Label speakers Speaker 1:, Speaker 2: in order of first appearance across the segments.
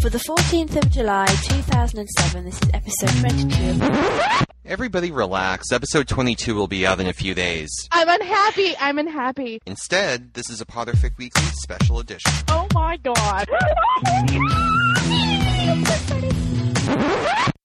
Speaker 1: For the 14th of July 2007, this is episode 22 of
Speaker 2: Everybody relax. Episode 22 will be out in a few days.
Speaker 3: I'm unhappy. I'm unhappy.
Speaker 2: Instead, this is a Potterfic Weekly special edition.
Speaker 3: Oh my god.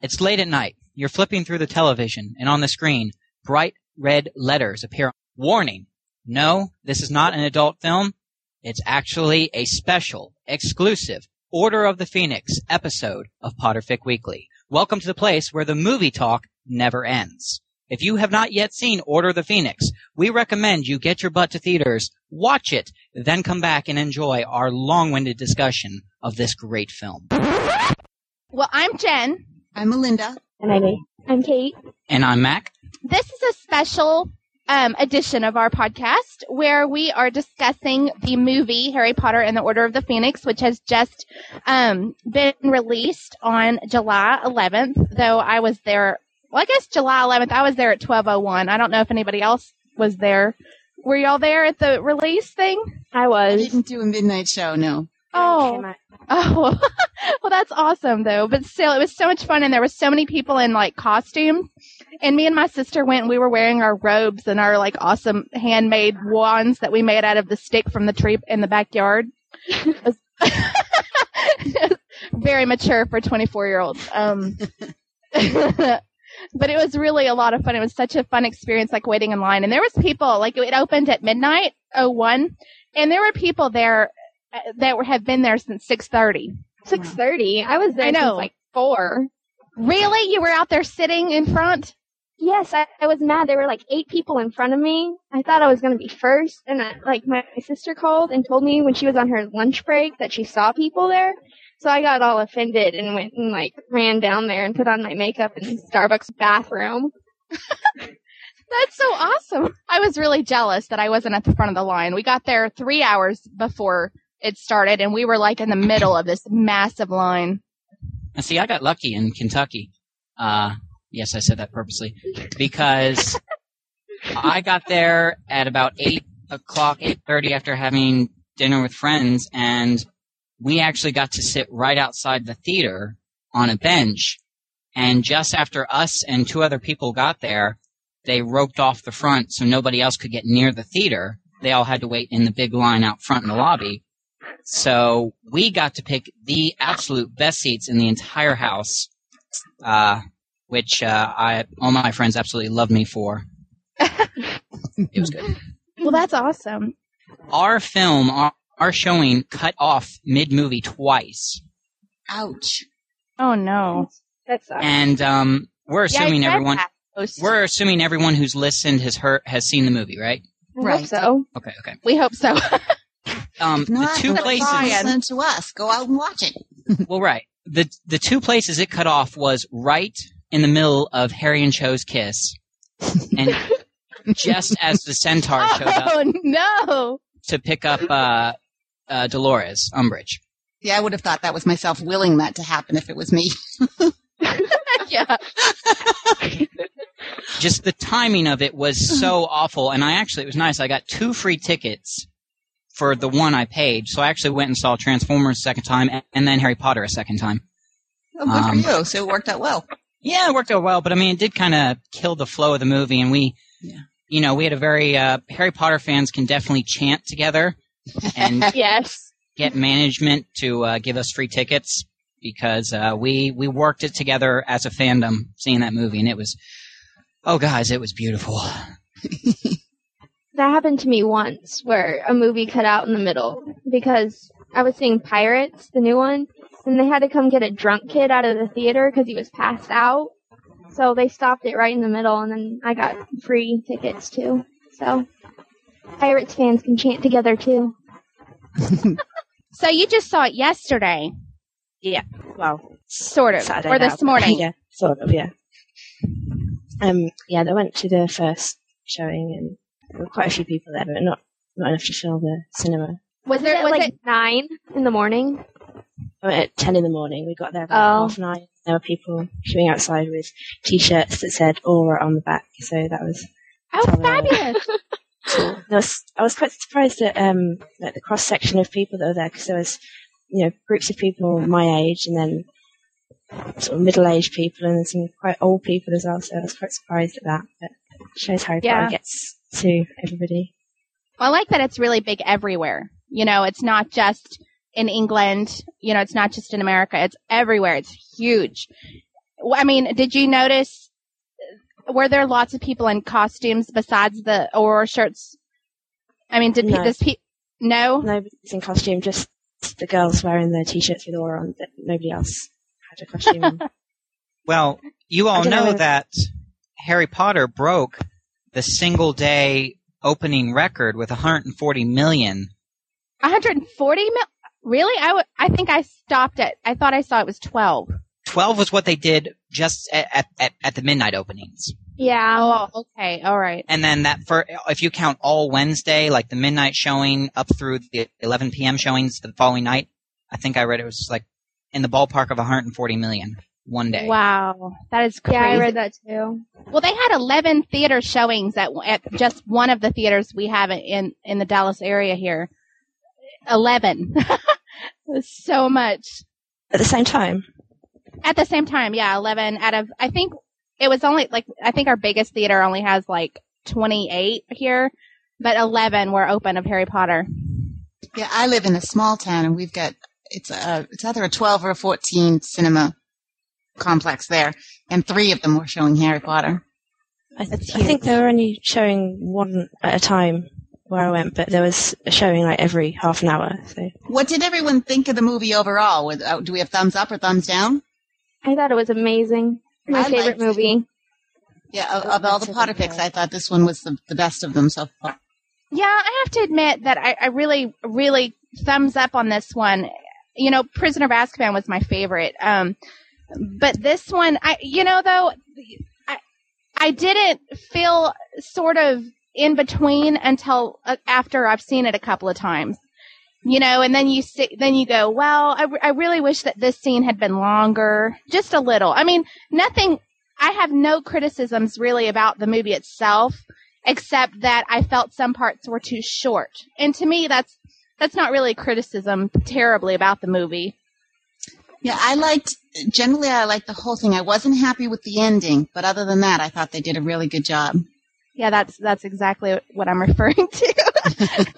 Speaker 4: It's late at night. You're flipping through the television, and on the screen, bright red letters appear. Warning! No, this is not an adult film. It's actually a special, exclusive Order of the Phoenix episode of Potterfic Weekly. Welcome to the place where the movie talk never ends. If you have not yet seen Order of the Phoenix, we recommend you get your butt to theaters, watch it, then come back and enjoy our long-winded discussion of this great film.
Speaker 3: Well, I'm Jen.
Speaker 5: I'm Melinda.
Speaker 6: And I I'm Kate.
Speaker 4: And I'm Mac.
Speaker 3: This is a special um, edition of our podcast where we are discussing the movie Harry Potter and the Order of the Phoenix, which has just um, been released on July 11th. Though I was there, well, I guess July 11th. I was there at 12:01. I don't know if anybody else was there. Were y'all there at the release thing?
Speaker 6: I
Speaker 5: I
Speaker 6: was.
Speaker 5: didn't do a midnight show, no.
Speaker 3: Oh.
Speaker 6: Came out-
Speaker 3: Oh, well, that's awesome though. But still, it was so much fun, and there were so many people in like costumes. And me and my sister went. And we were wearing our robes and our like awesome handmade wands that we made out of the stick from the tree in the backyard. It was- Very mature for twenty-four year olds. Um, but it was really a lot of fun. It was such a fun experience, like waiting in line. And there was people. Like it opened at midnight, oh one, and there were people there uh, that were, have been there since 6.30
Speaker 6: Six thirty. I was there.
Speaker 3: I know.
Speaker 6: Since like four.
Speaker 3: really you were out there sitting in front
Speaker 6: Yes, I, I was mad. There were like eight people in front of me. I thought I was gonna be first, and I, like my, my sister called and told me when she was on her lunch break that she saw people there. So I got all offended and went and like ran down there and put on my makeup in Starbucks bathroom.
Speaker 3: that's so awesome i was really jealous that i wasn't at the front of the line we got there three hours before it started and we were like in the middle of this massive line
Speaker 4: And see, I got lucky in Kentucky. Uh, yes, I said that purposely because I got there at about eight o'clock, eight thirty after having dinner with friends, and we actually got to sit right outside the theater on a bench. And just after us and two other people got there, they roped off the front so nobody else could get near the theater. They all had to wait in the big line out front in the lobby. So we got to pick the absolute best seats in the entire house, uh, which uh, I all my friends absolutely loved me for. it was good.
Speaker 3: well that's awesome
Speaker 4: Our film, our, our showing, cut off mid movie twice,
Speaker 5: Ouch.
Speaker 3: oh no
Speaker 6: That sucks.
Speaker 4: and um, we're
Speaker 3: Yeah, I
Speaker 4: assuming
Speaker 3: said
Speaker 4: everyone
Speaker 3: that. Oh, Post.
Speaker 4: we're assuming everyone who's listened has heard has seen the movie, right?
Speaker 6: I
Speaker 5: Right.
Speaker 6: hope so.
Speaker 4: Okay, okay.
Speaker 3: we hope so
Speaker 4: Um,
Speaker 5: If not,
Speaker 4: the two
Speaker 5: then
Speaker 4: places.
Speaker 3: Brian.
Speaker 5: Listen to us. Go out and watch it.
Speaker 4: Well, right. The the two places it cut off was right in the middle of Harry and Cho's kiss, and just as the centaur showed up
Speaker 3: oh no
Speaker 4: to pick up uh, uh, Dolores Umbridge.
Speaker 5: Yeah, I would have thought that was myself willing that to happen if it was me.
Speaker 3: yeah
Speaker 4: Just the timing of it was so awful, and I actually it was nice. I got two free tickets for the one I paid, so I actually went and saw Transformers a second time, and, and then Harry Potter a second time.
Speaker 5: Oh, good
Speaker 4: Um,
Speaker 5: for you. So it worked out well.
Speaker 4: Yeah, it worked out well, but I mean, it did kind of kill the flow of the movie, and we,
Speaker 5: Yeah.
Speaker 4: you know, we had a very uh, Harry Potter fans can definitely chant together and
Speaker 6: Yes.
Speaker 4: get management to uh, give us free tickets because uh, we we worked it together as a fandom seeing that movie, and it was, oh guys, it was beautiful.
Speaker 6: That happened to me once where a movie cut out in the middle because I was seeing Pirates, the new one, and they had to come get a drunk kid out of the theater because he was passed out. So they stopped it right in the middle, and then I got free tickets too. So Pirates fans can chant together too.
Speaker 3: so you just saw it yesterday
Speaker 7: well,
Speaker 3: sort of
Speaker 7: Saturday
Speaker 3: or
Speaker 7: night,
Speaker 3: this
Speaker 7: but
Speaker 3: morning
Speaker 7: yeah, sort of, yeah. Um, yeah, I went to the first showing, and there were quite a few people there, but not not enough to fill the cinema.
Speaker 3: was there
Speaker 6: At,
Speaker 3: was
Speaker 6: like
Speaker 3: it
Speaker 6: nine in the morning?
Speaker 7: I went at ten in the morning. We got there about
Speaker 6: Oh.
Speaker 7: half nine. There were people queuing outside with t-shirts that said "Aura" on the back, so that was
Speaker 3: oh
Speaker 7: Saturday night.
Speaker 3: fabulous
Speaker 7: cool. And I was I was quite surprised at um like the cross section of people that were there because there was you know groups of people my age, and then sort of middle-aged people, and some quite old people as well. So I was quite surprised at that. But it shows how far
Speaker 3: Yeah.
Speaker 7: it gets to everybody.
Speaker 3: Well, I like that it's really big everywhere. You know, it's not just in England. You know, it's not just in America. It's everywhere. It's huge. Well, I mean, did you notice? Were there lots of people in costumes besides the Aurora shirts? I mean, did pe-
Speaker 7: No.
Speaker 3: does pe- no?
Speaker 7: Nobody's in costume, just the girls wearing their t-shirts with aura on. But nobody else had a costume. on.
Speaker 8: Well, you all
Speaker 7: don't know
Speaker 8: know
Speaker 7: whether-
Speaker 8: that Harry Potter broke the single day opening record with 140 million.
Speaker 3: 140 mil? Really? I would- I think I stopped at. I thought I saw it was 12.
Speaker 8: 12 was what they did just at, at- at, at the midnight openings.
Speaker 6: Yeah.
Speaker 3: Oh, okay. All right.
Speaker 8: And then that for if you count all Wednesday, like the midnight showing up through the 11 p.m. showings the following night, I think I read it was like in the ballpark of 140 million one day.
Speaker 3: Wow, that is crazy.
Speaker 6: Yeah, I read that too.
Speaker 3: Well, they had 11 theater showings at, at just one of the theaters we have in, in the Dallas area here. 11. so much.
Speaker 7: At the same time,
Speaker 3: At the same time, yeah, 11 out of, I think it was only like, I think our biggest theater only has like 28 here, but 11 were open of Harry Potter.
Speaker 5: Yeah, I live in a small town, and we've got it's a it's either a twelve or a fourteen cinema complex there, and three of them were showing Harry Potter.
Speaker 7: I, I
Speaker 3: That's
Speaker 7: think
Speaker 3: huge.
Speaker 7: they were only showing one at a time where I went, but there was a showing like every half an hour. So
Speaker 5: What did everyone think of the movie overall? Was, uh, do we have thumbs up or thumbs down?
Speaker 6: I thought it was amazing. My
Speaker 5: I
Speaker 6: favorite
Speaker 5: liked it.
Speaker 6: movie.
Speaker 5: Yeah, of, of all the Potter picks, I thought this one was the, the best of them so far.
Speaker 3: Yeah, I have to admit that I, I really, really thumbs up on this one. You know, Prisoner of Azkaban was my favorite. Um, but this one, I, you know, though, I, I didn't feel sort of in between until uh, after I've seen it a couple of times. You know, and then you sit, then you go, well, I, re- I really wish that this scene had been longer, just a little. I mean, nothing. I have no criticisms really about the movie itself except that I felt some parts were too short. And to me, that's that's not really a criticism terribly about the movie.
Speaker 5: Yeah, I liked generally I liked the whole thing. I wasn't happy with the ending, but other than that, I thought they did a really good job.
Speaker 3: Yeah, that's that's exactly what I'm referring to.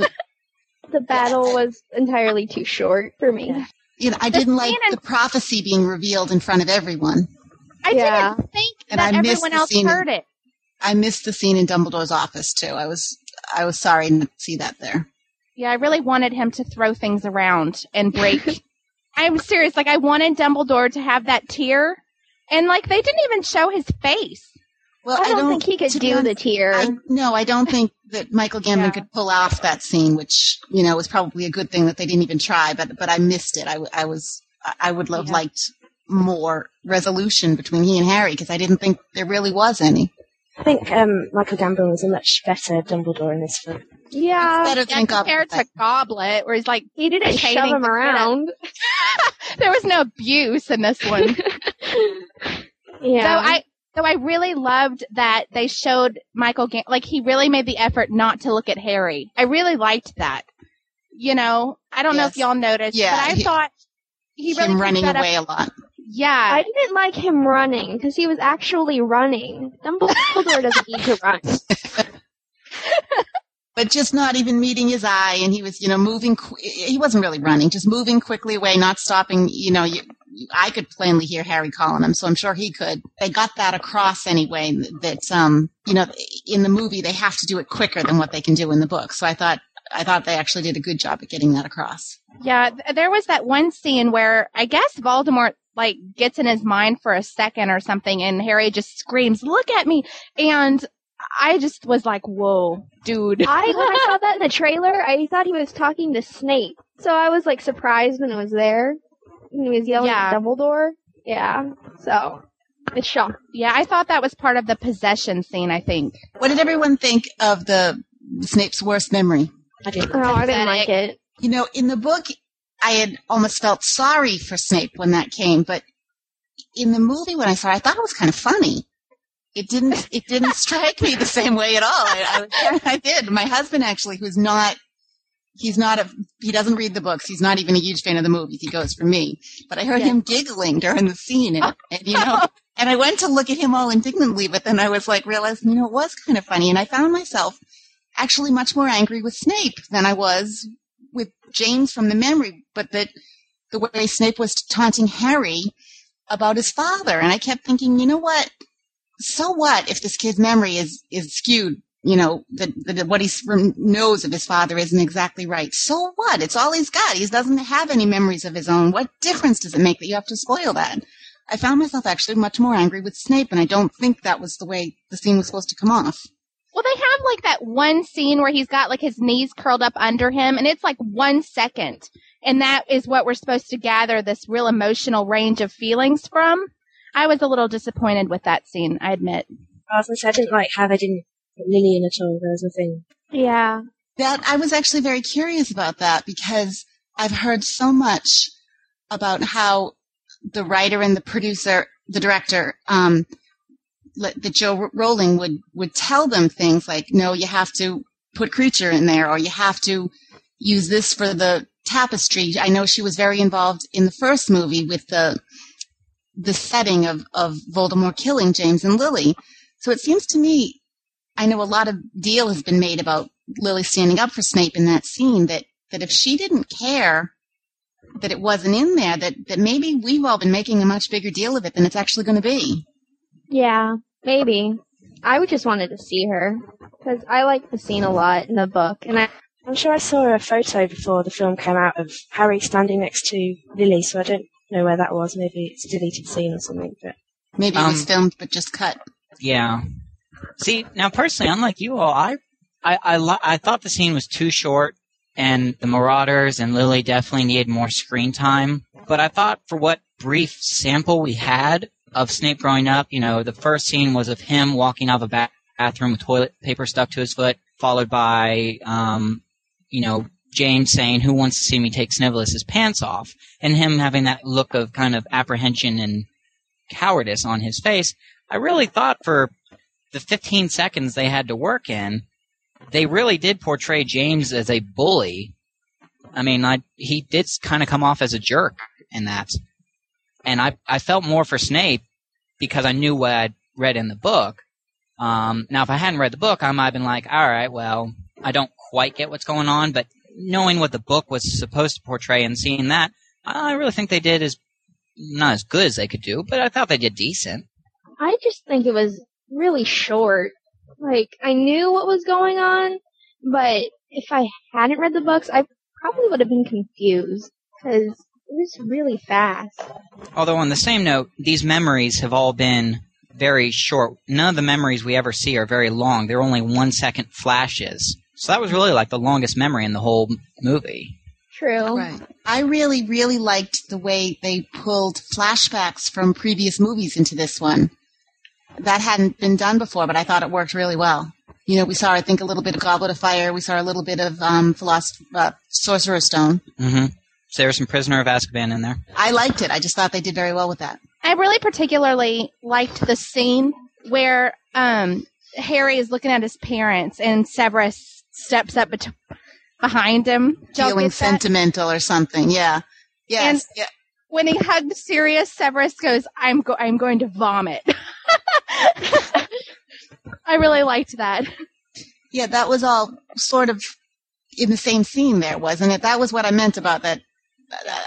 Speaker 6: The battle was entirely too short for me.
Speaker 7: Yeah.
Speaker 5: You know, I
Speaker 3: The
Speaker 5: didn't like
Speaker 3: scene in-
Speaker 5: the prophecy being revealed in front of everyone.
Speaker 3: I
Speaker 6: Yeah.
Speaker 3: didn't think
Speaker 5: And
Speaker 3: that
Speaker 5: I missed
Speaker 3: everyone
Speaker 5: the
Speaker 3: else
Speaker 5: scene.
Speaker 3: heard it.
Speaker 5: I missed the scene in Dumbledore's office too. I was I was sorry not to see that there.
Speaker 3: Yeah, I really wanted him to throw things around and break. I'm serious. Like I wanted Dumbledore to have that tear, and like they didn't even show his face.
Speaker 5: Well,
Speaker 6: I, don't think he could
Speaker 5: to be
Speaker 6: do the
Speaker 5: honest,
Speaker 6: tear.
Speaker 5: I, no, I don't think that Michael Gambon
Speaker 3: Yeah.
Speaker 5: could pull off that scene, which you know was probably a good thing that they didn't even try. But but I missed it. I, w- I was I- I would have
Speaker 3: Yeah.
Speaker 5: liked more resolution between he and Harry because I didn't think there really was any.
Speaker 7: I think um, Michael Gambon was a much better Dumbledore in this film.
Speaker 6: yeah.
Speaker 5: Better
Speaker 3: Yeah,
Speaker 5: than Goblet.
Speaker 3: compared to Goblet, where he's like,
Speaker 6: He didn't
Speaker 3: Shading
Speaker 6: shove
Speaker 3: the
Speaker 6: him
Speaker 3: shit
Speaker 6: around.
Speaker 3: there was no abuse in this one. So
Speaker 6: yeah.
Speaker 3: I so I really loved that they showed Michael Gam- like he really made the effort not to look at Harry. I really liked that. You know, I don't know if
Speaker 5: Yes.
Speaker 3: y'all noticed,
Speaker 5: Yeah,
Speaker 3: but I
Speaker 5: he-
Speaker 3: thought he really
Speaker 5: him
Speaker 3: picked
Speaker 5: running
Speaker 3: that up-
Speaker 5: away a lot.
Speaker 3: Yeah,
Speaker 6: I didn't like him running because he was actually running. Dumbledore doesn't need to run.
Speaker 5: but just not even meeting his eye and he was you know moving qu- he wasn't really running just moving quickly away not stopping you know you, you- i could plainly hear harry calling him so i'm sure he could they got that across anyway that um you know in the movie they have to do it quicker than what they can do in the book so i thought i thought they actually did a good job at getting that across
Speaker 3: yeah. th- There was that one scene where I guess Voldemort like gets in his mind for a second or something, and Harry just screams, "Look at me!" And I just was like, "Whoa, dude!"
Speaker 6: I when I saw that in the trailer, I thought he was talking to Snape. So I was like surprised when it was there. And he was yelling
Speaker 3: Yeah.
Speaker 6: at Dumbledore. Yeah. So it's shocking.
Speaker 3: yeah, I thought that was part of the possession scene. I think.
Speaker 5: what did everyone think of the snape's worst memory
Speaker 7: I didn't.
Speaker 6: Oh, I didn't
Speaker 3: Pathetic.
Speaker 6: like it.
Speaker 5: You know, in the book, I had almost felt sorry for Snape when that came, but in the movie when I saw it, I thought it was kind of funny. It didn't, it didn't strike me the same way at all. I, I, was- I did. My husband actually, who's not he's not a he doesn't read the books. He's not even a huge fan of the movies. He goes for me. But I heard
Speaker 3: Yeah.
Speaker 5: him giggling during the scene, and, and you know, and I went to look at him all indignantly, but then I was like realizing, you know, it was kind of funny, and I found myself actually much more angry with Snape than I was with James from the memory, but that the way Snape was taunting Harry about his father, and I kept thinking, you know what? So what if this kid's memory is is skewed you know, that that what he knows of his father isn't exactly right. So what? It's all he's got. He doesn't have any memories of his own. What difference does it make that you have to spoil that? I found myself actually much more angry with Snape, and I don't think that was the way the scene was supposed to come off.
Speaker 3: Well, they have like that one scene where he's got like his knees curled up under him, and it's like one second. And that is what we're supposed to gather this real emotional range of feelings from. I was a little disappointed with that scene, I admit.
Speaker 7: I was gonna say I didn't like how they didn't put Lillian at all. There was nothing.
Speaker 6: Yeah.
Speaker 5: That I was actually very curious about that because I've heard so much about how the writer and the producer, the director, um, let- that Joe Rowling would would tell them things like, "No, you have to put creature in there, or you have to use this for the tapestry." I know she was very involved in the first movie with the the setting of of Voldemort killing James and Lily. So it seems to me, I know a lot of deal has been made about Lily standing up for Snape in that scene that that if she didn't care that it wasn't in there, that that maybe we've all been making a much bigger deal of it than it's actually going to be.
Speaker 6: Yeah. Maybe. I would just wanted to see her because I like the scene a lot in the book, and I
Speaker 7: I'm sure I saw a photo before the film came out of Harry standing next to Lily, so I don't know where that was. Maybe it's a deleted scene or something. But
Speaker 5: Maybe it was
Speaker 4: Um,
Speaker 5: filmed but just cut.
Speaker 4: Yeah. See, now personally, unlike you all, I, I, I, li- I thought the scene was too short, and the Marauders and Lily definitely needed more screen time. But I thought for what brief sample we had of Snape growing up, you know, the first scene was of him walking out of a ba- bathroom with toilet paper stuck to his foot, followed by, um, you know, James saying, "Who wants to see me take Snivellus' pants off?" and him having that look of kind of apprehension and cowardice on his face. I really thought for the 15 seconds they had to work in, they really did portray James as a bully. I mean, I, he did kind of come off as a jerk in that. And I, I felt more for Snape because I knew what I'd read in the book. Um, now, if I hadn't read the book, I might have been like, all right, well, I don't quite get what's going on, but knowing what the book was supposed to portray and seeing that, I really think they did as, not as good as they could do, but I thought they did decent.
Speaker 6: I just think it was really short. Like, I knew what was going on, but if I hadn't read the books, I probably would have been confused because it was really fast.
Speaker 4: Although, on the same note, these memories have all been very short. None of the memories we ever see are very long. They're only one second flashes. So that was really like the longest memory in the whole m- movie.
Speaker 6: True.
Speaker 5: Oh, I really, really liked the way they pulled flashbacks from previous movies into this one. That hadn't been done before, but I thought it worked really well. You know, we saw, I think, a little bit of Goblet of Fire. We saw a little bit of um, Philosoph- uh, Sorcerer's Stone.
Speaker 4: hmm So there was some Prisoner of Azkaban in there.
Speaker 5: I liked it. I just thought they did very well with that.
Speaker 3: I really particularly liked the scene where um, Harry is looking at his parents and Severus steps up bet- behind him. Did y'all
Speaker 5: feeling
Speaker 3: get that?
Speaker 5: sentimental or something. Yeah. Yes. yeah.
Speaker 3: when he hugged Sirius, Severus goes, "I'm go- I'm going to vomit." I really liked that.
Speaker 5: Yeah, that was all sort of in the same scene there, wasn't it? That was what I meant about that.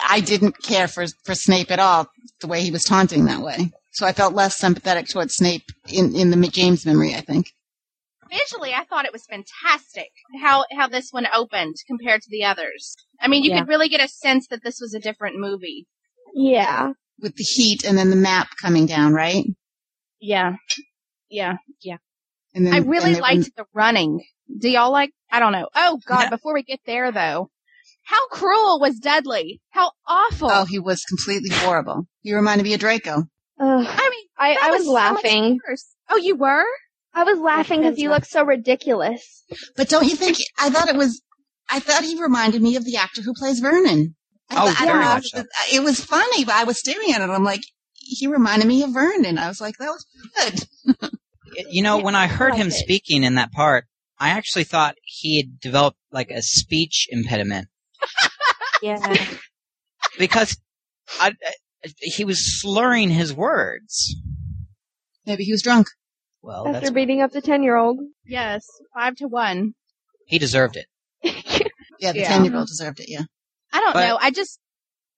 Speaker 5: I didn't care for, for Snape at all, the way he was taunting that way. So I felt less sympathetic towards Snape in, in the James memory, I think.
Speaker 3: Visually, I thought it was fantastic how how this one opened compared to the others. I mean, you could really get a sense that this was a different movie.
Speaker 6: Yeah.
Speaker 5: With the heat and then the map coming down, right?
Speaker 3: Yeah, yeah.
Speaker 5: And then,
Speaker 3: I
Speaker 5: and
Speaker 3: really
Speaker 5: there
Speaker 3: liked the running. Do y'all like? I don't know. Oh God!
Speaker 4: Yeah.
Speaker 3: Before we get there, though, how cruel was Dudley? How awful!
Speaker 5: were- Oh, he was completely horrible. You reminded me of Draco.
Speaker 6: Ugh.
Speaker 3: I mean,
Speaker 6: I,
Speaker 3: that
Speaker 6: I was,
Speaker 3: was so much
Speaker 6: laughing.
Speaker 3: worse. Oh, you were?
Speaker 6: I was laughing because he looked so ridiculous.
Speaker 5: But don't you think? I thought it was. I thought he reminded me of the actor who plays Vernon. I
Speaker 4: Oh,
Speaker 5: thought- I don't
Speaker 4: very
Speaker 5: know,
Speaker 4: much so.
Speaker 5: It was funny, but I was staring at it. I'm like, he reminded me of Vernon. I was like, that was good.
Speaker 4: You know, when I heard him
Speaker 6: Right.
Speaker 4: speaking in that part, I actually thought he had developed like a speech impediment
Speaker 9: Yeah.
Speaker 4: because I, I- he was slurring his words.
Speaker 5: Maybe he was drunk.
Speaker 4: Well,
Speaker 6: after
Speaker 4: Oh, that's,
Speaker 6: beating up the ten-year-old.
Speaker 3: Yes, five to one.
Speaker 4: he deserved it.
Speaker 5: Yeah, the
Speaker 3: Yeah.
Speaker 5: 10 year old deserved it, yeah.
Speaker 3: I don't
Speaker 4: But-
Speaker 3: know. I just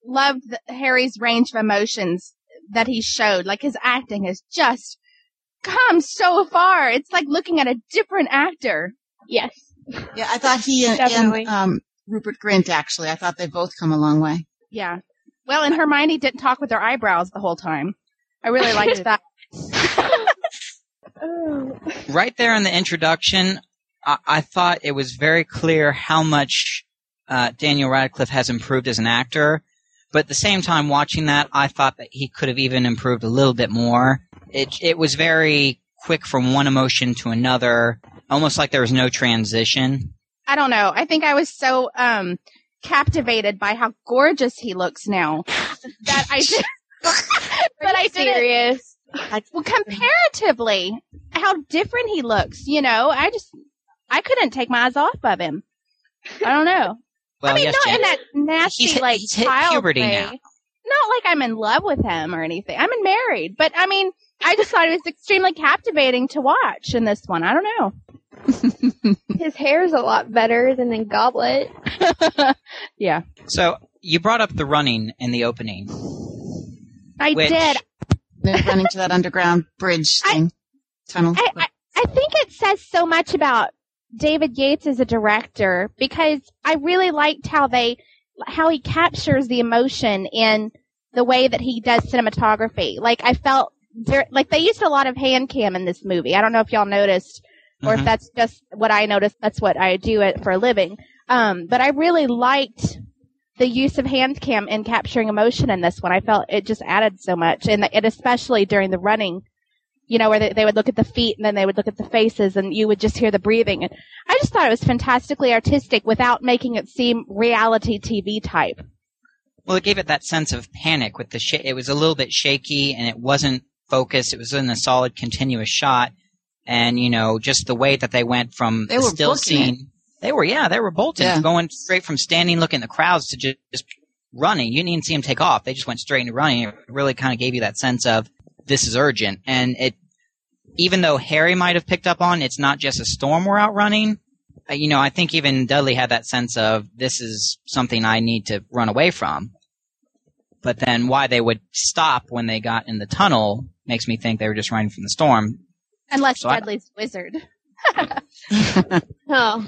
Speaker 3: loved the, Harry's range of emotions that he showed. Like his acting has just come so far. It's like looking at a different actor.
Speaker 6: Yes.
Speaker 5: Yeah, I thought he and,
Speaker 6: Definitely.
Speaker 5: and um, Rupert Grint, actually, I thought they both come a long way.
Speaker 3: Yeah. Well, and Hermione didn't talk with her eyebrows the whole time. I really liked that.
Speaker 6: Oh.
Speaker 4: Right there in the introduction, I, I thought it was very clear how much uh, Daniel Radcliffe has improved as an actor. But at the same time, watching that, I thought that he could have even improved a little bit more. It it was very quick from one emotion to another, almost like there was no transition.
Speaker 3: I don't know. I think I was so um captivated by how gorgeous he looks now that I did. but I didn't
Speaker 6: serious.
Speaker 3: Well, comparatively, how different he looks, you know, I just, I couldn't take my eyes off of him. I don't know.
Speaker 4: Well,
Speaker 3: I mean,
Speaker 4: yes,
Speaker 3: not
Speaker 4: Jen.
Speaker 3: in that nasty,
Speaker 4: He's hit-
Speaker 3: like,
Speaker 4: he's hit
Speaker 3: child
Speaker 4: puberty
Speaker 3: way.
Speaker 4: now.
Speaker 3: Not like I'm in love with him or anything. I'm married, but I mean, I just thought it was extremely captivating to watch in this one. I don't know.
Speaker 6: His hair's a lot better than in Goblet.
Speaker 3: Yeah.
Speaker 4: So you brought up the running in the opening.
Speaker 3: I
Speaker 4: Which-
Speaker 3: did.
Speaker 5: They're running to that underground bridge
Speaker 3: I-
Speaker 5: thing, tunnel.
Speaker 3: I, I, I think it says so much about David Yates as a director because I really liked how they, how he captures the emotion in the way that he does cinematography. Like I felt there, like they used a lot of hand cam in this movie. I don't know if y'all noticed or if
Speaker 4: Mhm.
Speaker 3: that's just what I noticed. That's what I do it for a living. Um, but I really liked the use of hand cam in capturing emotion in this one. I felt it just added so much and, and especially during the running you know, where they, they would look at the feet and then they would look at the faces and you would just hear the breathing. And I just thought it was fantastically artistic without making it seem reality TV type.
Speaker 4: Well, it gave it that sense of panic with the sh- it was a little bit shaky and it wasn't focused. It was in a solid continuous shot, and you know just the way that they went from
Speaker 5: They
Speaker 4: the
Speaker 5: were
Speaker 4: still
Speaker 5: booking it.
Speaker 4: scene. They were yeah, they were bolting,
Speaker 5: Yeah.
Speaker 4: going straight from standing looking at the crowds to just, just running. You didn't even see them take off. They just went straight into running. It really kind of gave you that sense of this is urgent, and it even though Harry might have picked up on it's not just a storm we're out running. uh, You know, I think even Dudley had that sense of this is something I need to run away from. But then why they would stop when they got in the tunnel makes me think they were just running from the storm.
Speaker 3: Unless
Speaker 4: So I-
Speaker 3: Dudley's a wizard.
Speaker 6: Oh,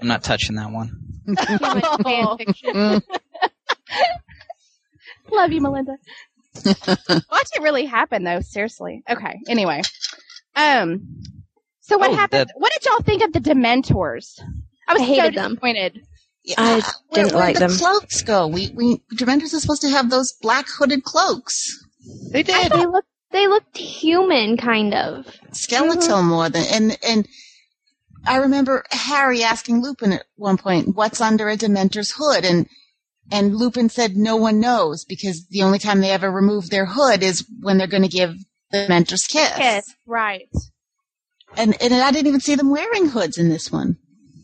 Speaker 4: I'm not touching that one.
Speaker 6: too much
Speaker 3: Oh.
Speaker 6: fan fiction.
Speaker 5: Mm.
Speaker 3: Love you, Melinda. Watch it really happen though, seriously. Okay. Anyway. Um so what
Speaker 4: Oh,
Speaker 3: happened what did y'all think of the Dementors? I was
Speaker 6: I hated
Speaker 3: so
Speaker 6: them.
Speaker 3: disappointed.
Speaker 5: Yeah,
Speaker 7: I
Speaker 5: where,
Speaker 7: didn't
Speaker 5: where
Speaker 7: like
Speaker 5: the
Speaker 7: them.
Speaker 5: cloaks go? We, we, Tremendous is supposed to have those black hooded cloaks.
Speaker 4: They
Speaker 6: I- they look they looked human, kind of.
Speaker 5: skeletal
Speaker 3: Mm-hmm.
Speaker 5: more than and and I remember Harry asking Lupin at one point, "What's under a Dementor's hood?" and and Lupin said, "No one knows because the only time they ever remove their hood is when they're going to give the Dementor's kiss."
Speaker 3: Yes, right.
Speaker 5: And and I didn't even see them wearing hoods in this one.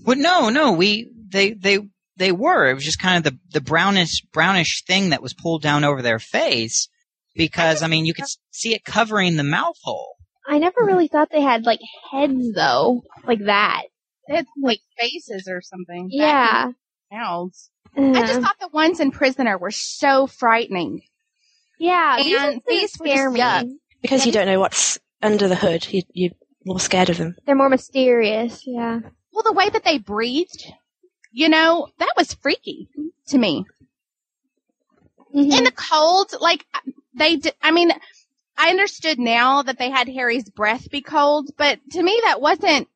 Speaker 4: Well, no, no, we they they they were. It was just kind of the the brownish brownish thing that was pulled down over their face because I mean you could s- see it covering the mouth hole.
Speaker 6: I never really thought they had like heads though, like that.
Speaker 3: They had like faces or something.
Speaker 6: Yeah.
Speaker 3: Mouths. I
Speaker 6: Uh,
Speaker 3: just thought the ones in prisoner were so frightening.
Speaker 6: yeah,
Speaker 3: and
Speaker 6: these, ones didn't
Speaker 3: these were
Speaker 6: scare
Speaker 3: just
Speaker 6: me.
Speaker 3: yuck.
Speaker 7: Because you don't know what's under the hood, you, you're more scared of them.
Speaker 6: They're more mysterious. Yeah.
Speaker 3: Well, the way that they breathed, you know, that was freaky to me.
Speaker 6: Mhm.
Speaker 3: In the cold, like they, d- I mean, I understood now that they had Harry's breath be cold, but to me that wasn't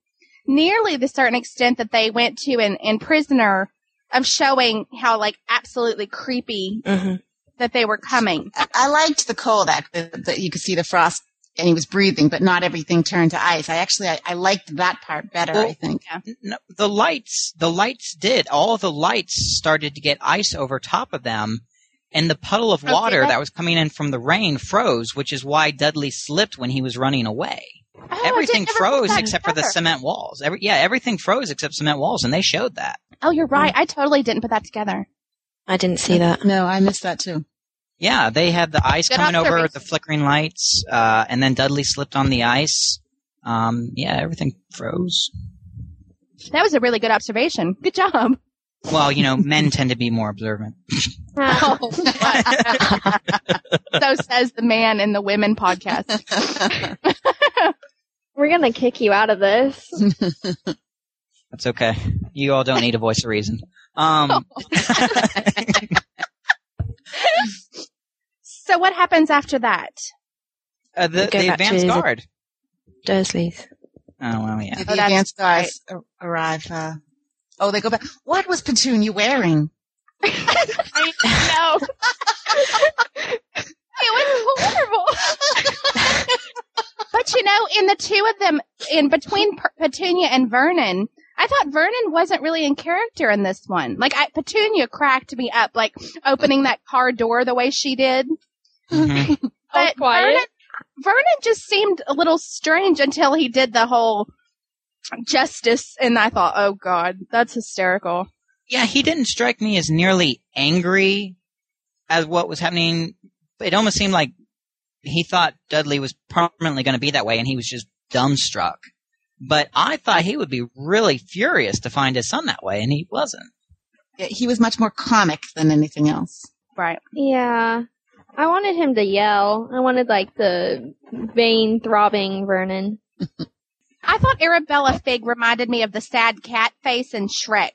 Speaker 3: nearly the certain extent that they went to in, in Prisoner of showing how like absolutely creepy
Speaker 4: Mm-hmm.
Speaker 7: hmm
Speaker 3: that they were coming.
Speaker 5: I, I liked the cold act that, that you could see the frost and he was breathing, but not everything turned to ice. I actually I, I liked that part better. I
Speaker 4: Well,
Speaker 5: think.
Speaker 4: No, the lights, the lights did. All of the lights started to get ice over top of them, and the puddle of
Speaker 3: Okay,
Speaker 4: water
Speaker 3: that-
Speaker 4: that was coming in from the rain froze, which is why Dudley slipped when he was running away.
Speaker 3: Oh, I
Speaker 4: everything
Speaker 3: didn't ever put
Speaker 4: froze
Speaker 3: that
Speaker 4: except for the
Speaker 3: together.
Speaker 4: cement walls. Every yeah, everything froze except cement walls, and they showed that.
Speaker 3: Oh, you're right.
Speaker 4: Mm-hmm.
Speaker 3: I totally didn't put that together.
Speaker 7: I didn't see that.
Speaker 5: No, I missed that too.
Speaker 4: Yeah, they had the ice
Speaker 3: Good
Speaker 4: coming over,
Speaker 3: observation.
Speaker 4: the flickering lights, uh, and then Dudley slipped on the ice. Um, yeah, everything froze.
Speaker 3: That was a really good observation. Good job.
Speaker 4: Well, you know, men tend to be more observant.
Speaker 6: Uh,
Speaker 3: Oh, what? so says the man in the women podcast.
Speaker 6: we're gonna kick you out of this.
Speaker 4: That's okay. You all don't need a voice of reason. Um,
Speaker 3: So what happens after that?
Speaker 4: uh,
Speaker 7: Go
Speaker 4: the,
Speaker 7: back
Speaker 4: the
Speaker 7: to
Speaker 4: advanced
Speaker 7: the-
Speaker 4: guard.
Speaker 7: Dursleys.
Speaker 4: Oh well, yeah.
Speaker 5: The
Speaker 3: that's
Speaker 5: advanced guys ar- arrive. Uh, oh, they go back. What was Petunia wearing?
Speaker 3: No. it was horrible. but you know, in the two of them, in between per- Petunia and Vernon, I thought Vernon wasn't really in character in this one. Like I, Petunia cracked me up, like opening that car door the way she did.
Speaker 4: Mhm.
Speaker 6: All
Speaker 3: But
Speaker 6: quiet.
Speaker 3: Vernon, Vernon just seemed a little strange until he did the whole justice, and I thought, oh god, that's hysterical.
Speaker 4: Yeah, he didn't strike me as nearly angry as what was happening. It almost seemed like he thought Dudley was permanently going to be that way, and he was just dumbstruck. But I thought he would be really furious to find his son that way, and he wasn't.
Speaker 5: Yeah, He was much more comic than anything else.
Speaker 3: Right.
Speaker 6: Yeah. I wanted him to yell. I wanted like the vein throbbing Vernon.
Speaker 3: I thought Arabella Fig reminded me of the sad cat face in Shrek.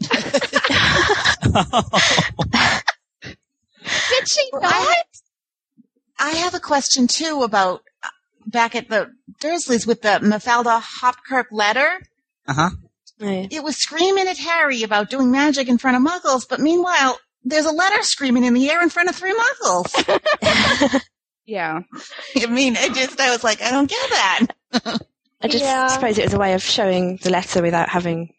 Speaker 3: Did she
Speaker 5: Well,
Speaker 3: not?
Speaker 5: I, I have a question too about uh, back at the Dursleys with the Mafalda Hopkirk letter.
Speaker 7: No.
Speaker 5: It was screaming at Harry about doing magic in front of Muggles, but meanwhile, there's a letter screaming in the air in front of three Muggles.
Speaker 3: Yeah.
Speaker 5: I mean, I just I was like, I don't get that.
Speaker 7: I just
Speaker 6: Yeah.
Speaker 7: suppose it was a way of showing the letter without having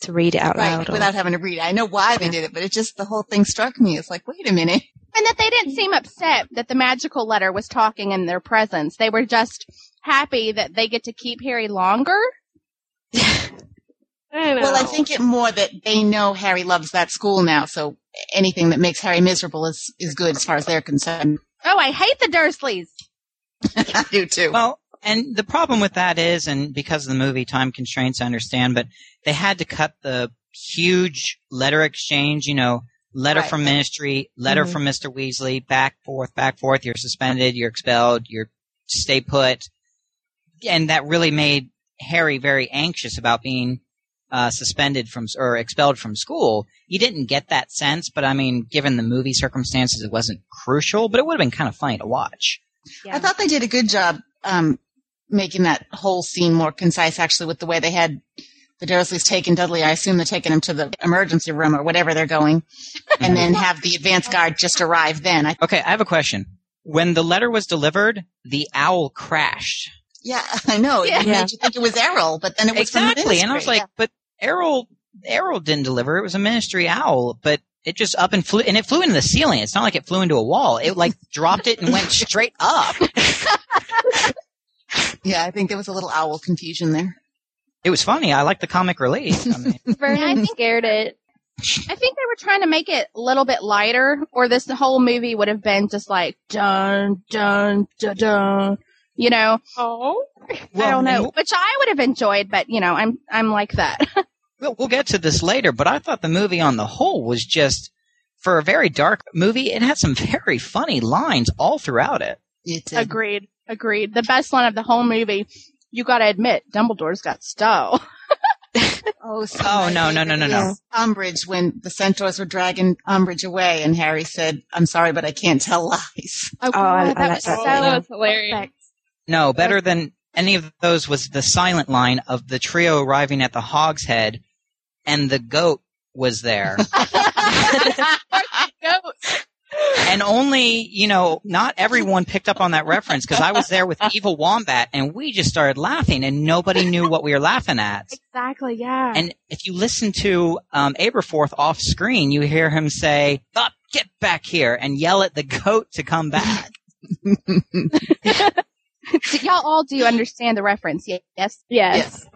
Speaker 7: to read it out
Speaker 5: Right,
Speaker 7: loud. Or,
Speaker 5: without having to read. it. I know why they did it, but it just the whole thing struck me. It's like, wait a minute.
Speaker 3: And that they didn't seem upset that the magical letter was talking in their presence. They were just happy that they get to keep Harry longer.
Speaker 6: I know.
Speaker 5: Well, I think it more that they know Harry loves that school now, so anything that makes Harry miserable is is good as far as they're concerned.
Speaker 3: Oh, I hate the Dursleys.
Speaker 5: I do too.
Speaker 4: Well, and the problem with that is, and because of the movie time constraints, I understand, but they had to cut the huge letter exchange, you know, letter
Speaker 5: Right.
Speaker 4: from ministry, letter
Speaker 7: Mhm.
Speaker 4: from Mr. Weasley, back, forth, back, forth, you're suspended, you're expelled, you're stay put. And that really made Harry very anxious about being uh, suspended from, s- or expelled from school. You didn't get that sense, but I mean, given the movie circumstances, it wasn't crucial, but it would have been kind of funny to watch.
Speaker 5: I thought they did a good job um, making that whole scene more concise, actually, with the way they had the Dursleys taking Dudley. I assume they're taking him to the emergency room or whatever they're going,
Speaker 4: Mm-hmm.
Speaker 5: and then have the advance guard just arrive then. I,
Speaker 4: Okay, I have a question. When the letter was delivered, the owl crashed.
Speaker 5: yeah, I know.
Speaker 3: Yeah.
Speaker 5: It made you think it was Errol, but then it was From
Speaker 4: Exactly.
Speaker 5: the
Speaker 4: And I was
Speaker 5: ministry.
Speaker 4: like, but Errol Errol didn't deliver. It was a ministry owl, but it just up and flew and it flew into the ceiling. It's not like it flew into a wall. It like dropped it and went straight up.
Speaker 5: yeah, I think there was a little owl confusion there.
Speaker 4: It was funny. I like the comic relief. I mean,
Speaker 3: I
Speaker 6: Vernon
Speaker 3: think-
Speaker 6: scared it.
Speaker 3: I think they were trying to make it a little bit lighter, or this whole movie would have been just like dun dun dun dun. You know,
Speaker 6: Oh.
Speaker 4: well,
Speaker 3: I don't know,
Speaker 4: and
Speaker 3: which I would have enjoyed, but you know, I'm I'm like that.
Speaker 4: We'll, we'll get to this later, but I thought the movie on the whole was just for a very dark movie. It had some very funny lines all throughout it.
Speaker 5: It did.
Speaker 3: Agreed. Agreed. The best line of the whole movie. You gotta admit, Dumbledore's got style.
Speaker 5: Oh, so
Speaker 4: Oh,
Speaker 5: my
Speaker 4: no, no, no, no,
Speaker 5: favorite
Speaker 4: no.
Speaker 5: is Umbridge, when the centaurs were dragging Umbridge away, and Harry said, "I'm sorry, but I can't tell lies."
Speaker 3: Oh,
Speaker 7: I- I
Speaker 3: that
Speaker 7: like
Speaker 3: was
Speaker 7: that
Speaker 3: so
Speaker 7: line. That
Speaker 6: was hilarious.
Speaker 3: perfect.
Speaker 4: No, better than any of those was the silent line of the trio arriving at the Hogshead, and the goat was there, and only you know not everyone picked up on that reference because I was there with Evil Wombat, and we just started laughing, and nobody knew what we were laughing at.
Speaker 3: Exactly. Yeah.
Speaker 4: And if you listen to um, Aberforth off screen, you hear him say, "Up, get back here!" and yell at the goat to come back.
Speaker 3: So y'all all do understand the reference, ye- yes?
Speaker 6: Yes.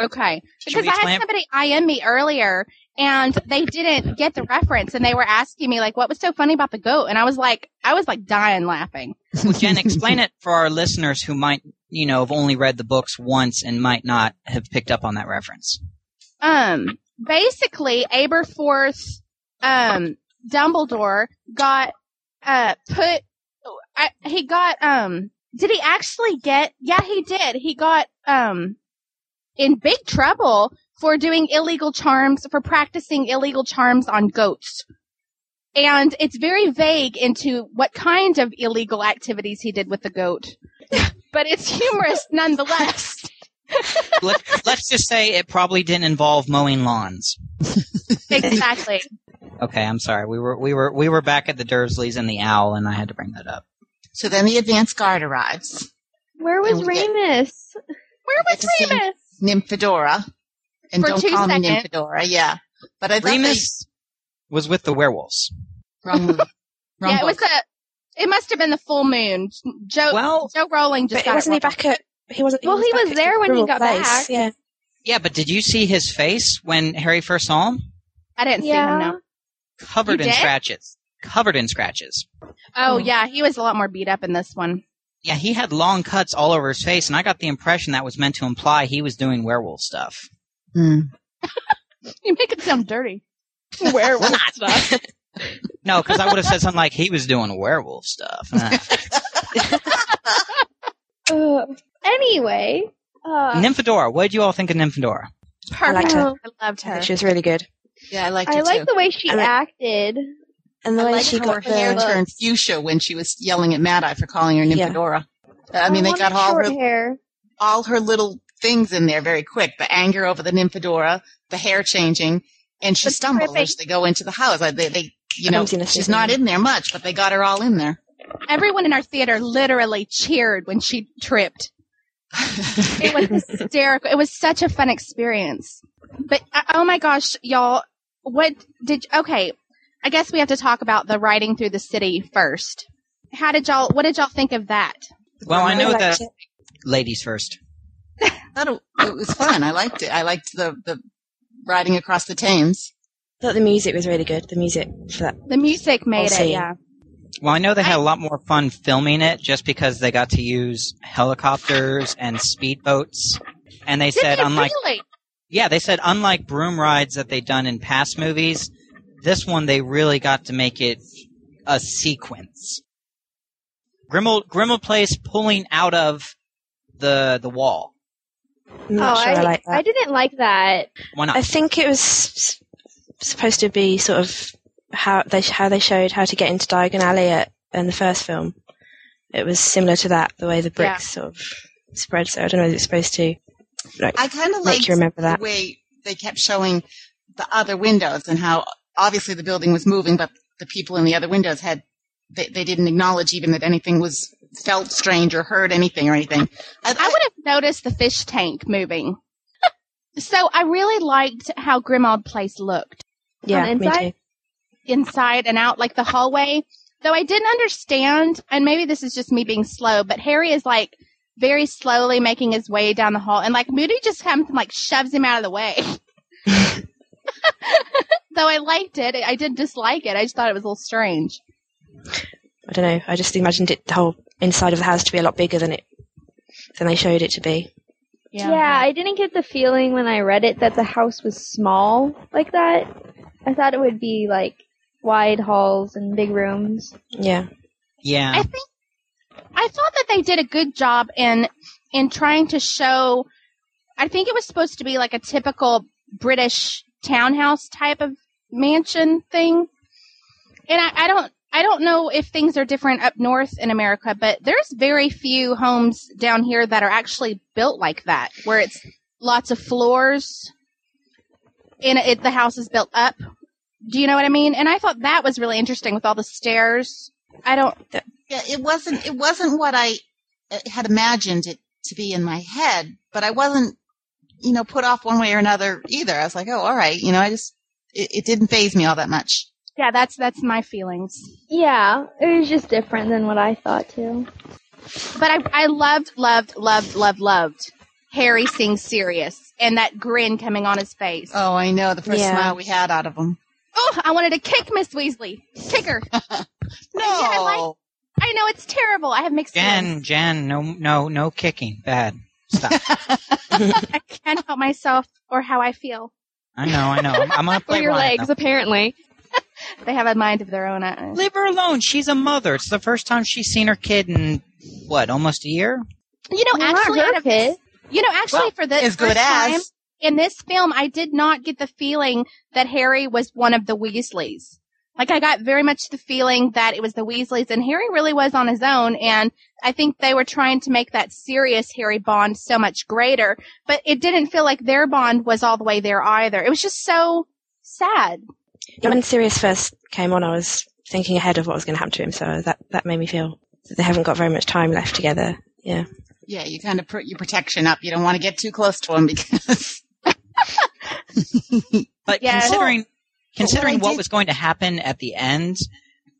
Speaker 3: Okay.
Speaker 4: Should
Speaker 3: Because
Speaker 4: we
Speaker 3: I had
Speaker 4: clamp?
Speaker 3: somebody IM me earlier and they didn't get the reference and they were asking me like what was so funny about the goat and I was like I was like dying laughing.
Speaker 4: Jen, explain it for our listeners who might, you know, have only read the books once and might not have picked up on that reference.
Speaker 3: Um basically Aberforth um Dumbledore got uh put I, he got um did he actually get yeah he did. He got um in big trouble for doing illegal charms for practicing illegal charms on goats. And it's very vague into what kind of illegal activities he did with the goat. but it's humorous nonetheless.
Speaker 4: Let, let's just say it probably didn't involve mowing lawns.
Speaker 3: exactly.
Speaker 4: Okay, I'm sorry. We were we were we were back at the Dursleys and the owl, and I had to bring that up.
Speaker 5: So then the advance guard arrives.
Speaker 6: Where was
Speaker 5: And we get-
Speaker 6: Remus?
Speaker 3: Where
Speaker 5: I
Speaker 3: was
Speaker 5: just see-
Speaker 3: Remus?
Speaker 5: Nymphadora. And
Speaker 3: For
Speaker 5: don't
Speaker 3: two
Speaker 5: call me
Speaker 3: seconds.
Speaker 5: Nymphadora, yeah. But I thought
Speaker 4: Remus was with the werewolves.
Speaker 5: They, wrong movie. Wrong
Speaker 3: yeah, it was
Speaker 5: book.
Speaker 3: a. It must have been the full moon. Joe
Speaker 4: Well,
Speaker 3: Joe Rowling just
Speaker 7: But
Speaker 3: got
Speaker 7: wasn't
Speaker 3: it
Speaker 7: he
Speaker 3: wrong.
Speaker 7: back at? He wasn't.
Speaker 6: Well, he
Speaker 7: back
Speaker 6: was
Speaker 7: at
Speaker 6: there when he
Speaker 7: Cruel
Speaker 6: got
Speaker 7: Place,
Speaker 6: back.
Speaker 7: Yeah.
Speaker 4: yeah, but did you see his face when Harry first saw him?
Speaker 3: I didn't see him.
Speaker 6: Yeah.
Speaker 3: No.
Speaker 4: Covered
Speaker 3: You
Speaker 4: in
Speaker 3: did?
Speaker 4: scratches. Covered in scratches.
Speaker 3: Oh yeah, he was a lot more beat up in this one.
Speaker 4: Yeah, he had long cuts all over his face, and I got the impression that was meant to imply he was doing werewolf stuff.
Speaker 5: Hmm.
Speaker 3: You make it sound dirty.
Speaker 5: We're
Speaker 3: Werewolf
Speaker 5: not.
Speaker 3: stuff.
Speaker 4: No, because I would have said something like he was doing werewolf stuff. Nah.
Speaker 6: Uh, anyway, uh,
Speaker 4: Nymphadora, what did you all think of Nymphadora?
Speaker 3: Perfect.
Speaker 7: liked
Speaker 3: Oh, I,
Speaker 6: her.
Speaker 3: loved
Speaker 7: I
Speaker 3: her.
Speaker 7: think she was really good.
Speaker 5: Yeah, I liked her
Speaker 6: I like
Speaker 5: too.
Speaker 6: the way she
Speaker 7: I like-
Speaker 6: acted.
Speaker 7: And the
Speaker 5: I
Speaker 7: way
Speaker 5: liked
Speaker 7: she
Speaker 5: how her
Speaker 7: got the
Speaker 5: hair turned fuchsia when she was yelling at Mad Eye for calling her
Speaker 7: Yeah.
Speaker 5: Nymphadora. Uh, I mean, they
Speaker 6: wanted
Speaker 5: got all
Speaker 6: short
Speaker 5: her,
Speaker 6: hair.
Speaker 5: all her little things in there very quick. The anger over the Nymphadora, the hair changing, and she
Speaker 6: The
Speaker 5: stumbles
Speaker 6: tripping.
Speaker 5: as they go into the house. Like, They, they, you know,
Speaker 7: Emptiness,
Speaker 5: she's
Speaker 7: yeah.
Speaker 5: not in there much, but they got her all in there.
Speaker 3: Everyone in our theater literally cheered when she tripped. It was hysterical. It was such a fun experience. But uh, oh my gosh, y'all, what did? Okay, I guess we have to talk about the riding through the city first. How did y'all? What did y'all think of that?
Speaker 4: Well, I know
Speaker 7: liked
Speaker 4: that
Speaker 7: it.
Speaker 4: ladies first.
Speaker 5: I thought it, it was fun. I liked it. I liked the, the riding across the Thames.
Speaker 7: I thought the music was really good. The music for that.
Speaker 3: The music made it.
Speaker 7: scene.
Speaker 3: Yeah.
Speaker 4: Well, I know they had a lot more fun filming it just because they got to use helicopters and speedboats. And they said,
Speaker 3: Did they
Speaker 4: unlike
Speaker 3: really?
Speaker 4: yeah, they said unlike broom rides that they'd done in past movies, this one they really got to make it a sequence. Grimmel Grimmel Place pulling out of the the wall.
Speaker 7: I'm not
Speaker 6: oh,
Speaker 7: sure I,
Speaker 6: I,
Speaker 7: like that.
Speaker 6: I didn't like that.
Speaker 4: Why not?
Speaker 7: I think it was s- supposed to be sort of how they how they showed how to get into Diagon Alley at, in the first film. It was similar to that, the way the bricks sort of spread. So I don't know, is it supposed to like
Speaker 5: I kind of
Speaker 7: make
Speaker 5: liked
Speaker 7: you remember
Speaker 5: the
Speaker 7: that?
Speaker 5: way they kept showing the other windows and how obviously the building was moving, but the people in the other windows had they, they didn't acknowledge even that anything was felt strange or heard anything or anything. I,
Speaker 3: I would have noticed the fish tank moving. so I really liked how Grimald Place looked.
Speaker 7: Yeah,
Speaker 6: on the
Speaker 7: me too.
Speaker 6: inside?
Speaker 3: inside and out, like the hallway. Though I didn't understand, and maybe this is just me being slow, but Harry is like very slowly making his way down the hall, and like Moody just comes and like shoves him out of the way. Though I liked it, I did dislike it. I just thought it was a little strange.
Speaker 7: I don't know. I just imagined it the whole inside of the house to be a lot bigger than it than they showed it to be.
Speaker 6: Yeah. I didn't get the feeling when I read it that the house was small like that. I thought it would be like wide halls and big rooms.
Speaker 7: Yeah,
Speaker 4: yeah.
Speaker 3: I think I thought that they did a good job in in trying to show. I think it was supposed to be like a typical British townhouse type of mansion thing, and I, I don't I don't know if things are different up north in America, but there's very few homes down here that are actually built like that, where it's lots of floors and it, the house is built up. Do you know what I mean? And I thought that was really interesting with all the stairs. I don't
Speaker 5: yeah, it wasn't it wasn't what I uh, had imagined it to be in my head, but I wasn't you know put off one way or another either. I was like, oh, all right, you know, I just it, it didn't phase me all that much.
Speaker 3: Yeah, that's that's my feelings.
Speaker 6: Yeah, it was just different than what I thought too.
Speaker 3: But I, I loved, loved, loved, loved, loved Harry seeing Sirius and that grin coming on his face. Oh,
Speaker 5: Oh, I know the first
Speaker 7: Yeah.
Speaker 5: smile we had out of him.
Speaker 3: I wanted to kick Miss Weasley. Kick her.
Speaker 5: No,
Speaker 3: I like- I know it's terrible. I have mixed feelings.
Speaker 4: Jen, Jen, no, no, no kicking. Bad. Stop.
Speaker 3: I can't help myself or how I feel.
Speaker 4: I know, I know. I'm, I'm gonna
Speaker 6: For
Speaker 4: play
Speaker 6: your
Speaker 4: Ryan,
Speaker 6: legs,
Speaker 4: though.
Speaker 6: apparently.
Speaker 3: They have a mind of their own. uh, I-
Speaker 4: Leave her alone. She's a mother. It's the first time she's seen her kid in what, almost a year?
Speaker 3: You know,
Speaker 6: Well, not
Speaker 3: actually,
Speaker 6: her
Speaker 3: out of
Speaker 6: kid.
Speaker 3: you know, actually,
Speaker 5: Well,
Speaker 3: for the
Speaker 5: as good
Speaker 3: first time
Speaker 5: as.
Speaker 3: in this film, I did not get the feeling that Harry was one of the Weasleys. Like, I got very much the feeling that it was the Weasleys, and Harry really was on his own. And I think they were trying to make that serious Harry bond so much greater, but it didn't feel like their bond was all the way there either. It was just so sad.
Speaker 7: When Sirius first came on, I was thinking ahead of what was going to happen to him, so that that made me feel that they haven't got very much time left together. Yeah,
Speaker 5: Yeah, you kind of put your protection up. You don't want to get too close to him because
Speaker 4: But
Speaker 3: Yeah.
Speaker 4: considering considering
Speaker 5: Well, I
Speaker 4: what
Speaker 5: did-
Speaker 4: was going to happen at the end,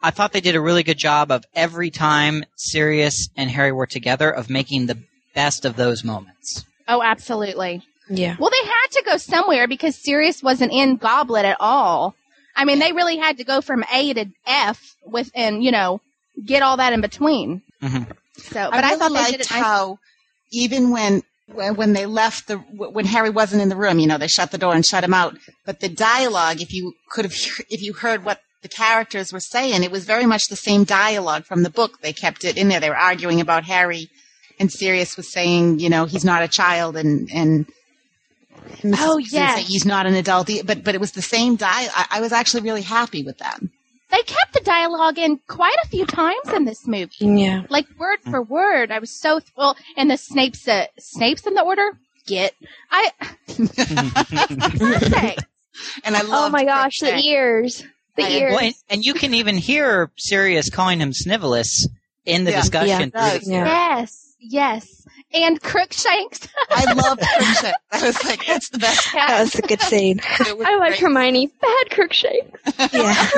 Speaker 4: I thought they did a really good job of every time Sirius and Harry were together of making the best of those moments.
Speaker 3: Oh, absolutely.
Speaker 7: yeah.
Speaker 3: Well, they had to go somewhere because Sirius wasn't in Goblet at all. I mean, they really had to go from A to F with, and you know, get all that in between.
Speaker 4: Mhm.
Speaker 3: So, but I,
Speaker 5: really
Speaker 3: thought they
Speaker 5: liked
Speaker 3: did it nice.
Speaker 5: how even when when when they left the when Harry wasn't in the room, you know, they shut the door and shut him out. But the dialogue, if you could have if you heard what the characters were saying, it was very much the same dialogue from the book. They kept it in there. They were arguing about Harry, and Sirius was saying, you know, he's not a child, and and. Mrs.
Speaker 3: Oh,
Speaker 5: Weasley said
Speaker 3: yes.
Speaker 5: he's not an adult, e- but but it was the same dial. I, I was actually really happy with that.
Speaker 3: they kept the dialogue in quite a few times in this movie,
Speaker 7: Yeah.
Speaker 3: like word for word. I was so th- well, and the Snape's uh, Snape's in the order. Get I perfect.
Speaker 5: And I
Speaker 6: Oh
Speaker 5: love.
Speaker 6: my gosh, the ears. The
Speaker 5: I-
Speaker 6: ears.
Speaker 4: Well, and, and you can even hear Sirius calling him Snivellus in the
Speaker 5: Yeah.
Speaker 4: discussion.
Speaker 5: Yeah.
Speaker 4: through the-
Speaker 7: Yeah.
Speaker 3: yes, yes, and Crookshanks.
Speaker 5: I love friendship. I was like, that's the best.
Speaker 7: That was a good scene.
Speaker 5: It was
Speaker 6: I like
Speaker 5: great.
Speaker 6: Hermione. Bad Crookshanks.
Speaker 7: yeah.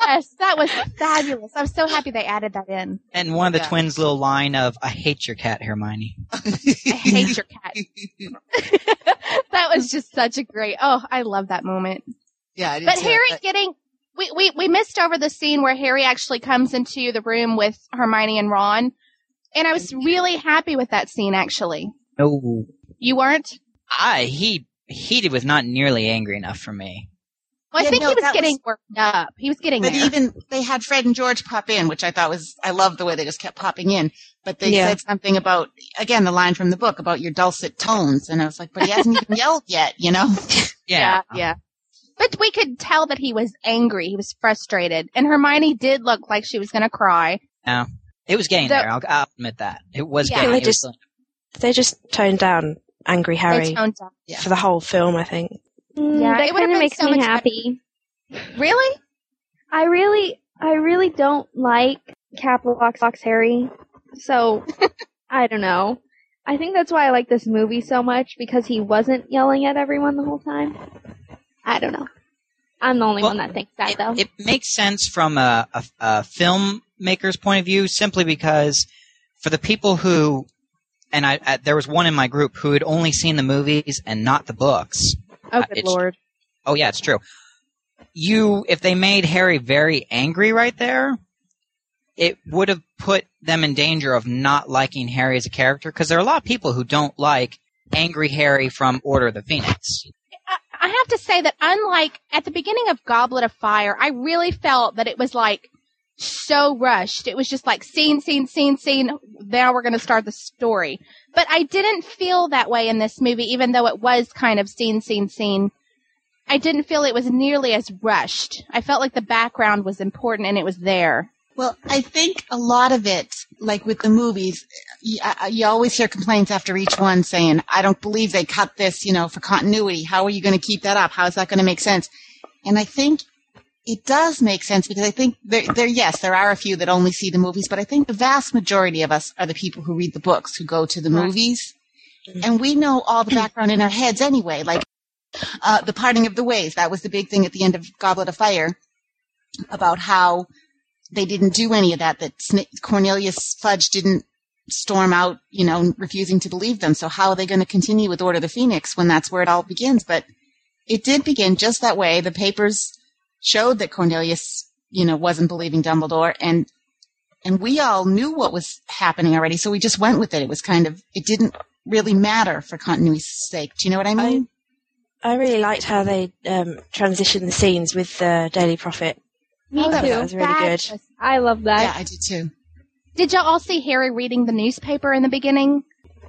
Speaker 3: yes, that was fabulous. I'm so happy they added that in.
Speaker 4: And one of the
Speaker 5: Yeah.
Speaker 4: twins' little line of "I hate your cat, Hermione."
Speaker 3: I hate your cat. that was just such a great. Oh, I love that moment.
Speaker 5: yeah, I did
Speaker 3: But
Speaker 5: too.
Speaker 3: Harry getting. We, we, we missed over the scene where Harry actually comes into the room with Hermione and Ron. And I was really happy with that scene, actually.
Speaker 4: No,
Speaker 3: You weren't?
Speaker 4: I he he was not nearly angry enough for me.
Speaker 3: Well, I
Speaker 5: Yeah,
Speaker 3: think
Speaker 5: no,
Speaker 3: he was
Speaker 5: that
Speaker 3: getting
Speaker 5: was-
Speaker 3: worked up. He was getting
Speaker 5: But
Speaker 3: there.
Speaker 5: even they had Fred and George pop in, which I thought was I love the way they just kept popping in. But they
Speaker 7: Yeah.
Speaker 5: said something about again the line from the book about your dulcet tones, and I was like, but he hasn't even yelled yet, you know?
Speaker 4: Yeah,
Speaker 3: yeah, yeah. But we could tell that he was angry. He was frustrated. And Hermione did look like she was going to cry.
Speaker 4: it was getting
Speaker 3: The-
Speaker 4: there. I'll, I'll admit that it was
Speaker 3: Yeah.
Speaker 4: getting.
Speaker 7: They
Speaker 4: it was
Speaker 7: just- They just toned down angry
Speaker 3: They
Speaker 7: Harry
Speaker 3: toned down.
Speaker 5: yeah.
Speaker 7: for the whole film. I think.
Speaker 6: Mm,
Speaker 3: Yeah, it
Speaker 6: that
Speaker 3: would've
Speaker 6: kind
Speaker 3: been
Speaker 6: of makes
Speaker 3: so
Speaker 6: me
Speaker 3: much better.
Speaker 6: happy.
Speaker 3: Really?
Speaker 6: I really, I really don't like Caplox Fox Harry. So, I don't know. I think that's why I like this movie so much because he wasn't yelling at everyone the whole time. I don't know. I'm the only
Speaker 4: Well,
Speaker 6: one that thinks that though.
Speaker 4: It makes sense from a, a, a filmmaker's point of view, simply because for the people who, and I, I there was one in my group who had only seen the movies and not the books.
Speaker 3: Oh,
Speaker 4: Uh,
Speaker 3: good
Speaker 4: it's-
Speaker 3: lord.
Speaker 4: Oh yeah, it's true. You, if they made Harry very angry right there, it would have put them in danger of not liking Harry as a character because there are a lot of people who don't like angry Harry from Order of the Phoenix.
Speaker 3: I- I have to say that unlike at the beginning of Goblet of Fire, I really felt that it was like so rushed. It was just like scene, scene, scene, scene. Now we're going to start the story. But I didn't feel that way in this movie, even though it was kind of scene, scene, scene. I didn't feel it was nearly as rushed. I felt like the background was important and it was there.
Speaker 5: Well, I think a lot of it, like with the movies, you, I- I- you always hear complaints after each one saying, I don't believe they cut this, you know, for continuity. How are you going to keep that up? How is that going to make sense? And I think it does make sense because I think there, there, yes, there are a few that only see the movies, but I think the vast majority of us are the people who read the books, who go to the
Speaker 3: Right.
Speaker 5: movies. And we know all the background in our heads anyway. Like, uh, the parting of the ways, that was the big thing at the end of Goblet of Fire about how they didn't do any of that. That Sna- Cornelius Fudge didn't storm out, you know, refusing to believe them. So how are they going to continue with Order of the Phoenix when that's where it all begins? But it did begin just that way. The papers showed that Cornelius, you know, wasn't believing Dumbledore and and we all knew what was happening already, so we just went with it. It was kind of it didn't really matter for continuity's sake. Do you know what I mean?
Speaker 7: I really liked how they um, transitioned the scenes with the Daily Prophet.
Speaker 6: Me
Speaker 5: Oh, that
Speaker 6: too.
Speaker 7: was really good.
Speaker 6: Fabulous. I love that.
Speaker 5: yeah, I did too.
Speaker 3: Did y'all all see Harry reading the newspaper in the beginning?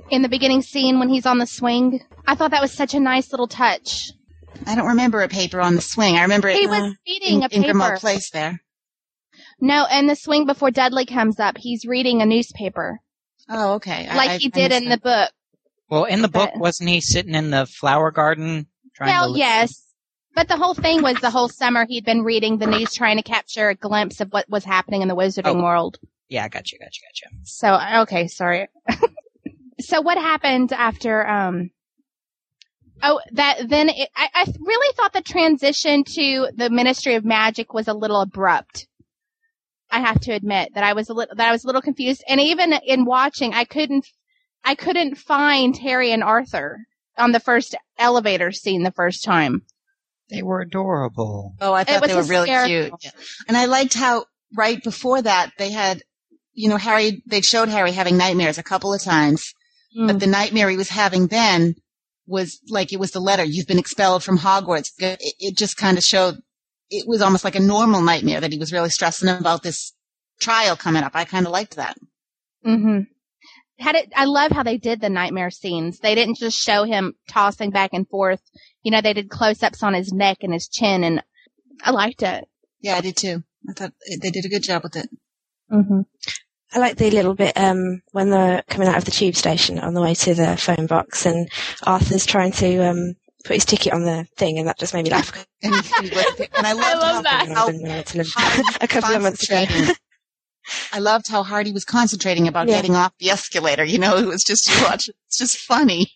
Speaker 3: In the beginning scene when he's on the swing? I thought that was such a nice little touch.
Speaker 5: I don't remember a paper on the swing. I remember it
Speaker 3: He
Speaker 5: in-
Speaker 3: was reading a
Speaker 5: um, in Grimmauld
Speaker 3: paper.
Speaker 5: Place there.
Speaker 3: No, and the swing before Dudley comes up, he's reading a newspaper.
Speaker 5: Oh, okay. I-
Speaker 3: like
Speaker 5: I-
Speaker 3: he
Speaker 5: I
Speaker 3: did
Speaker 5: missed
Speaker 3: in the
Speaker 5: that.
Speaker 3: book.
Speaker 8: Well, in the book,
Speaker 3: But-
Speaker 8: wasn't he sitting in the flower garden trying to
Speaker 3: Well,
Speaker 8: look-
Speaker 3: yes. But the whole thing was the whole summer he'd been reading the news trying to capture a glimpse of what was happening in the wizarding
Speaker 8: Oh.
Speaker 3: world.
Speaker 8: Yeah, gotcha, gotcha, gotcha.
Speaker 3: So okay, sorry. so what happened after? Um, oh, that then it, I, I really thought the transition to the Ministry of Magic was a little abrupt. I have to admit that I was a little that I was a little confused, and even in watching, I couldn't I couldn't find Harry and Arthur on the first elevator scene the first time.
Speaker 8: They were adorable.
Speaker 5: Oh, I
Speaker 3: It
Speaker 5: thought
Speaker 3: was
Speaker 5: they were really cute.
Speaker 3: hysterical.
Speaker 5: And I liked how right before that they had, you know, Harry, they showed Harry having nightmares a couple of times,
Speaker 3: Mm.
Speaker 5: but the nightmare he was having then was like, it was the letter, you've been expelled from Hogwarts. It, it just kind of showed, it was almost like a normal nightmare that he was really stressing about this trial coming up. I kind of liked that.
Speaker 3: Mm-hmm. Had it, I love how they did the nightmare scenes. They didn't just show him tossing back and forth. You know, they did close ups on his neck and his chin, and I liked it.
Speaker 5: Yeah, I did too. I thought eh, they did a good job with it.
Speaker 3: Mm-hmm.
Speaker 7: I like the little bit um, when they're coming out of the tube station on the way to the phone box, and Arthur's trying to um, put his ticket on the thing, and that just made me laugh.
Speaker 5: And, he was- and I loved
Speaker 6: love
Speaker 5: how-
Speaker 6: that.
Speaker 7: When I
Speaker 5: how
Speaker 7: was in Wales
Speaker 5: Hardy
Speaker 7: a couple of months ago.
Speaker 5: concentrating. I loved how hard he was concentrating about
Speaker 7: Yeah.
Speaker 5: getting off the escalator. You know, it was just you watch. It's just funny.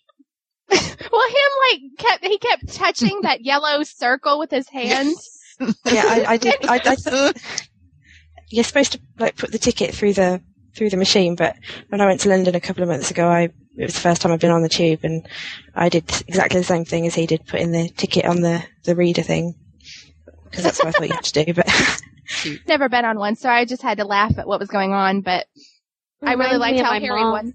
Speaker 3: Well, him like kept he kept touching that yellow circle with his hands.
Speaker 7: Yeah, I, I did. I, I, you're supposed to like put the ticket through the through the machine, but when I went to London a couple of months ago, I it was the first time I'd been on the tube, and I did exactly the same thing as he did, putting the ticket on the the reader thing because that's what I thought you had to do. But
Speaker 3: Never been on one, so I just had to laugh at what was going on. But I really
Speaker 6: Reminds
Speaker 3: liked
Speaker 6: me of
Speaker 3: how
Speaker 6: my
Speaker 3: Harry
Speaker 6: mom.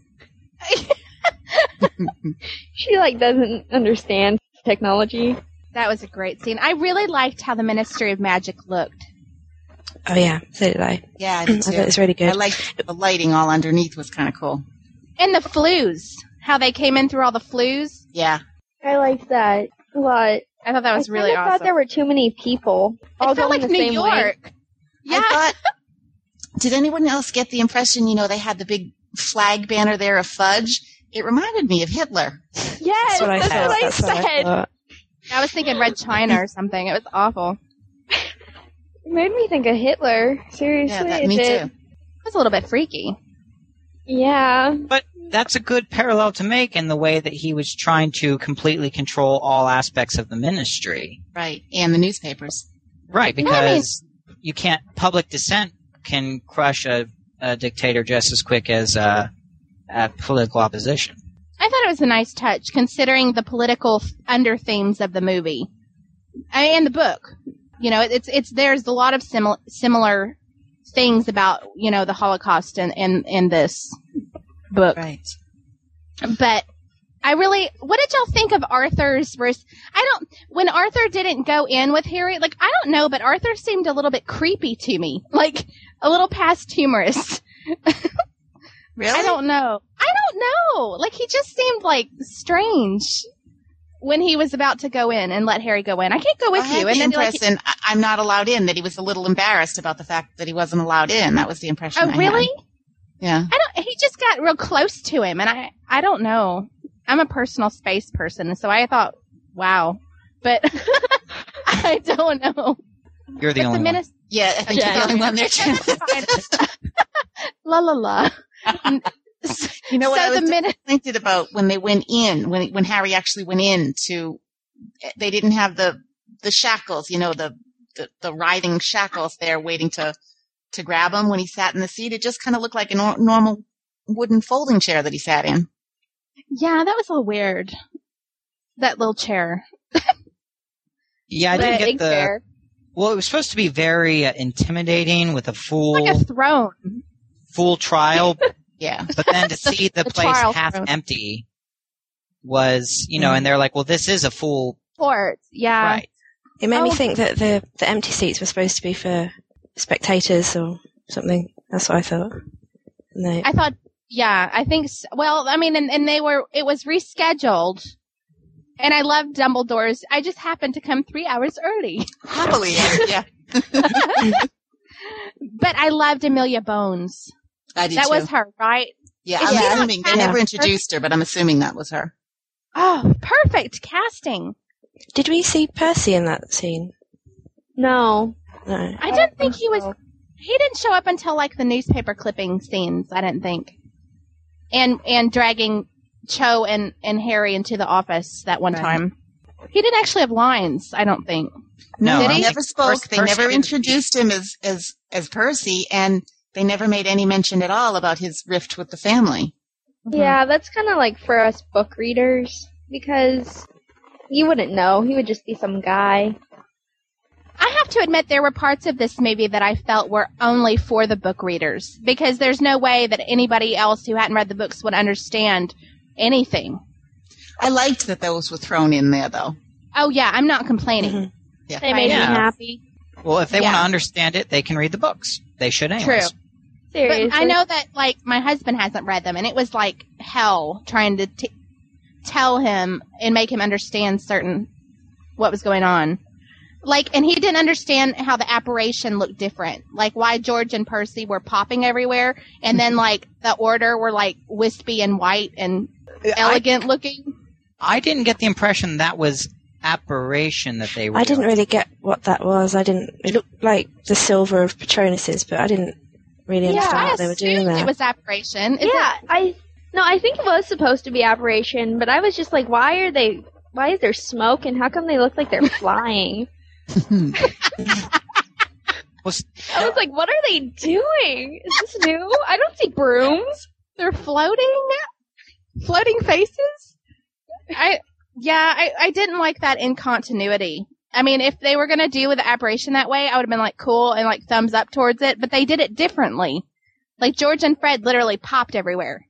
Speaker 3: was.
Speaker 6: She like doesn't understand technology.
Speaker 3: That was a great scene. I really liked how the Ministry of Magic looked.
Speaker 7: oh yeah, so did I.
Speaker 5: yeah, I
Speaker 7: I
Speaker 5: did
Speaker 7: thought
Speaker 5: too.
Speaker 7: it was really
Speaker 5: I
Speaker 7: good.
Speaker 5: liked the lighting all underneath was kind of cool.
Speaker 3: And the flues, how they came in through all the flues.
Speaker 5: Yeah,
Speaker 6: I liked that a lot.
Speaker 3: I thought that was
Speaker 6: I
Speaker 3: really
Speaker 6: kinda
Speaker 3: awesome.
Speaker 6: thought there were too many people. all
Speaker 3: it felt
Speaker 6: going
Speaker 3: like
Speaker 6: the
Speaker 3: New
Speaker 6: same Way.
Speaker 3: York. Yeah,
Speaker 5: I thought, did anyone else get the impression? You know, they had the big flag banner there of fudge. It reminded me of Hitler.
Speaker 6: Yes,
Speaker 7: That's what I
Speaker 6: that's
Speaker 7: thought.
Speaker 6: what I
Speaker 7: That's what I
Speaker 6: said.
Speaker 7: thought.
Speaker 3: I was thinking Red China or something. It was awful. It
Speaker 6: It made me think of Hitler. Seriously,
Speaker 5: Yeah, that,
Speaker 6: it
Speaker 5: me
Speaker 6: did.
Speaker 5: too.
Speaker 3: was a little bit freaky.
Speaker 6: Yeah,
Speaker 8: But that's a good parallel to make in the way that he was trying to completely control all aspects of the ministry.
Speaker 5: Right, and the newspapers.
Speaker 8: Right,
Speaker 3: No, I mean-
Speaker 8: because you can't, public dissent can crush a, a dictator just as quick as uh, a political opposition.
Speaker 3: I thought it was a nice touch considering the political f- under themes of the movie I- and the book. You know, it's it's there's a lot of similar similar things about you know the Holocaust and in, in, this book,
Speaker 5: Right.
Speaker 3: but. I really, what did y'all think of Arthur's verse? I don't, when Arthur didn't go in with Harry, like, I don't know, but Arthur seemed a little bit creepy to me. Like, a little past humorous.
Speaker 5: Really?
Speaker 3: I don't know. I don't know. Like he just seemed like strange when he was about to go in and let Harry go in. I can't go with
Speaker 5: I
Speaker 3: you.
Speaker 5: had
Speaker 3: And
Speaker 5: the
Speaker 3: then like,
Speaker 5: impression I- I'm not allowed in. That he was a little embarrassed about the fact that he wasn't allowed in. That was the impression. I
Speaker 3: oh
Speaker 5: had.
Speaker 3: really?
Speaker 5: Yeah.
Speaker 3: I don't. He just got real close to him, and I I don't know. I'm a personal space person, so I thought, wow, but I don't know.
Speaker 8: You're the
Speaker 3: But
Speaker 8: only
Speaker 3: the
Speaker 8: one.
Speaker 3: minis-
Speaker 5: Yeah, I think you're the only one there, Jim.
Speaker 3: la la la.
Speaker 5: You know what? I
Speaker 3: so
Speaker 5: was
Speaker 3: the minute
Speaker 5: disappointed about when they went in, when when Harry actually went in to, eh, they didn't have the the shackles, you know, the the, the writhing shackles there waiting to to grab him when he sat in the seat. It just kind of looked like a nor- normal wooden folding chair that he sat in.
Speaker 3: Yeah, that was all weird. That little chair.
Speaker 4: Yeah, I
Speaker 6: But
Speaker 4: didn't get
Speaker 6: it's
Speaker 4: the.
Speaker 6: fair.
Speaker 4: Well, it was supposed to be very uh, intimidating with a full
Speaker 3: Like a throne.
Speaker 4: full trial,
Speaker 5: Yeah.
Speaker 4: but then to see the,
Speaker 3: The
Speaker 4: place
Speaker 3: trial
Speaker 4: half
Speaker 3: throne.
Speaker 4: empty was, you know, and they're like, "Well, this is a full
Speaker 3: Court. Yeah.
Speaker 4: right."
Speaker 7: It made me
Speaker 3: Oh.
Speaker 7: think that the, the empty seats were supposed to be for spectators or something. That's what I thought. No.
Speaker 3: I thought, yeah, I think, s- well, I mean, and, and they were, it was rescheduled. And I love Dumbledore's. I just happened to come three hours early.
Speaker 5: Happily. Yeah.
Speaker 3: But I loved Amelia Bones.
Speaker 5: I did
Speaker 3: That
Speaker 5: too.
Speaker 3: was her, right?
Speaker 5: yeah,
Speaker 3: is
Speaker 5: I'm
Speaker 3: she not
Speaker 5: assuming. They
Speaker 3: Catholic?
Speaker 5: never introduced her, but I'm assuming that was her.
Speaker 3: Oh, perfect casting.
Speaker 7: Did we see Percy in that scene?
Speaker 6: No.
Speaker 7: No.
Speaker 3: I don't think he
Speaker 6: so.
Speaker 3: was, he didn't show up until like the newspaper clipping scenes, I didn't think. And, and dragging Cho and, and Harry into the office that one
Speaker 5: Right.
Speaker 3: time. He didn't actually have lines, I don't think.
Speaker 4: No,
Speaker 5: they
Speaker 4: I don't
Speaker 5: never
Speaker 4: think
Speaker 5: spoke.
Speaker 4: Percy-
Speaker 5: they
Speaker 4: Percy
Speaker 5: never
Speaker 4: didn't-
Speaker 5: introduced him as as as Percy, and they never made any mention at all about his rift with the family.
Speaker 6: Yeah, that's kind of like for us book readers because you wouldn't know. He would just be some guy.
Speaker 3: I have to admit there were parts of this movie that I felt were only for the book readers because there's no way that anybody else who hadn't read the books would understand anything.
Speaker 5: I liked that those were thrown in there, though.
Speaker 3: Oh yeah, I'm not complaining.
Speaker 7: Mhm.
Speaker 5: Yeah.
Speaker 6: They made
Speaker 4: Yeah.
Speaker 6: me happy.
Speaker 4: Well, if they want
Speaker 3: Yeah.
Speaker 4: to understand it, they can read the books. They should, anyways.
Speaker 3: True.
Speaker 6: Seriously.
Speaker 3: But I know that like my husband hasn't read them and it was like hell trying to t- tell him and make him understand certain what was going on. Like and he didn't understand how the apparition looked different. Like why George and Percy were popping everywhere and then like the order were like wispy and white and
Speaker 4: I,
Speaker 3: elegant looking.
Speaker 4: I didn't get the impression that was apparition that they were.
Speaker 7: I didn't
Speaker 4: doing.
Speaker 7: really get what that was. I didn't. It looked like the silver of Patronus's, but I didn't really
Speaker 6: Yeah,
Speaker 7: understand
Speaker 3: I
Speaker 7: what they were doing
Speaker 3: assumed
Speaker 7: there.
Speaker 3: it was apparition. Is
Speaker 6: yeah, I no, I think it was supposed to be operation, but I was just like, why are they? Why is there smoke? And how come they look like they're flying?
Speaker 4: Was-
Speaker 6: I was like, what are they doing? Is this new? I don't see brooms.
Speaker 3: they're floating floating faces i yeah I, I didn't like that in continuity i mean if they were going to do with the apparition that way i would have been like cool and like thumbs up towards it but they did it differently like george and fred literally popped everywhere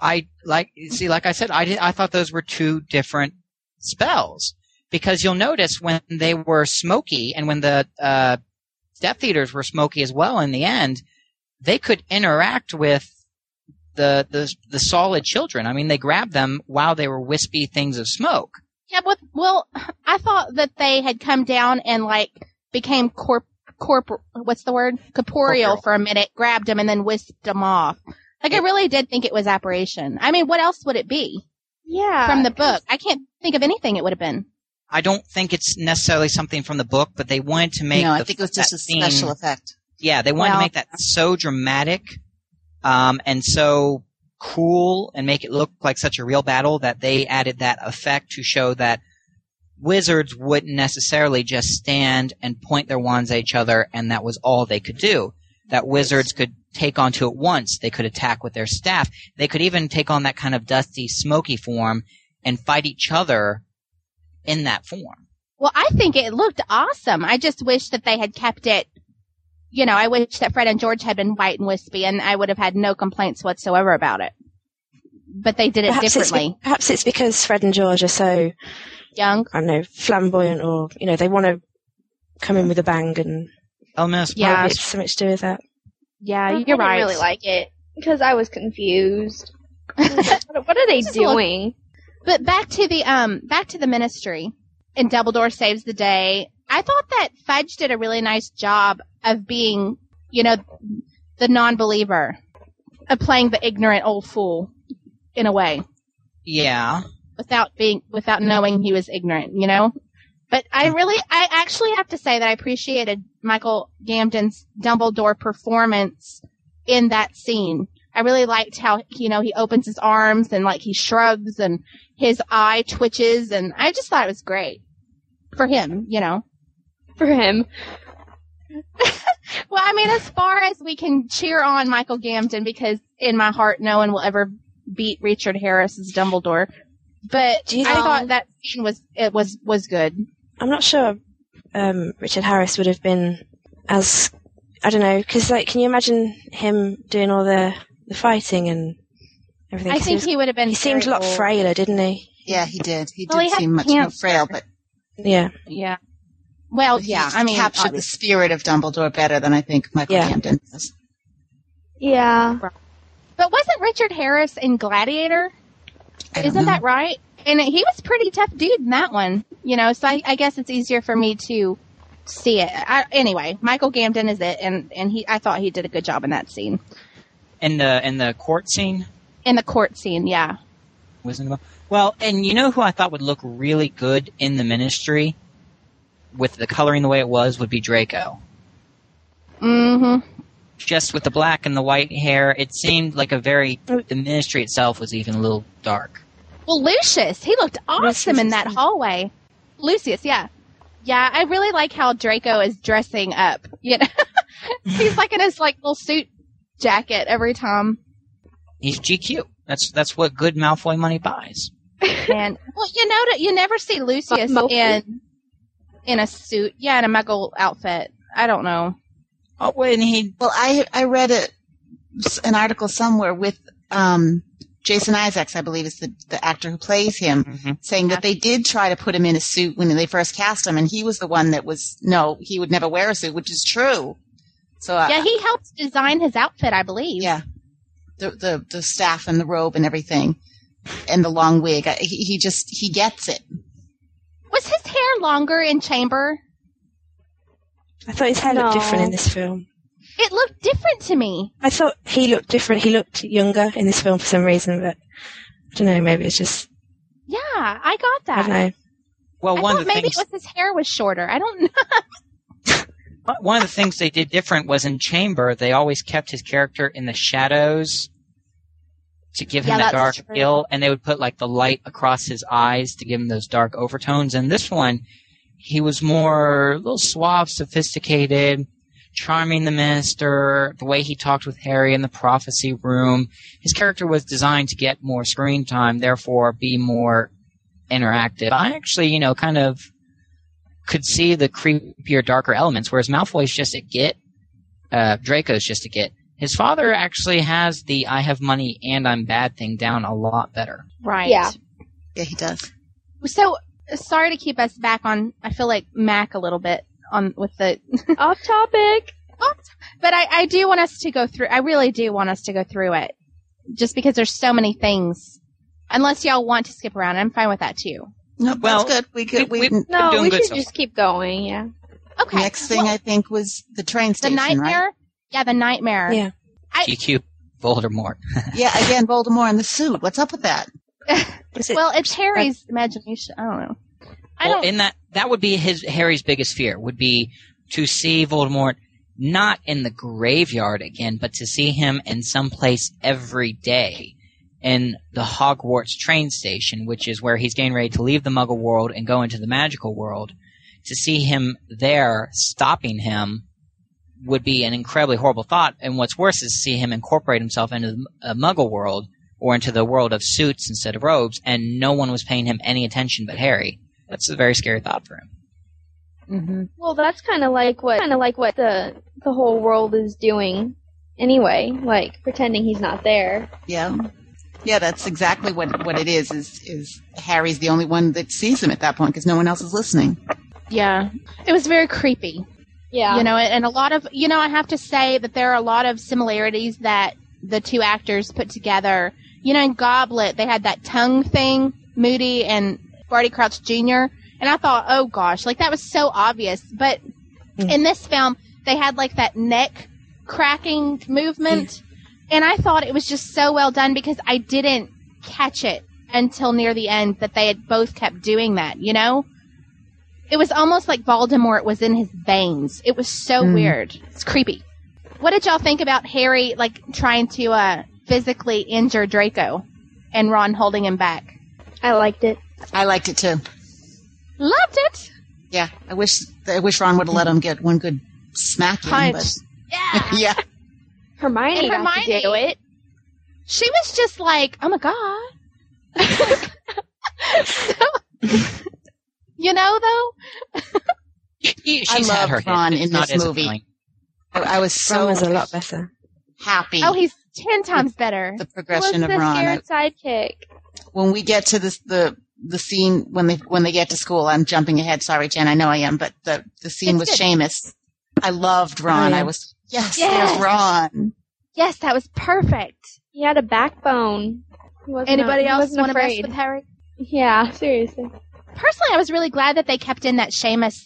Speaker 4: I like see, like I said, I did, I thought those were two different spells because you'll notice when they were smoky and when the uh, Death Eaters were smoky as well. In the end, they could interact with the the the solid children. I mean, they grabbed them while they were wispy things of smoke.
Speaker 3: yeah but well i thought that they had come down and like became corp corp what's the word corporeal,
Speaker 4: Corporeal.
Speaker 3: for a minute grabbed them and then whisked them off like i really did think it was apparition i mean what else would it be
Speaker 6: Yeah,
Speaker 3: from the book i can't think of anything it would have been
Speaker 4: I don't think it's necessarily something from the book, but they wanted to make.
Speaker 5: no, I
Speaker 4: the-
Speaker 5: think it was just
Speaker 4: that
Speaker 5: a
Speaker 4: scene-
Speaker 5: special effect.
Speaker 4: Yeah, they wanted
Speaker 3: Well-
Speaker 4: to make that so dramatic um, and so cool and make it look like such a real battle that they added that effect to show that wizards wouldn't necessarily just stand and point their wands at each other and that was all they could do. That wizards could take onto it once. They could attack with their staff. They could even take on that kind of dusty, smoky form and fight each other in that form.
Speaker 3: Well, I think it looked awesome. I just wish that they had kept it. You know, I wish that Fred and George had been white and wispy, and I would have had no complaints whatsoever about it. But they did it
Speaker 7: it's,
Speaker 3: differently.
Speaker 7: be- perhaps it's because Fred and George are so
Speaker 3: Young,
Speaker 7: I don't know flamboyant, or you know they want to come in with a bang, and
Speaker 4: Elemental
Speaker 3: Yeah.
Speaker 7: maybe it's something to do with that.
Speaker 3: yeah,
Speaker 6: I
Speaker 3: you're
Speaker 6: didn't
Speaker 3: right.
Speaker 6: really like it because I was confused. what, what are they
Speaker 3: Just a little-
Speaker 6: doing?
Speaker 3: But back to the um, back to the ministry, and Dumbledore saves the day. I thought that Fudge did a really nice job of being, you know, the non-believer, of playing the ignorant old fool, in a way.
Speaker 4: Yeah.
Speaker 3: without being without knowing he was ignorant, you know? But I
Speaker 7: Hmm.
Speaker 3: really I actually have to say that I appreciated Michael Gamden's Dumbledore performance in that scene. I really liked how you know he opens his arms and like he shrugs and his eye twitches and I just thought it was great for him, you know.
Speaker 6: for him.
Speaker 3: Well, I mean, as far as we can cheer on Michael Gambon, because in my heart, no one will ever beat Richard Harris as Dumbledore. But
Speaker 7: Do you
Speaker 3: I
Speaker 7: think-
Speaker 3: thought that scene was it was was good.
Speaker 7: I'm not sure um, Richard Harris would have been as I don't know because like can you imagine him doing all the the fighting and everything?
Speaker 3: I
Speaker 7: 'Cause
Speaker 3: think
Speaker 7: he, was-
Speaker 3: he would have been.
Speaker 7: he seemed a
Speaker 3: very
Speaker 7: lot
Speaker 3: old.
Speaker 7: frailer, didn't he?
Speaker 5: Yeah, he did. He did
Speaker 3: Well, he had
Speaker 5: seem much more
Speaker 3: cancer.
Speaker 5: frail, but
Speaker 7: Yeah,
Speaker 3: Yeah. Well,
Speaker 5: he
Speaker 3: yeah. I mean,
Speaker 5: captured the
Speaker 3: obviously.
Speaker 5: spirit of Dumbledore better than I think Michael
Speaker 7: Yeah.
Speaker 5: Gambon does.
Speaker 6: Yeah.
Speaker 3: but wasn't Richard Harris in Gladiator?
Speaker 5: I don't
Speaker 3: Isn't
Speaker 5: know.
Speaker 3: that right? And he was pretty tough dude in that one, you know. So I, I guess it's easier for me to see it. I, anyway, Michael Gambon is it, and and he I thought he did a good job in that scene,
Speaker 4: in the in the court scene.
Speaker 3: in the court scene. Yeah.
Speaker 4: Wizard of Oz. Well, and you know who I thought would look really good in the ministry with the coloring the way it was would be Draco.
Speaker 3: Mm-hmm.
Speaker 4: Just with the black and the white hair, it seemed like a very the ministry itself was even a little dark.
Speaker 3: Well, Lucius, he looked awesome
Speaker 7: Lucius
Speaker 3: in
Speaker 7: is
Speaker 3: that
Speaker 7: good.
Speaker 3: hallway. Lucius, yeah, yeah. I really like how Draco is dressing up. You know, he's like in his like little suit jacket every time.
Speaker 4: He's GQ. That's that's what good Malfoy money buys.
Speaker 3: And well, you know that you never see Lucius
Speaker 6: Mo-
Speaker 3: in in a suit. Yeah, in a muggle outfit. I don't know.
Speaker 4: Oh, when he
Speaker 5: Well, I I read a, an article somewhere with um, Jason Isaacs, I believe, is the, the actor who plays him,
Speaker 3: Mm-hmm.
Speaker 5: saying that they did try to put him in a suit when they first cast him, and he was the one that was no, he would never wear a suit, which is true. So uh,
Speaker 3: Yeah, he helped design his outfit, I believe.
Speaker 5: yeah, the, the the staff and the robe and everything, and the long wig. I, he, he just he gets it.
Speaker 3: Was his hair longer in chamber?
Speaker 7: I thought his hair looked different in
Speaker 6: No.
Speaker 7: this film.
Speaker 3: It looked different to me.
Speaker 7: I thought he looked different. He looked younger in this film for some reason, but I don't know. Maybe it's just
Speaker 3: Yeah, I got
Speaker 7: I
Speaker 3: that.
Speaker 7: don't know.
Speaker 4: well
Speaker 3: I
Speaker 4: one
Speaker 3: thought
Speaker 4: of the
Speaker 3: maybe
Speaker 4: things
Speaker 3: it was his hair was shorter. I don't know.
Speaker 4: one of the things they did different was in Chamber they always kept his character in the shadows to give him
Speaker 3: Yeah,
Speaker 4: that dark
Speaker 3: that's true.
Speaker 4: feel, and they would put like the light across his eyes to give him those dark overtones. And this one, he was more a little suave, sophisticated, charming the minister. The way he talked with Harry in the prophecy room, his character was designed to get more screen time, therefore be more interactive. I actually, you know, kind of could see the creepier, darker elements, whereas Malfoy's just a git. Uh, Draco's just a git. His father actually has the I have money and I'm bad thing down a lot better.
Speaker 3: Right.
Speaker 6: Yeah.
Speaker 5: Yeah, he does.
Speaker 3: So sorry to keep us back on. I feel like Mac a little bit on with the
Speaker 6: Off topic.
Speaker 3: but I, I do want us to go through. I really do want us to go through it, just because there's so many things. Unless y'all want to skip around, I'm fine with that too.
Speaker 5: No,
Speaker 4: Well,
Speaker 5: that's good. We could we.
Speaker 4: we're
Speaker 6: No,
Speaker 4: doing
Speaker 6: we
Speaker 4: good
Speaker 6: should
Speaker 4: so
Speaker 6: just keep going. Yeah.
Speaker 3: Okay.
Speaker 5: Next thing
Speaker 3: Well,
Speaker 5: I think was the train
Speaker 3: the
Speaker 5: station,
Speaker 3: nightmare.
Speaker 5: right?
Speaker 3: Yeah, the nightmare.
Speaker 7: Yeah.
Speaker 3: I-
Speaker 4: GQ Voldemort.
Speaker 5: Yeah, again, Voldemort in the suit. What's up with that?
Speaker 7: Was it
Speaker 3: Well, it's Harry's imagination. I don't know. I
Speaker 4: well,
Speaker 3: don't.
Speaker 4: in that that would be his Harry's biggest fear would be to see Voldemort not in the graveyard again, but to see him in some place every day in the Hogwarts train station, which is where he's getting ready to leave the Muggle world and go into the magical world. To see him there stopping him would be an incredibly horrible thought. And what's worse is to see him incorporate himself into the M- a Muggle world or into the world of suits instead of robes, and no one was paying him any attention but Harry. That's a very scary thought for him.
Speaker 5: Mm-hmm.
Speaker 6: Well, that's kind of like what kind of like what the the whole world is doing anyway, like pretending he's not there.
Speaker 5: Yeah. Yeah, that's exactly what, what it is, is, is Harry's the only one that sees him at that point because no one else is listening.
Speaker 3: yeah. It was very creepy.
Speaker 6: Yeah.
Speaker 3: You know, and a lot of, you know, I have to say that there are a lot of similarities that the two actors put together. You know, in Goblet, they had that tongue thing, Moody and Barty Crouch Jr. And I thought, oh gosh, like that was so obvious. But
Speaker 7: Mm.
Speaker 3: in this film, they had like that neck cracking movement. And I thought it was just so well done because I didn't catch it until near the end that they had both kept doing that, you know? It was almost like Voldemort was in his veins. It was so
Speaker 5: Mm.
Speaker 3: weird. It's creepy. What did y'all think about Harry like trying to uh physically injure Draco and Ron holding him back?
Speaker 6: I liked it.
Speaker 5: I liked it too.
Speaker 3: Loved it.
Speaker 5: Yeah, I wish I wish Ron would have let him get one good smack him.
Speaker 6: Punch.
Speaker 5: But,
Speaker 3: Yeah.
Speaker 5: yeah.
Speaker 6: Hermione,
Speaker 3: And
Speaker 6: got to do
Speaker 3: Hermione.
Speaker 6: it.
Speaker 3: she was just like, oh my God. So- you know, though,
Speaker 4: She-
Speaker 5: I
Speaker 4: she's had
Speaker 5: love
Speaker 4: her hit.
Speaker 5: Ron
Speaker 4: It's
Speaker 5: in
Speaker 4: not
Speaker 5: this
Speaker 4: as
Speaker 5: movie.
Speaker 4: annoying.
Speaker 5: I, I was
Speaker 7: Ron
Speaker 5: so
Speaker 7: was a lot better.
Speaker 5: happy.
Speaker 3: oh, he's 10 times better.
Speaker 5: the
Speaker 6: He was
Speaker 5: progression
Speaker 6: the
Speaker 5: of Ron. I-
Speaker 6: scared sidekick.
Speaker 5: when we get to this the the scene when they when they get to school, I'm jumping ahead. Sorry, Jen, I know I am, but the the scene
Speaker 3: It's
Speaker 5: with Seamus, I loved Ron. I was yes,
Speaker 3: Yes.
Speaker 5: there's Ron.
Speaker 3: Yes, that was perfect.
Speaker 6: He had a backbone. He wasn't
Speaker 3: Anybody
Speaker 6: he
Speaker 3: else
Speaker 6: wasn't
Speaker 3: want to mess
Speaker 6: afraid.
Speaker 3: with Harry?
Speaker 6: Yeah, seriously.
Speaker 3: Personally, I was really glad that they kept in that Seamus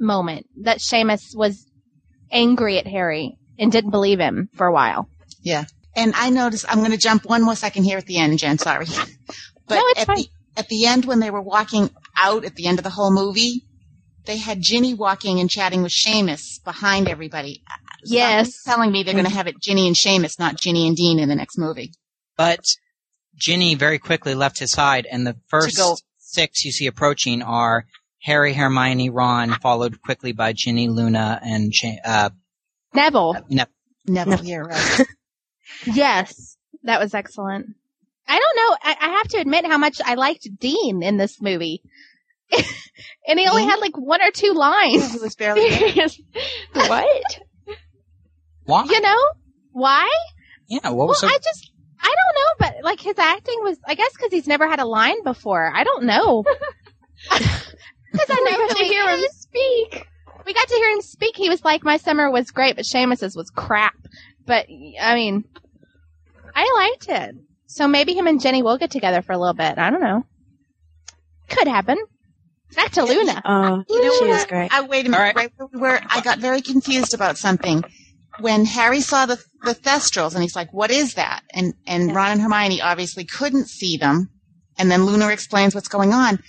Speaker 3: moment, that Seamus was angry at Harry and didn't believe him for a while.
Speaker 5: And I noticed I'm going to jump one more second here at the end, Jen. Sorry, but
Speaker 3: No, it's
Speaker 5: at
Speaker 3: fine.
Speaker 5: the at the end when they were walking out at the end of the whole movie, they had Ginny walking and chatting with Seamus behind everybody. Uh, Something's
Speaker 3: Yes.
Speaker 5: telling me they're going to have it Ginny and Seamus, not Ginny and Dean, in the next movie.
Speaker 4: But Ginny very quickly left his side, and the first
Speaker 5: go-
Speaker 4: six you see approaching are Harry, Hermione, Ron, followed quickly by Ginny, Luna, and Cha- uh,
Speaker 3: Neville.
Speaker 4: Nep-
Speaker 5: Never, yeah, right.
Speaker 3: Yes, that was excellent. I don't know. I, I have to admit how much I liked Dean in this movie. and he only had like one or two
Speaker 5: Yeah,
Speaker 3: lines.
Speaker 5: he was barely there.
Speaker 6: Serious. what?
Speaker 4: Why?
Speaker 3: You know? Why?
Speaker 4: Yeah, what
Speaker 3: Well,
Speaker 4: was so?
Speaker 3: I just, I don't know, but like his acting was, I guess because he's never had a line before. I don't know. Because I
Speaker 6: I
Speaker 3: know
Speaker 6: never
Speaker 3: who
Speaker 6: to
Speaker 3: he
Speaker 6: hear him
Speaker 3: is.
Speaker 6: speak.
Speaker 3: We got to hear him speak. He was like, my summer was great, but Seamus's was crap. But, I mean, I liked it. So maybe him and Jenny will get together for a little bit. I don't know. Could happen. Back to Luna.
Speaker 7: Oh,
Speaker 5: You know
Speaker 7: she
Speaker 5: what?
Speaker 7: was great.
Speaker 5: I Uh, wait a minute.
Speaker 4: All
Speaker 5: Right.
Speaker 4: right.
Speaker 5: where we were, I got very confused about something. When Harry saw the, the Thestrals, and he's like, "What is that?" and and Ron and Hermione obviously couldn't see them, and then Luna explains what's going on,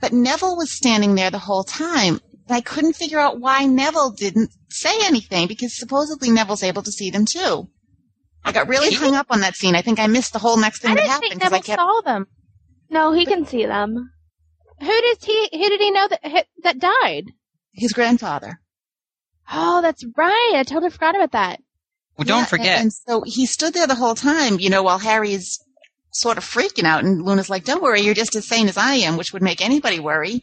Speaker 5: but Neville was standing there the whole time, and I couldn't figure out why Neville didn't say anything because supposedly Neville's able to see them too. I got really hung up on that scene. I think I missed the whole next thing
Speaker 3: I
Speaker 5: that
Speaker 3: didn't
Speaker 5: happened
Speaker 3: think
Speaker 5: because I
Speaker 3: Neville
Speaker 5: kept.
Speaker 3: saw them.
Speaker 6: No, he can see them.
Speaker 3: Who does he? Who did he know that that died?
Speaker 5: his grandfather.
Speaker 3: Oh, that's right. I totally forgot about that.
Speaker 4: well,
Speaker 5: Yeah,
Speaker 4: don't
Speaker 5: and-
Speaker 4: forget.
Speaker 5: And so he stood there the whole time, you know, while Harry is sort of freaking out, and Luna's like, "Don't worry, you're just as sane as I am," which would make anybody worry.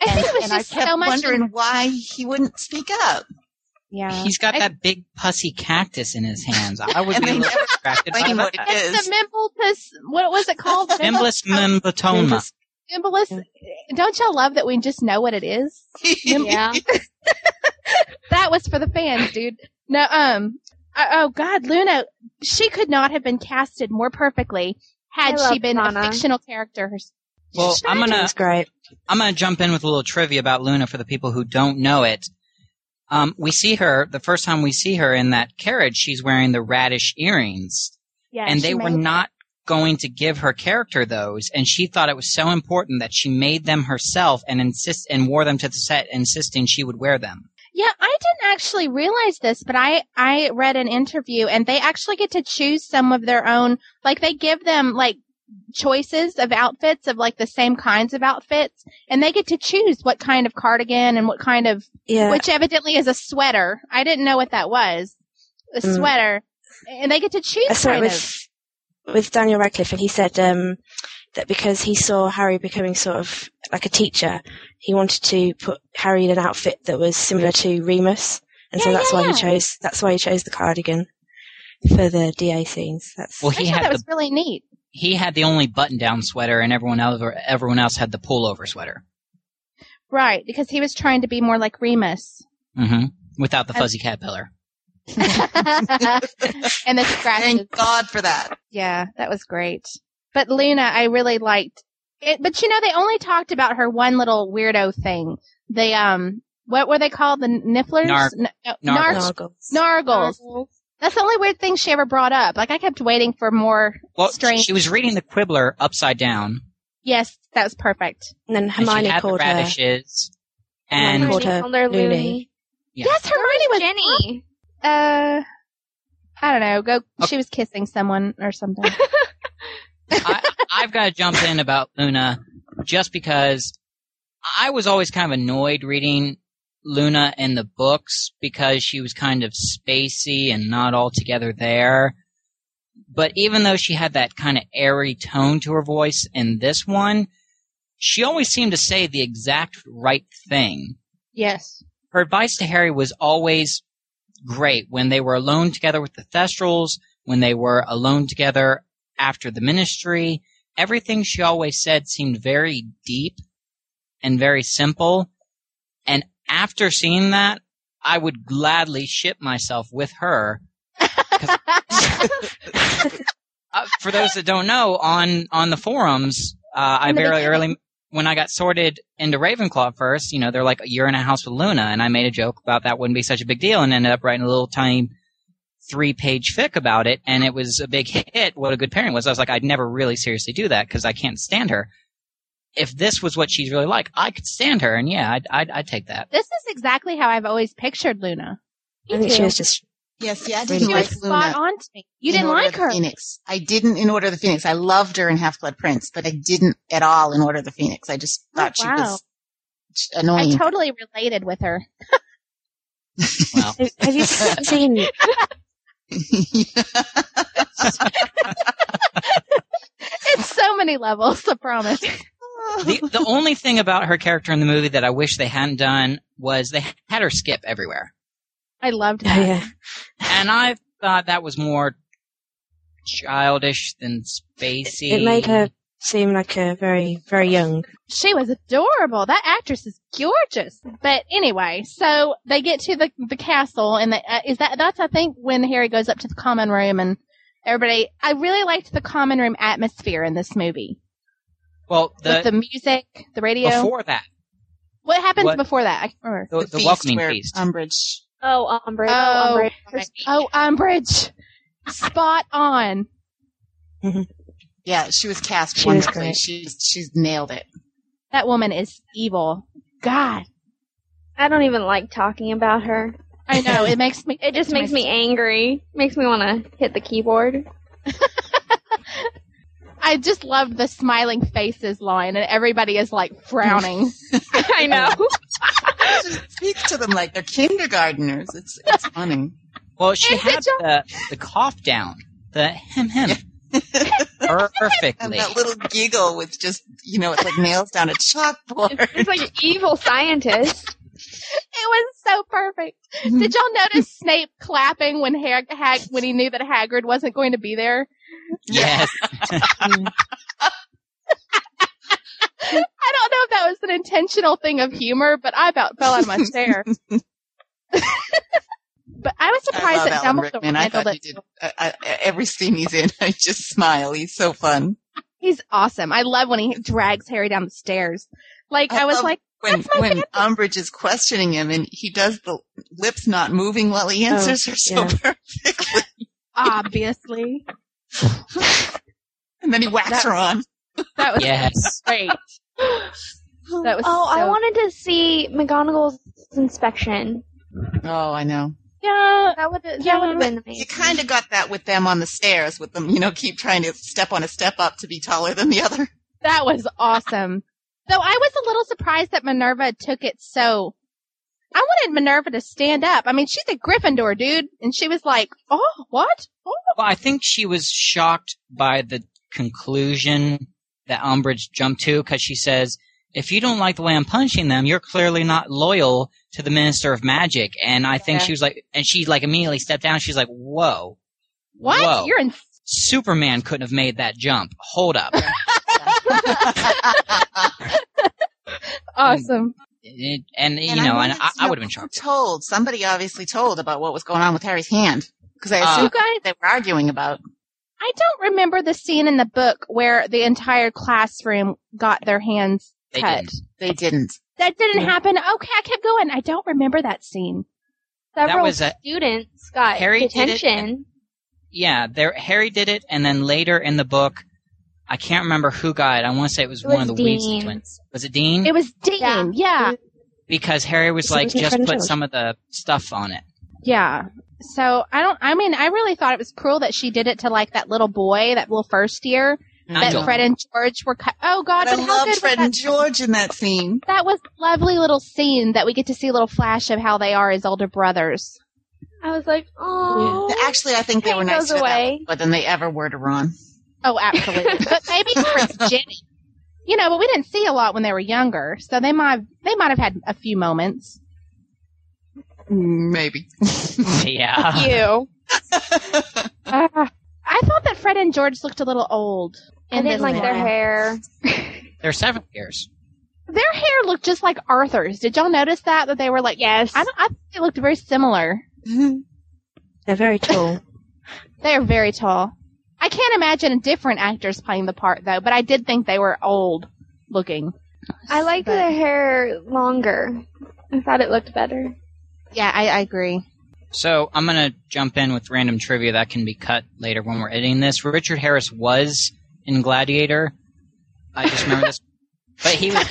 Speaker 3: I
Speaker 5: and,
Speaker 3: think it was
Speaker 5: and
Speaker 3: just
Speaker 5: I kept
Speaker 3: so much.
Speaker 5: wondering why he wouldn't speak up.
Speaker 3: yeah,
Speaker 4: He's got
Speaker 3: I-
Speaker 4: that big pussy cactus in his hands. I was
Speaker 5: And
Speaker 4: really
Speaker 5: they never
Speaker 4: distracted by
Speaker 5: explain what
Speaker 4: that.
Speaker 5: it
Speaker 3: That's
Speaker 5: is.
Speaker 3: the Mimbletus. What was it called?
Speaker 4: Nimbus Mimbatoma.
Speaker 3: Mimbletus. Don't y'all love that we just know what it is?
Speaker 6: Yeah.
Speaker 3: That was for the fans, dude. No, um, uh, oh God, Luna, she could not have been casted more perfectly had
Speaker 6: I
Speaker 3: she
Speaker 6: love
Speaker 3: been
Speaker 6: Lana.
Speaker 3: a fictional character. hers-
Speaker 4: Well, I'm
Speaker 7: She
Speaker 4: gonna
Speaker 7: was great.
Speaker 4: I'm going to jump in with a little trivia about Luna for the people who don't know it. Um, we see her the first time we see her in that carriage. She's wearing the radish earrings,
Speaker 3: Yeah,
Speaker 4: and
Speaker 3: she
Speaker 4: they were
Speaker 3: made-
Speaker 4: not going to give her character those. And she thought it was so important that she made them herself and insist and wore them to the set, insisting she would wear them.
Speaker 3: Yeah, I didn't actually realize this, but I I read an interview and they actually get to choose some of their own. Like they give them like choices of outfits of like the same kinds of outfits, and they get to choose what kind of cardigan and what kind of
Speaker 7: Yeah.
Speaker 3: which evidently is a sweater. I didn't know what that was, a
Speaker 7: Mm.
Speaker 3: sweater, and they get to
Speaker 7: I
Speaker 3: choose.
Speaker 7: saw it
Speaker 3: kind of.
Speaker 7: with with Daniel Radcliffe, and he said um, that because he saw Harry becoming sort of like a teacher, he wanted to put Harry in an outfit that was similar to Remus, and so
Speaker 3: Yeah,
Speaker 7: that's
Speaker 3: yeah,
Speaker 7: why
Speaker 3: yeah.
Speaker 7: he chose that's why he chose the cardigan for the DA scenes. That's
Speaker 4: Well,
Speaker 3: I
Speaker 4: he
Speaker 3: thought
Speaker 4: had
Speaker 3: that
Speaker 4: the
Speaker 3: was really neat.
Speaker 4: he had the only button down sweater, and everyone else everyone else had the pullover sweater.
Speaker 3: Right, because he was trying to be more like Remus.
Speaker 4: hmm Without the
Speaker 3: And-
Speaker 4: fuzzy caterpillar.
Speaker 3: and the scratches.
Speaker 5: Thank God for that.
Speaker 3: Yeah, that was great. But Luna, I really liked it. But you know, they only talked about her one little weirdo thing. The um, what were they called? The nifflers?
Speaker 4: Nar-
Speaker 3: N- no,
Speaker 4: nargles.
Speaker 3: nargs-
Speaker 7: Nargles.
Speaker 3: nargles. That's the only weird thing she ever brought up. Like I kept waiting for more.
Speaker 4: Well,
Speaker 3: Strange.
Speaker 4: she was reading the Quibbler upside down,
Speaker 3: Yes, that was perfect.
Speaker 7: and then
Speaker 4: and she
Speaker 7: Hermione
Speaker 4: had the
Speaker 7: called her.
Speaker 4: radishes.
Speaker 7: Hermione
Speaker 4: And
Speaker 7: called her
Speaker 6: Called her
Speaker 7: Looney.
Speaker 4: Yeah.
Speaker 3: Yes, Hermione was.
Speaker 6: Jenny.
Speaker 3: Uh, I don't know. Go.
Speaker 4: Okay.
Speaker 3: She was kissing someone or something.
Speaker 4: I, I've got to jump in about Luna just because I was always kind of annoyed reading Luna in the books because she was kind of spacey and not altogether there. But even though she had that kind of airy tone to her voice in this one, she always seemed to say the exact right thing.
Speaker 3: Yes.
Speaker 4: Her advice to Harry was always great when they were alone together with the Thestrals, when they were alone together after the ministry. Everything she always said seemed very deep and very simple. And after seeing that, I would gladly ship myself with her. 'Cause- Uh, for those that don't know, on on the forums, uh, I
Speaker 6: In the
Speaker 4: barely
Speaker 6: beginning.
Speaker 4: early when I got sorted into Ravenclaw at first. You know, they're like you're in a house with Luna, and I made a joke about that wouldn't be such a big deal, and ended up writing a little tiny three page fic about it, and it was a big hit. What a good pairing was! I was like, I'd never really seriously do that because I can't stand her. If this was what she's really like, I could stand her, and yeah, I'd I'd, I'd take that.
Speaker 3: This is exactly how I've always pictured Luna.
Speaker 7: I think she was just
Speaker 5: Yes, yeah, I
Speaker 7: She
Speaker 5: didn't
Speaker 3: She was
Speaker 5: like
Speaker 3: spot
Speaker 5: Luna.
Speaker 3: on to me. You
Speaker 5: in
Speaker 3: didn't
Speaker 5: Order of
Speaker 3: like
Speaker 5: the
Speaker 3: her.
Speaker 5: Phoenix. I didn't in Order of the Phoenix. I loved her in Half Blood Prince, but I didn't at all in Order of the Phoenix. I just
Speaker 3: Oh,
Speaker 5: thought
Speaker 3: wow.
Speaker 5: she was ch-
Speaker 3: I
Speaker 5: annoying.
Speaker 3: totally related with her.
Speaker 4: Well,
Speaker 7: Have have you seen? oh,
Speaker 3: It's so many levels, I promise.
Speaker 4: the, the only thing about her character in the movie that I wish they hadn't done was they had her skip everywhere.
Speaker 3: I loved
Speaker 7: Oh
Speaker 3: that.
Speaker 7: yeah,
Speaker 4: and I thought that was more childish than spacey.
Speaker 7: it made her seem like a very very young.
Speaker 3: She was adorable. That actress is gorgeous. But anyway, so they get to the the castle, and the, uh, is that that's I think when Harry goes up to the common room and everybody. I really liked the common room atmosphere in this movie.
Speaker 4: well
Speaker 3: with the
Speaker 4: the,
Speaker 3: music, the radio.
Speaker 4: before that
Speaker 3: what happens
Speaker 4: what-
Speaker 3: before that? I can't remember.
Speaker 4: the, the welcoming
Speaker 5: where
Speaker 4: feast. um,
Speaker 5: Umbridge.
Speaker 6: Oh, Umbridge.
Speaker 3: Oh,
Speaker 6: Oh, Umbridge.
Speaker 3: right. Oh, Umbridge, spot on.
Speaker 5: Yeah, she was cast
Speaker 7: She was
Speaker 5: wonderfully.
Speaker 7: great.
Speaker 5: She's she's nailed it.
Speaker 3: That woman is evil. God,
Speaker 6: I don't even like talking about her.
Speaker 3: I know it makes me.
Speaker 6: It just makes me angry. Makes me want to hit the keyboard.
Speaker 3: I just love the smiling faces line, and everybody is like frowning.
Speaker 6: I know.
Speaker 5: She speaks to them like they're kindergarteners. It's it's funny.
Speaker 4: Well, she
Speaker 3: Is it
Speaker 4: had the, the cough down, the hem hem,
Speaker 5: And
Speaker 4: perfectly.
Speaker 5: that little giggle with just you know, it's like nails down a chalkboard.
Speaker 6: it's like an evil scientist.
Speaker 3: It was so perfect. Did y'all notice Snape clapping when Hag- Hag- when he knew that Hagrid wasn't going to be there?
Speaker 4: Yes,
Speaker 3: I don't know if that was an intentional thing of humor, but I about fell out of my chair. but I was
Speaker 5: I
Speaker 3: surprised
Speaker 5: love
Speaker 3: that
Speaker 5: Alan
Speaker 3: Dumbledore
Speaker 5: Rickman. I
Speaker 3: handled
Speaker 5: thought
Speaker 3: it.
Speaker 5: he did I, I, every scene he's in. I just smile. He's so fun.
Speaker 3: He's awesome. I love when he drags Harry down the stairs. Like I,
Speaker 5: I
Speaker 3: was
Speaker 5: love-
Speaker 3: like,
Speaker 5: When
Speaker 3: That's my
Speaker 5: when Umbridge is questioning him and he does the lips not moving while he answers her so
Speaker 7: yeah.
Speaker 5: perfectly,
Speaker 3: obviously,
Speaker 5: and then he whacks
Speaker 3: That-
Speaker 5: her on.
Speaker 3: that was
Speaker 4: yes.
Speaker 3: great. That was.
Speaker 6: Oh, I
Speaker 3: so-
Speaker 6: wanted to see McGonagall's inspection.
Speaker 5: Oh, I know.
Speaker 3: Yeah,
Speaker 6: That would that
Speaker 3: Yeah.
Speaker 6: would have been
Speaker 5: You
Speaker 6: amazing.
Speaker 5: kind of got that with them on the stairs, with them, you know, keep trying to step on a step up to be taller than the other.
Speaker 3: that was awesome. Though I was a little surprised that Minerva took it so. I wanted Minerva to stand up. I mean, she's a Gryffindor, dude, and she was like, "Oh, what? Oh,
Speaker 4: Well, I think she was shocked by the conclusion that Umbridge jumped to because she says, "If you don't like the way I'm punishing them, you're clearly not loyal to the Minister of Magic." And I think
Speaker 5: Yeah.
Speaker 4: she was like, and she like immediately stepped down. She's like, "Whoa,
Speaker 3: what?
Speaker 4: Whoa.
Speaker 3: You're
Speaker 5: Mm.
Speaker 3: in."
Speaker 4: Superman couldn't have made that jump. Hold up.
Speaker 3: Awesome.
Speaker 4: It- and,
Speaker 5: And
Speaker 4: you know,
Speaker 5: wanted
Speaker 4: and I,
Speaker 5: to
Speaker 4: I would have been
Speaker 5: who
Speaker 4: shocked.
Speaker 5: Told somebody obviously told about what was going on with Harry's hand because I
Speaker 4: Uh,
Speaker 5: assume
Speaker 3: you guys,
Speaker 5: they were arguing about.
Speaker 3: I don't remember the scene in the book where the entire classroom got their hands
Speaker 4: They
Speaker 3: cut.
Speaker 4: didn't.
Speaker 5: They didn't.
Speaker 3: That didn't
Speaker 7: Yeah.
Speaker 3: happen. Okay, I kept going. I don't remember that scene.
Speaker 6: Several
Speaker 4: was a-
Speaker 6: students got
Speaker 4: Harry did it-
Speaker 6: detention.
Speaker 4: Yeah, there, Harry did it, and then later in the book, I can't remember who got it. I want to say it was,
Speaker 6: It
Speaker 4: one
Speaker 6: was
Speaker 4: of the Weasley
Speaker 6: Dean.
Speaker 4: twins. Was it Dean?
Speaker 3: It was Dean.
Speaker 6: Yeah.
Speaker 3: Yeah. Yeah.
Speaker 4: because Harry was
Speaker 7: So
Speaker 4: like,
Speaker 7: it was in
Speaker 4: just
Speaker 7: front of
Speaker 4: put
Speaker 7: George.
Speaker 4: some of the stuff on it.
Speaker 3: So I don't, I mean, I really thought it was cruel that she did it to like that little boy, that little first year, that
Speaker 4: Angela.
Speaker 3: Fred and George were cut. Oh God!
Speaker 5: I
Speaker 3: but how
Speaker 5: loved
Speaker 3: good
Speaker 5: Fred
Speaker 3: was
Speaker 5: and
Speaker 3: that?
Speaker 5: George in that scene.
Speaker 3: that was lovely little scene that we get to see a little flash of how they are as older brothers.
Speaker 6: I was like, oh.
Speaker 5: Actually, I think they
Speaker 6: Pain
Speaker 5: were nicer
Speaker 6: goes
Speaker 5: that
Speaker 6: away.
Speaker 5: way, but than they ever were to Ron.
Speaker 3: Oh, absolutely. but maybe Chris Jenny. You know, but we didn't see a lot when they were younger, so they might they might have had a few moments.
Speaker 5: Maybe.
Speaker 4: yeah.
Speaker 3: you. Ah. I thought that Fred and George looked a little old.
Speaker 6: I
Speaker 3: in
Speaker 6: didn't
Speaker 3: this
Speaker 6: like their
Speaker 3: one.
Speaker 6: hair.
Speaker 4: They're seven years.
Speaker 3: Their hair looked just like Arthur's. Did y'all notice that? That they were like,
Speaker 6: Yes.
Speaker 3: I, don't, I think they looked very similar.
Speaker 7: They're very tall.
Speaker 3: They are very tall. I can't imagine different actors playing the part though, but I did think they were old looking.
Speaker 6: I liked
Speaker 3: But-
Speaker 6: their hair longer. I thought it looked better.
Speaker 3: Yeah, I, I agree.
Speaker 4: So I'm gonna jump in with random trivia that can be cut later when we're editing this. Richard Harris was in Gladiator. I just remember this, but he was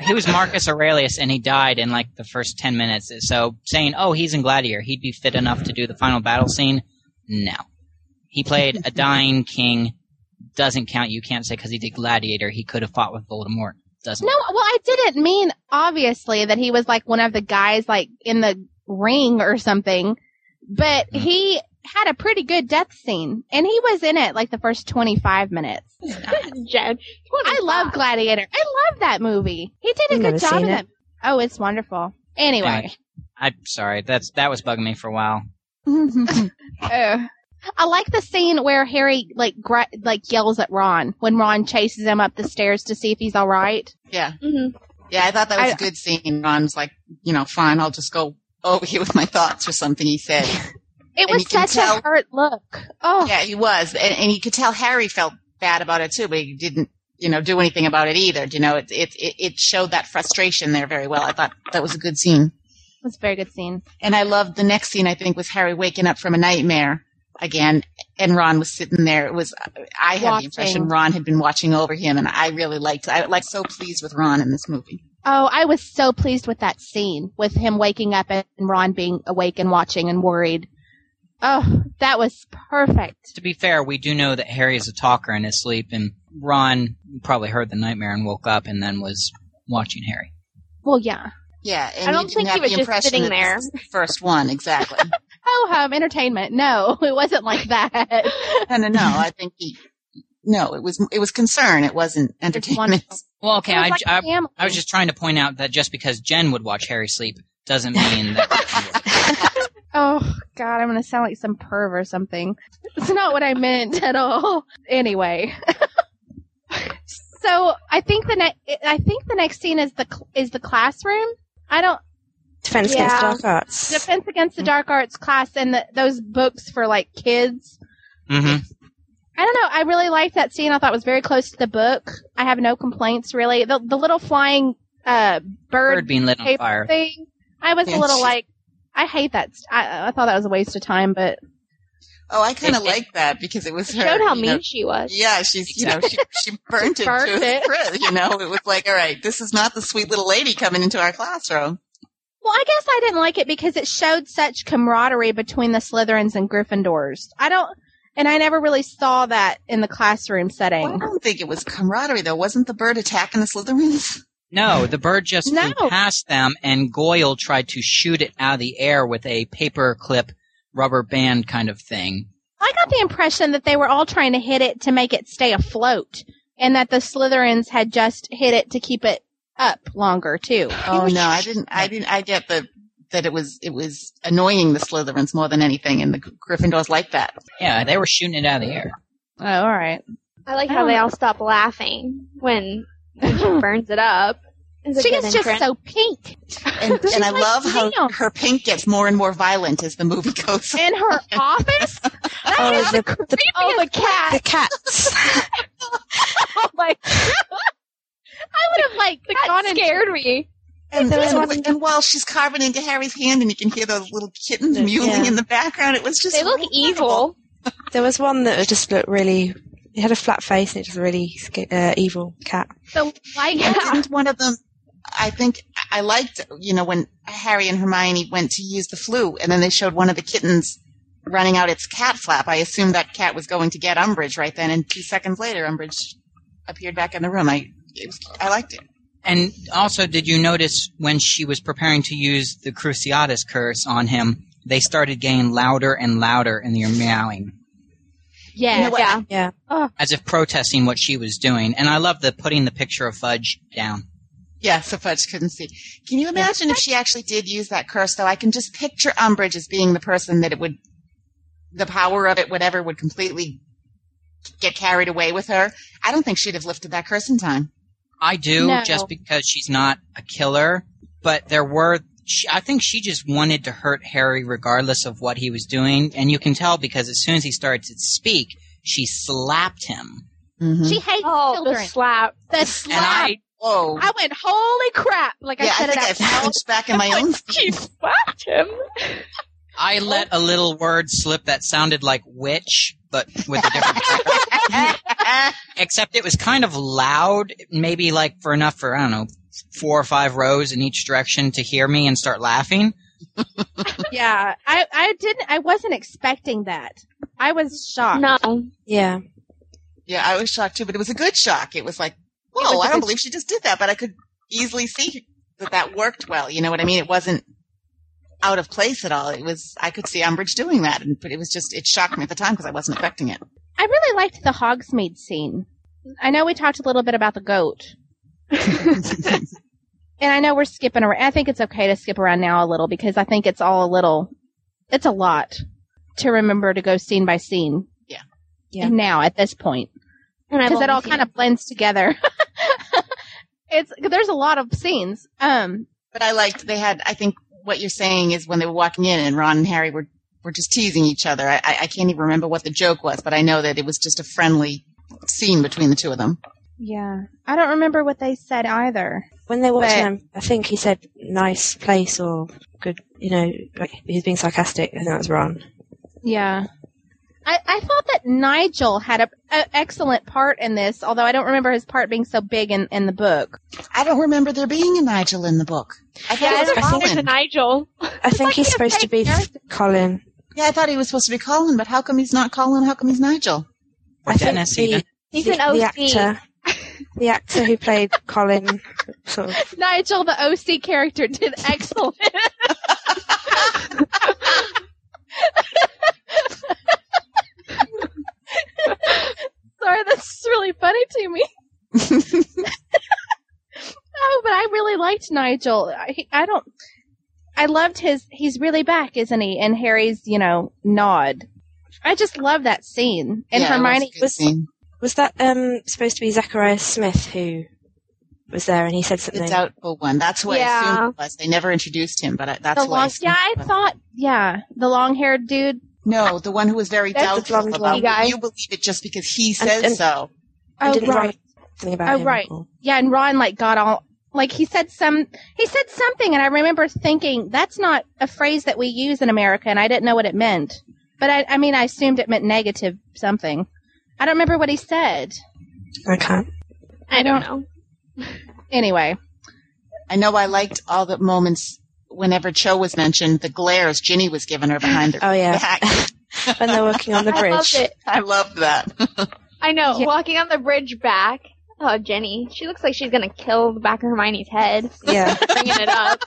Speaker 4: he was Marcus Aurelius, and he died in like the first ten minutes. So saying, "Oh, he's in Gladiator," he'd be fit enough to do the final battle scene. No, he played a dying king. Doesn't count. You can't say because he did Gladiator. He could have fought with Voldemort. Doesn't.
Speaker 3: No, well, I didn't mean obviously that he was like one of the guys like in the ring or something, but
Speaker 4: Mm.
Speaker 3: he had a pretty good death scene, and he was in it like the first twenty five minutes.
Speaker 6: Jen.
Speaker 3: I love Gladiator. I love that movie. He did a
Speaker 7: I've never
Speaker 3: good job
Speaker 7: seen
Speaker 3: in
Speaker 7: it.
Speaker 3: it. Oh, it's wonderful. Anyway,
Speaker 4: I'm sorry. That's that was bugging me for a while.
Speaker 3: uh, I like the scene where Harry like gr- like yells at Ron when Ron chases him up the stairs to see if he's all right.
Speaker 5: yeah.
Speaker 6: Mhm.
Speaker 5: Yeah, I thought that was
Speaker 3: I-
Speaker 5: a good scene. Ron's like, you know, fine, I'll just go over here with my thoughts or something he said.
Speaker 3: It
Speaker 5: And
Speaker 3: was
Speaker 5: you can
Speaker 3: such a
Speaker 5: tell-
Speaker 3: hurt look. Oh,
Speaker 5: Yeah, he was. And, and you could tell Harry felt bad about it too, but he didn't, you know, do anything about it either. You know, it, it, it it showed that frustration there very well. I thought that was a good scene.
Speaker 3: it was a very good scene.
Speaker 5: And I loved the next scene, I think, was Harry waking up from a nightmare again. And Ron was sitting there. It was, I had the
Speaker 3: Watching.
Speaker 5: impression Ron had been watching over him. And I really liked, I like so pleased with Ron in this movie.
Speaker 3: Oh, I was so pleased with that scene with him waking up and Ron being awake and watching and worried. Oh, that was perfect.
Speaker 4: to be fair, we do know that Harry is a talker in his sleep, and Ron probably heard the nightmare and woke up and then was watching Harry.
Speaker 3: Well, yeah.
Speaker 5: Yeah. And
Speaker 6: I don't
Speaker 5: you didn't
Speaker 6: think he
Speaker 5: have
Speaker 6: was
Speaker 5: the
Speaker 6: just
Speaker 5: impression
Speaker 6: sitting
Speaker 5: that this
Speaker 6: there.
Speaker 5: is the First one, exactly.
Speaker 3: Oh, hum, entertainment. No, it wasn't like that.
Speaker 5: no, no, no. I think he, no, it was, it was concern. It wasn't entertainment.
Speaker 3: wonderful.
Speaker 4: Well, okay,
Speaker 3: It was
Speaker 4: I,
Speaker 3: like
Speaker 4: I,
Speaker 3: family.
Speaker 4: I was just trying to point out that just because Jen would watch Harry sleep doesn't mean that.
Speaker 3: Oh God, I'm gonna sound like some perv or something. It's not what I meant at all. Anyway, so I think the ne- I think the next scene is the cl- is the classroom. I don't
Speaker 7: Defense
Speaker 6: Yeah.
Speaker 7: Against Dark Arts.
Speaker 3: Defense Against the Dark Arts class and the, those books for like kids.
Speaker 4: hmm
Speaker 3: I don't know. I really liked that scene. I thought it was very close to the book. I have no complaints really. The the little flying uh bird
Speaker 4: Bird being lit on
Speaker 3: paper
Speaker 4: fire.
Speaker 3: thing. I was a little
Speaker 5: Yes.
Speaker 3: like, I hate that. St- I, I thought that was a waste of time, but
Speaker 5: Oh, I kind of like that because it was
Speaker 6: It
Speaker 5: her.
Speaker 6: showed how
Speaker 5: you
Speaker 6: mean
Speaker 5: know,
Speaker 6: she was.
Speaker 5: Yeah, she's you know she she burnt it
Speaker 3: Burnt
Speaker 5: to
Speaker 3: it.
Speaker 5: a crisp. You know, it was like, all right, this is not the sweet little lady coming into our classroom.
Speaker 3: Well, I guess I didn't like it because it showed such camaraderie between the Slytherins and Gryffindors. I don't, and I never really saw that in the classroom
Speaker 5: Well, I
Speaker 3: setting.
Speaker 5: don't think it was camaraderie though. Wasn't the bird attacking the Slytherins?
Speaker 4: No, the bird just
Speaker 3: No.
Speaker 4: flew past them, and Goyle tried to shoot it out of the air with a paper clip, rubber band kind of thing.
Speaker 3: I got the impression that they were all trying to hit it to make it stay afloat, and that the Slytherins had just hit it to keep it up longer too.
Speaker 5: Oh no, I didn't. I didn't. I get the that it was it was annoying the Slytherins more than anything, and the Gryffindors like that.
Speaker 4: Yeah, they were shooting it out of the air.
Speaker 3: Oh, all right.
Speaker 6: I like
Speaker 3: I
Speaker 6: how
Speaker 3: don't
Speaker 6: they
Speaker 3: know.
Speaker 6: all stop laughing when when she burns it up. It's a
Speaker 3: She
Speaker 6: good
Speaker 3: is just
Speaker 6: entrance.
Speaker 3: so pink,
Speaker 5: And,
Speaker 3: She's
Speaker 5: and I
Speaker 3: like,
Speaker 5: love how
Speaker 3: "Damn."
Speaker 5: her pink gets more and more violent as the movie goes. on.
Speaker 3: in her office. That
Speaker 7: Oh,
Speaker 3: is
Speaker 7: the-
Speaker 3: the,
Speaker 7: the-
Speaker 3: oh, the cat.
Speaker 7: The cats.
Speaker 3: Oh my! I would have like
Speaker 6: That
Speaker 3: gone and
Speaker 6: scared me.
Speaker 5: And,
Speaker 7: There was
Speaker 5: and-
Speaker 7: one-
Speaker 5: and while she's carving into Harry's hand, and you can hear those little kittens
Speaker 7: Yeah.
Speaker 5: mewling in the background, it was just
Speaker 6: They look
Speaker 5: really horrible.
Speaker 6: evil.
Speaker 7: there was one that just looked really. It had a flat face and it was a really sca- uh, evil cat.
Speaker 3: the light.
Speaker 5: And didn't one of them, I think I liked, you know, when Harry and Hermione went to use the flu, and then they showed one of the kittens running out its cat flap, I assumed that cat was going to get Umbridge right then, and two seconds later, Umbridge appeared back in the room. I it was, I liked it.
Speaker 4: And also, did you notice when she was preparing to use the Cruciatus curse on him, they started getting louder and louder in their meowing,
Speaker 3: Yeah,
Speaker 5: You know what?
Speaker 3: yeah.
Speaker 7: Yeah.
Speaker 4: as if protesting what she was doing. And I love the putting the picture of Fudge down.
Speaker 5: Yeah, so Fudge couldn't see. Can you imagine if she actually did use that curse, though? I can just picture Umbridge as being the person that it would, the power of it, whatever, would completely get carried away with her. I don't think she'd have lifted that curse in time.
Speaker 4: I do,
Speaker 3: No.
Speaker 4: just because she's not a killer. But there were, she, I think she just wanted to hurt Harry regardless of what he was doing. And you can tell because as soon as he started to speak, she slapped him.
Speaker 5: Mm-hmm.
Speaker 3: She hates
Speaker 6: Oh, the
Speaker 3: children.
Speaker 6: slap.
Speaker 3: The,
Speaker 4: And
Speaker 3: slap.
Speaker 4: I,
Speaker 5: Whoa.
Speaker 3: I went, holy crap! Like
Speaker 5: yeah,
Speaker 3: I
Speaker 5: I
Speaker 3: said
Speaker 5: think I
Speaker 3: it out loud.
Speaker 5: felt back in my own.
Speaker 6: She slapped him.
Speaker 4: I
Speaker 3: Oh.
Speaker 4: let a little word slip that sounded like witch, but with a different except it was kind of loud, maybe like for enough for, I don't know, four or five rows in each direction to hear me and start laughing.
Speaker 3: Yeah, I, I didn't. I wasn't expecting that. I was shocked.
Speaker 6: No.
Speaker 7: Yeah.
Speaker 5: yeah, I was shocked too, but it was a good shock. It was like, whoa,
Speaker 3: was a
Speaker 5: I don't
Speaker 3: good-
Speaker 5: believe she just did that, but I could easily see that that worked well. You know what I mean? It wasn't out of place at all. It was, I could see Umbridge doing that, and, but it was just, it shocked me at the time because I wasn't expecting it.
Speaker 3: I really liked the Hogsmeade scene. I know we talked a little bit about the goat, and I know we're skipping around. I think it's okay to skip around now a little because I think it's all a little. It's a lot to remember to go scene by scene.
Speaker 5: Yeah.
Speaker 7: Yeah.
Speaker 3: And now at this point.
Speaker 6: And
Speaker 3: because it all kind of blends together. it's there's a lot of scenes. Um,
Speaker 5: But I liked they had. I think what you're saying is when they were walking in and Ron and Harry were were just teasing each other. I, I I can't even remember what the joke was, but I know that it was just a friendly scene between the two of them.
Speaker 3: yeah, I don't remember what they said either.
Speaker 7: When they watched
Speaker 3: But-
Speaker 7: him, I think he said nice place or good, you know, like, he was being sarcastic. I think that was Ron.
Speaker 3: Yeah, I, I thought that Nigel had a, a excellent part in this, although I don't remember his part being so big in, in the book.
Speaker 5: I don't remember there being a Nigel in the book. I thought
Speaker 6: Yeah,
Speaker 5: it was
Speaker 6: I
Speaker 5: Colin.
Speaker 6: don't know. Nigel.
Speaker 7: I think he's supposed to be Colin.
Speaker 5: yeah, I thought he was supposed to be Colin, but how come he's not Colin? How come he's Nigel?
Speaker 4: Or
Speaker 7: I think
Speaker 4: Dennis,
Speaker 7: the-
Speaker 4: even.
Speaker 6: He's
Speaker 7: the,
Speaker 6: an OC.
Speaker 7: the actor. The actor who played Colin, sort of
Speaker 3: Nigel, the OC character, did excellent. Sorry, that's really funny to me. oh, but I really liked Nigel. I, he- I don't. I loved his. He's really back, isn't he? And Harry's, you know, nod. I just love that scene. And
Speaker 5: Yeah, it
Speaker 3: Hermione
Speaker 5: a good
Speaker 7: was-
Speaker 5: scene.
Speaker 7: Was that um supposed to be Zachariah Smith who was there and he said
Speaker 5: the
Speaker 7: something?
Speaker 5: doubtful one. That's what I
Speaker 6: Yeah.
Speaker 5: assumed it was. They never introduced him, but I, that's
Speaker 3: the
Speaker 5: what I
Speaker 3: long.
Speaker 5: assumed
Speaker 3: Yeah,
Speaker 5: it
Speaker 3: I
Speaker 5: was.
Speaker 3: thought. Yeah, the long-haired dude.
Speaker 5: No, the one who was very
Speaker 6: That's the
Speaker 5: doubtful
Speaker 7: blonde
Speaker 5: about
Speaker 7: one.
Speaker 6: guy.
Speaker 5: you believe it just because he
Speaker 7: And-
Speaker 5: says
Speaker 7: and-
Speaker 5: so.
Speaker 7: And
Speaker 3: Oh,
Speaker 7: didn't
Speaker 3: right.
Speaker 7: Ron say something about
Speaker 3: Oh,
Speaker 7: him?
Speaker 3: right.
Speaker 7: Or-
Speaker 3: Yeah, and Ron like got all like he said some he said something and I remember thinking that's not a phrase that we use in America and I didn't know what it meant. But I I mean I assumed it meant negative something. I don't remember what he said.
Speaker 7: I can't.
Speaker 6: I don't know.
Speaker 3: Anyway,
Speaker 5: I know I liked all the moments whenever Cho was mentioned, the glares Ginny was giving her behind her
Speaker 7: Oh yeah,
Speaker 5: back.
Speaker 7: when they're working on the
Speaker 6: I loved
Speaker 7: bridge.
Speaker 6: it.
Speaker 5: I loved that.
Speaker 6: I know.
Speaker 3: Yeah.
Speaker 6: Walking on the bridge back. Oh, Jenny. She looks like she's gonna kill the back of Hermione's head.
Speaker 7: Yeah,
Speaker 6: Bringing it up.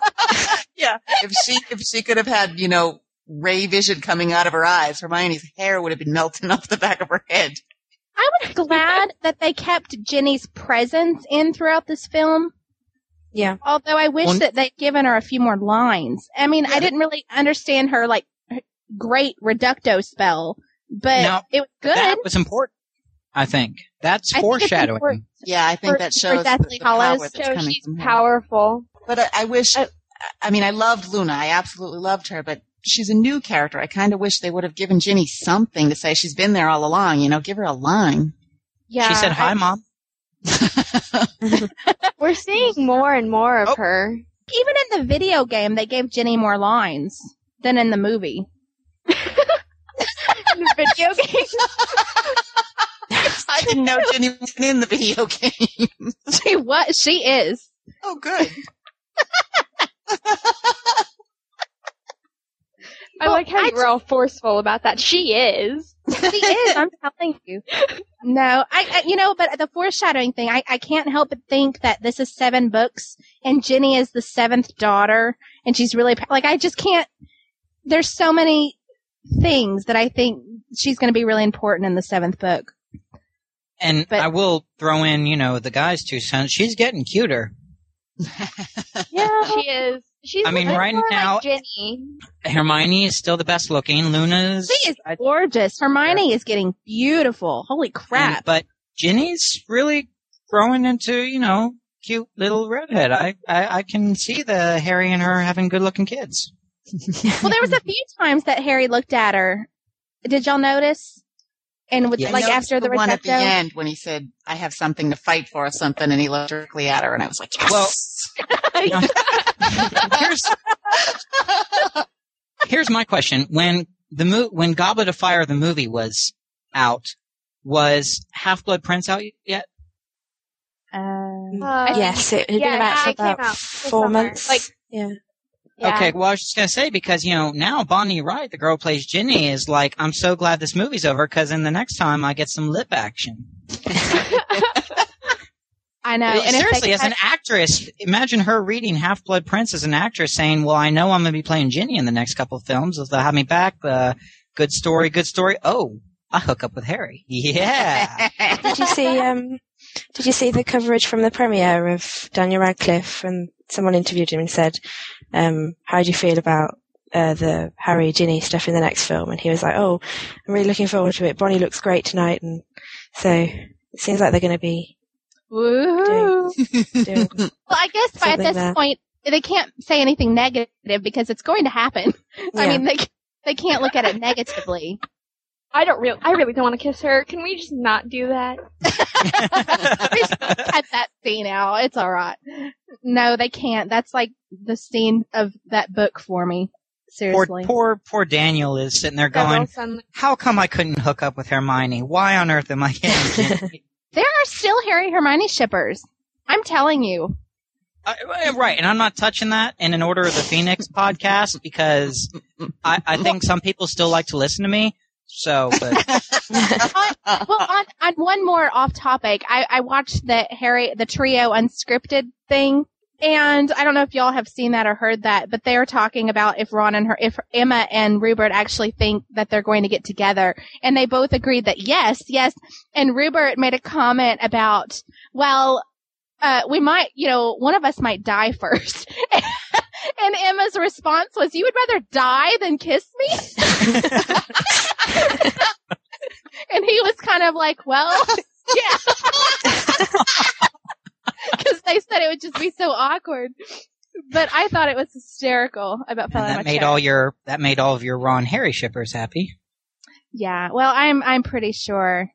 Speaker 5: yeah. If she if she could have had, you know, ray vision coming out of her eyes, Hermione's hair would have been melting off the back of her head.
Speaker 3: I was glad that they kept Jenny's presence in throughout this film.
Speaker 7: yeah.
Speaker 3: Although I wish
Speaker 4: Well-
Speaker 3: that they'd given her a few more lines. I mean, I didn't really understand her like her great reducto spell, but
Speaker 4: No,
Speaker 3: it was good.
Speaker 4: That was important, I think. That's
Speaker 3: I think it's
Speaker 4: foreshadowing.
Speaker 3: important.
Speaker 5: Yeah, I think
Speaker 3: For-
Speaker 5: that
Speaker 3: for
Speaker 5: shows the,
Speaker 3: Deathly
Speaker 5: the power
Speaker 3: Hallows,
Speaker 5: that's
Speaker 6: So
Speaker 5: coming
Speaker 6: she's
Speaker 5: from her.
Speaker 6: powerful.
Speaker 5: But I, I wish
Speaker 3: Uh,
Speaker 6: I-
Speaker 5: I, I mean I loved Luna. I absolutely loved her, but she's a new character. I kinda wish they would have given Ginny something to say. She's been there all along, you know, give her a line.
Speaker 3: Yeah,
Speaker 4: she said, "Hi,
Speaker 3: uh, I-
Speaker 4: mom."
Speaker 6: We're seeing more and more of
Speaker 5: Oh.
Speaker 6: her.
Speaker 3: even in the video game, they gave Jenny more lines than in the movie.
Speaker 6: In the video game.
Speaker 5: I didn't know Ginny was in the video game.
Speaker 3: She what? She is.
Speaker 5: Oh, good.
Speaker 6: I like how
Speaker 3: I
Speaker 6: you were all forceful about that. She is.
Speaker 3: She is.
Speaker 6: I'm telling you.
Speaker 3: No, I, I you know, but the foreshadowing thing, I, I can't help but think that this is seven books, and Jenny is the seventh daughter, and she's really pr- like I just can't. There's so many things that I think she's going to be really important in the seventh book.
Speaker 4: And
Speaker 3: But-
Speaker 4: I will throw in, you know, the guy's two cents. She's getting cuter.
Speaker 3: Yeah,
Speaker 6: She is. She's
Speaker 4: I mean,
Speaker 6: looking
Speaker 4: right
Speaker 6: more
Speaker 4: now-
Speaker 6: like Jenny.
Speaker 4: Hermione is still the best looking. Luna's.
Speaker 3: she is
Speaker 4: I-
Speaker 3: gorgeous. Hermione is getting beautiful. Holy
Speaker 4: and-
Speaker 3: crap!
Speaker 4: but Ginny's really growing into, you know, cute little redhead. I, I, I can see the Harry and her having good looking kids.
Speaker 3: well, there was a few times that Harry looked at her. Did y'all notice? And with,
Speaker 4: Yeah.
Speaker 3: like
Speaker 5: noticed
Speaker 3: after the,
Speaker 5: one at the
Speaker 3: recepto-
Speaker 5: end when he said, "I have something to fight for" or something, and he looked directly at her, and I was like,
Speaker 4: Well-
Speaker 5: "Yes."
Speaker 4: here's here's my question: when the mo- when Goblet of Fire the movie was out, was Half Blood Prince out yet?
Speaker 3: Uh,
Speaker 5: Mm.
Speaker 6: Uh,
Speaker 7: yes, it had
Speaker 6: yeah,
Speaker 7: been about
Speaker 6: yeah,
Speaker 7: for
Speaker 6: it came
Speaker 7: about
Speaker 6: out this
Speaker 7: four
Speaker 6: summer.
Speaker 7: months.
Speaker 6: Like-
Speaker 7: yeah,
Speaker 6: yeah.
Speaker 4: Okay, well I was just gonna say because you know now Bonnie Wright, the girl who plays Ginny, is like, I'm so glad this movie's over because in the next time I get some lip action.
Speaker 3: I know.
Speaker 4: Uh,
Speaker 3: and if they
Speaker 4: Seriously, as
Speaker 3: cut-
Speaker 4: an actress, imagine her reading Half Blood Prince as an actress, saying, "Well, I know I'm going to be playing Ginny in the next couple of films. If they'll have me back, uh, good story, good story. Oh, I hook up with Harry. Yeah,
Speaker 7: did you see? Um, did you see the coverage from the premiere of Daniel Radcliffe when someone interviewed him and said, um, "How do you feel about uh, the Harry Ginny stuff in the next film?" And he was like, "Oh, I'm really looking forward to it. Bonnie looks great tonight." And so it seems like they're going to be
Speaker 3: Woohoo.
Speaker 7: doing.
Speaker 3: Well, I guess by at
Speaker 7: Something
Speaker 3: this
Speaker 7: that-
Speaker 3: point they can't say anything negative because it's going to happen. I
Speaker 7: Yeah.
Speaker 3: mean, they they can't look at it negatively.
Speaker 6: I don't really. I really don't want to kiss her. Can we just not do that?
Speaker 3: Cut that scene out. It's all right. No, they can't. That's like the scene of that book for me.
Speaker 4: poor,
Speaker 3: Seriously.
Speaker 4: poor, poor Daniel is sitting there going, "How come I couldn't hook up with Hermione? Why on earth am I getting Ginny?"
Speaker 3: There are still Harry Hermione shippers. I'm telling you.
Speaker 4: Uh, right, and I'm not touching that in an Order of the Phoenix podcast because I, I think some people still like to listen to me. So, but
Speaker 3: Well, on, on one more off topic, I, I watched the Harry, the trio unscripted thing. And I don't know if y'all have seen that or heard that, but they're talking about if Ron and her, if Emma and Rupert actually think that they're going to get together. And they both agreed that yes, yes. And Rupert made a comment about, well, uh, we might, you know, one of us might die first. and Emma's response was, you would rather die than kiss me? And he was kind of like, well, yeah. Because they said it would just be so awkward. But I thought it was hysterical about
Speaker 4: and
Speaker 3: falling
Speaker 4: that made all your that made all of your Ron Harry shippers happy.
Speaker 3: Yeah. Well, I'm I'm pretty sure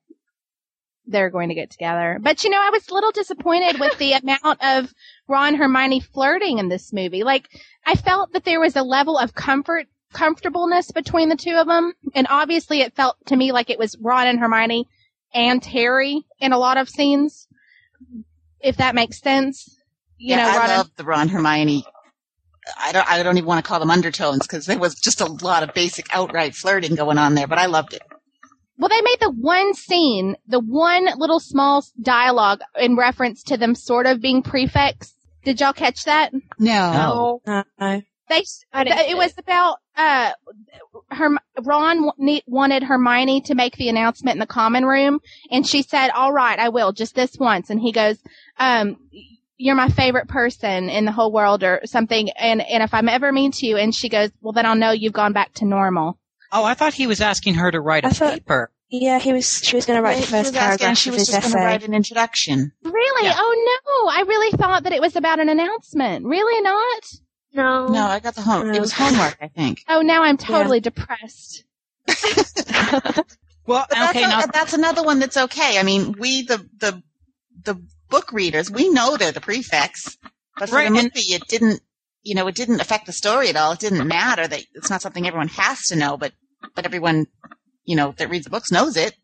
Speaker 3: they're going to get together. But you know, I was a little disappointed with the amount of Ron Hermione flirting in this movie. Like I felt that there was a level of comfort comfortableness between the two of them, and obviously it felt to me like it was Ron and Hermione and Harry in a lot of scenes. If that makes sense. You
Speaker 5: yeah,
Speaker 3: know, Ron
Speaker 5: I
Speaker 3: and-
Speaker 5: love the Ron Hermione. I don't. I don't even want to call them undertones because there was just a lot of basic, outright flirting going on there. But I loved it.
Speaker 3: Well, they made the one scene, the one little small dialogue in reference to them sort of being prefects. Did y'all catch that?
Speaker 5: No,
Speaker 4: Oh.
Speaker 7: No, no.
Speaker 3: They,
Speaker 6: I didn't
Speaker 3: it
Speaker 6: see
Speaker 3: was about uh, Herm- Ron wa- ne- wanted Hermione to make the announcement in the common room, and she said, "All right, I will, just this once." And he goes, um, "You're my favorite person in the whole world, or something." And and if I'm ever mean to you, and she goes, "Well, then I'll know you've gone back to normal."
Speaker 4: Oh, I thought he was asking her to write a
Speaker 7: I thought-
Speaker 4: paper.
Speaker 7: yeah, he was. She was going to write the
Speaker 5: she was
Speaker 7: first
Speaker 5: asking.
Speaker 7: paragraph
Speaker 5: She
Speaker 7: of
Speaker 5: was
Speaker 7: his
Speaker 5: just going to
Speaker 7: essay.
Speaker 5: write an introduction.
Speaker 3: Really?
Speaker 4: Yeah.
Speaker 3: Oh no! I really thought that it was about an announcement. Really not?
Speaker 6: No.
Speaker 5: No, I got the home. It was homework, I think.
Speaker 3: Oh, now I'm totally depressed.
Speaker 4: Well,
Speaker 5: But that's,
Speaker 4: okay,
Speaker 5: a-
Speaker 4: now
Speaker 5: that's another one that's okay. I mean, we the the the book readers, we know they're the prefects, but for
Speaker 4: Right,
Speaker 5: the
Speaker 4: and-
Speaker 5: movie, it didn't. You know, it didn't affect the story at all. It didn't matter that it's not something everyone has to know, but but everyone, you know, that reads the books knows it.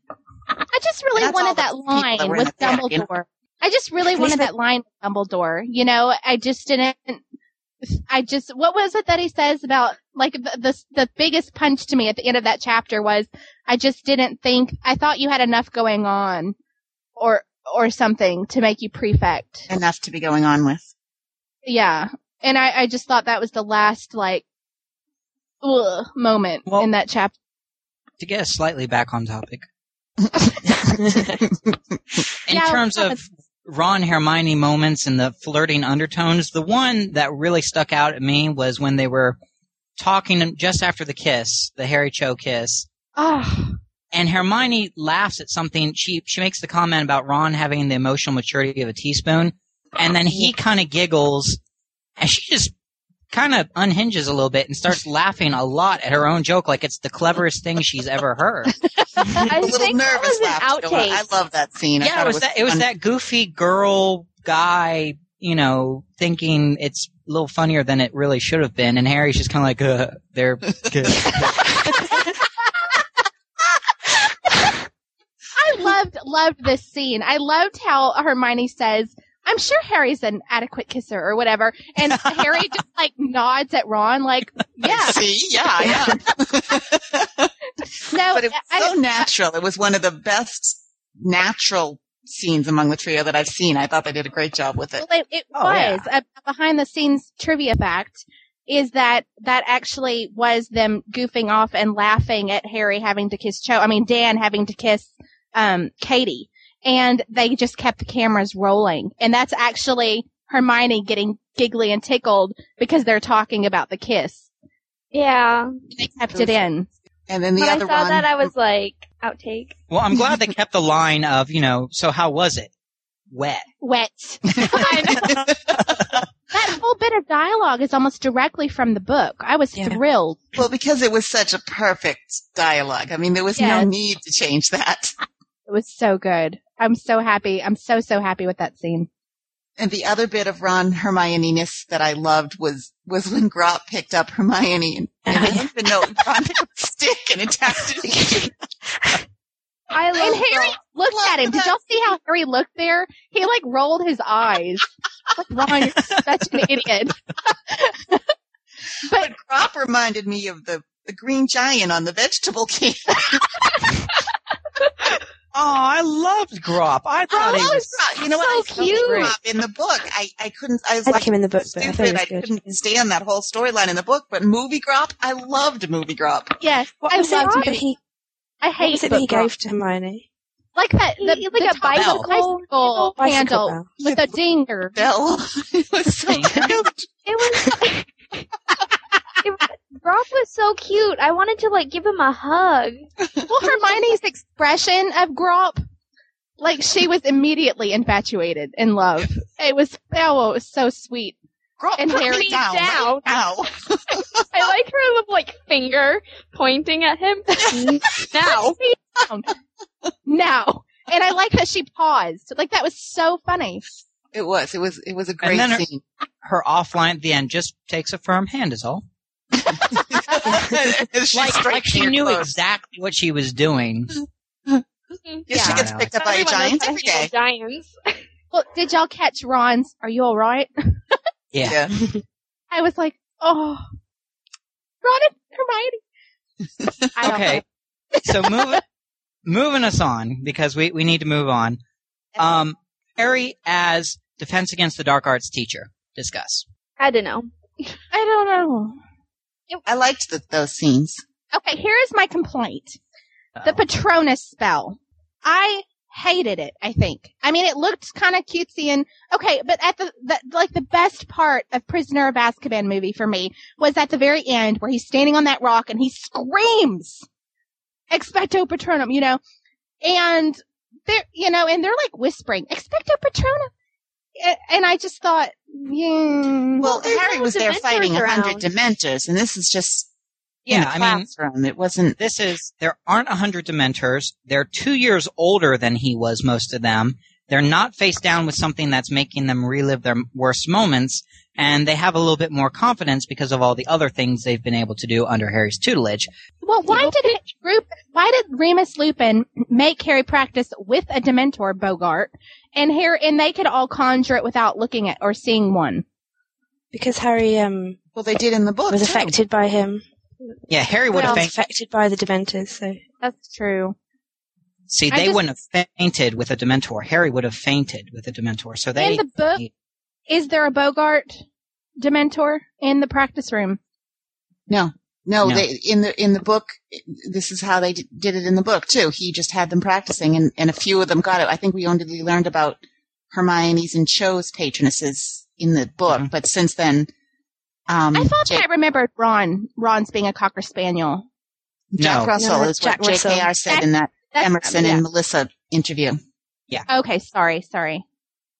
Speaker 3: I just really
Speaker 5: That's all
Speaker 3: wanted
Speaker 5: the
Speaker 3: that
Speaker 5: people that
Speaker 3: line
Speaker 5: were in
Speaker 3: with
Speaker 5: the back, you know?
Speaker 3: Dumbledore. I just really
Speaker 7: At
Speaker 3: wanted
Speaker 7: least
Speaker 3: that line with Dumbledore. You know, I just didn't I just what was it that he says about like the, the the biggest punch to me at the end of that chapter was I just didn't think I thought you had enough going on or or something to make you prefect.
Speaker 5: Enough to be going on with.
Speaker 3: Yeah. And I, I just thought that was the last like ugh, moment
Speaker 4: Well-
Speaker 3: in that chapter.
Speaker 4: To get us slightly back on topic, in
Speaker 3: Yeah,
Speaker 4: terms
Speaker 3: I
Speaker 4: of Ron Hermione moments and the flirting undertones, the one that really stuck out at me was when they were talking just after the kiss, the Harry Cho kiss,
Speaker 3: Oh,
Speaker 4: and Hermione laughs at something. She she makes the comment about Ron having the emotional maturity of a teaspoon, and then
Speaker 5: Oh.
Speaker 4: he kind of giggles, and she just kind of unhinges a little bit and starts laughing a lot at her own joke, like it's the cleverest thing she's ever heard.
Speaker 6: I
Speaker 5: a little
Speaker 6: think that
Speaker 5: nervous
Speaker 6: was an
Speaker 5: laugh to go on.
Speaker 6: outtake.
Speaker 5: I love that scene. I
Speaker 4: yeah,
Speaker 5: thought
Speaker 4: it was, that. It was
Speaker 5: fun.
Speaker 4: that goofy girl guy, you know, thinking it's a little funnier than it really should have been, and Harry's just kind of like, uh, they're good.
Speaker 3: I loved loved this scene. I loved how Hermione says, "I'm sure Harry's an adequate kisser or whatever," and Harry just like nods at Ron, like, "Yeah,
Speaker 5: See, yeah, yeah.
Speaker 3: no."
Speaker 5: but it was
Speaker 3: I-
Speaker 5: so natural. It was one of the best natural scenes among the trio that I've seen. I thought they did a great job with it.
Speaker 3: Well, it, it
Speaker 4: Oh,
Speaker 3: was a behind the scenes trivia fact is that that actually was them goofing off and laughing at Harry having to kiss Cho. I mean Dan having to kiss um, Katie, and they just kept the cameras rolling, and that's actually Hermione getting giggly and tickled because they're talking about the kiss.
Speaker 6: yeah.
Speaker 3: They kept it in.
Speaker 5: And then the
Speaker 6: when I
Speaker 5: other
Speaker 6: saw
Speaker 5: one,
Speaker 6: that, I was like, outtake.
Speaker 4: well, I'm glad they kept the line of, you know, so how was it? Wet.
Speaker 3: wet. I know. that whole bit of dialogue is almost directly from the book. I was
Speaker 7: Yeah.
Speaker 3: thrilled.
Speaker 5: well, because it was such a perfect dialogue. I mean, there was
Speaker 3: Yes.
Speaker 5: no need to change that.
Speaker 3: It was so good. I'm so happy. I'm so so happy with that scene.
Speaker 5: And the other bit of Ron Hermione-ness that I loved was was when Grop picked up Hermione and, and he didn't even know Ron had a stick and attacked it.
Speaker 6: I love
Speaker 3: And Harry looked at him. Did y'all see how Harry looked there? He like rolled his eyes. Like Ron, you're such an idiot.
Speaker 5: But Grop reminded me of the, the green giant on the vegetable can.
Speaker 4: Oh, I loved Grop. I thought
Speaker 5: I
Speaker 4: it
Speaker 5: love
Speaker 4: was.
Speaker 5: Grop. You know what?
Speaker 6: so
Speaker 5: I love
Speaker 6: cute.
Speaker 5: Grop in the book. I, I couldn't. I was
Speaker 7: I
Speaker 5: like,
Speaker 7: like him in the book, but I thought it
Speaker 5: stupid. I
Speaker 7: was good.
Speaker 5: couldn't stand that whole storyline in the book. But movie Grop, I loved movie Grop.
Speaker 3: Yes, I
Speaker 7: What was it
Speaker 3: loved
Speaker 7: that
Speaker 3: movie.
Speaker 7: he,
Speaker 3: I
Speaker 7: what
Speaker 3: hate
Speaker 7: was it that he
Speaker 3: book Ron.
Speaker 7: gave to Hermione?
Speaker 3: like that. The,
Speaker 6: He-
Speaker 3: the
Speaker 6: like a
Speaker 3: top
Speaker 6: bicycle-
Speaker 3: bicycle
Speaker 7: Bicycle
Speaker 3: handle
Speaker 7: bell.
Speaker 3: with a dinger.
Speaker 5: Bell. it was so cute.
Speaker 6: It was. it, Brock was so cute. I wanted to like give him a hug.
Speaker 3: Well, Hermione's expression of Grop, like she was immediately infatuated in love. It was oh, it was so sweet.
Speaker 5: Grop
Speaker 3: And
Speaker 5: put
Speaker 3: Harry
Speaker 5: me down.
Speaker 6: down.
Speaker 5: Ow.
Speaker 6: I like her little like finger pointing at him. now
Speaker 3: Now, and I like that she paused. Like that was so funny.
Speaker 5: It was. It was. It was a great
Speaker 4: then her-
Speaker 5: scene.
Speaker 4: Her offline at the end just takes a firm hand, is all.
Speaker 5: She's
Speaker 4: Like, like
Speaker 5: straight Mm-hmm.
Speaker 4: she
Speaker 5: to your
Speaker 4: knew
Speaker 5: clothes.
Speaker 4: exactly what she was doing.
Speaker 5: Yeah, she
Speaker 4: Yeah.
Speaker 5: gets picked up by a
Speaker 6: Everyone knows
Speaker 5: giant
Speaker 6: how to
Speaker 5: every
Speaker 6: handle
Speaker 5: day.
Speaker 6: Giants.
Speaker 3: Well, did y'all catch Ron's? Are you all right?
Speaker 4: Yeah.
Speaker 5: Yeah.
Speaker 3: I was like, oh, Ron and Hermione. I don't
Speaker 4: okay.
Speaker 3: know.
Speaker 4: so move, moving us on because we, we need to move on. Um, Harry as Defense Against the Dark Arts teacher. Discuss.
Speaker 6: I don't know.
Speaker 3: I don't know.
Speaker 5: I liked the, those scenes.
Speaker 3: Okay, here is my complaint. The Patronus spell. I hated it, I think. I mean, it looked kind of cutesy and, okay, but at the, the, like the best part of Prisoner of Azkaban movie for me was at the very end where he's standing on that rock and he screams, expecto patronum, you know, and they're, you know, and they're like whispering, expecto patronum. A- And I just thought, "Hmm, yeah.
Speaker 5: Well,
Speaker 6: there's
Speaker 5: Harry
Speaker 6: no
Speaker 5: was there
Speaker 6: Dementors
Speaker 5: fighting a hundred
Speaker 6: around.
Speaker 5: dementors, and this is just in
Speaker 4: Yeah,
Speaker 5: a
Speaker 4: I mean,
Speaker 5: classroom. It wasn't.
Speaker 4: this is there aren't a hundred dementors they're two years older than he was most of them they're not face down with something that's making them relive their worst moments and they have a little bit more confidence because of all the other things they've been able to do under harry's tutelage
Speaker 3: Well, why did it group? Why did Remus Lupin make Harry practice with a Dementor Bogart, and here and they could all conjure it without looking at or seeing one?
Speaker 7: because Harry um,
Speaker 5: Well, they did in the book.
Speaker 7: was
Speaker 5: too.
Speaker 7: affected by him.
Speaker 4: Yeah, Harry would
Speaker 7: Well,
Speaker 4: have fainted.
Speaker 7: affected by the Dementors. So
Speaker 3: That's true.
Speaker 4: See,
Speaker 3: I
Speaker 4: they
Speaker 3: just-
Speaker 4: wouldn't have fainted with a Dementor. Harry would have fainted with a Dementor. So they
Speaker 3: in the book, is there a Bogart Dementor in the practice room?
Speaker 5: No, no,
Speaker 4: No.
Speaker 5: They, in the in the book, this is how they d- did it in the book too. He just had them practicing, and, and a few of them got it. I think we only learned about Hermione's and Cho's patronesses in the book,
Speaker 4: Mhm.
Speaker 5: but since then, um,
Speaker 3: I thought
Speaker 5: Jake-
Speaker 3: I remembered Ron. Ron's being a cocker spaniel.
Speaker 5: Jack
Speaker 4: No.
Speaker 5: Russell
Speaker 7: No,
Speaker 5: is
Speaker 7: Jack
Speaker 5: what
Speaker 7: Russell.
Speaker 5: JKR said in that
Speaker 3: That's-
Speaker 5: Emerson
Speaker 3: yeah.
Speaker 5: and Melissa interview.
Speaker 3: Okay, sorry, sorry.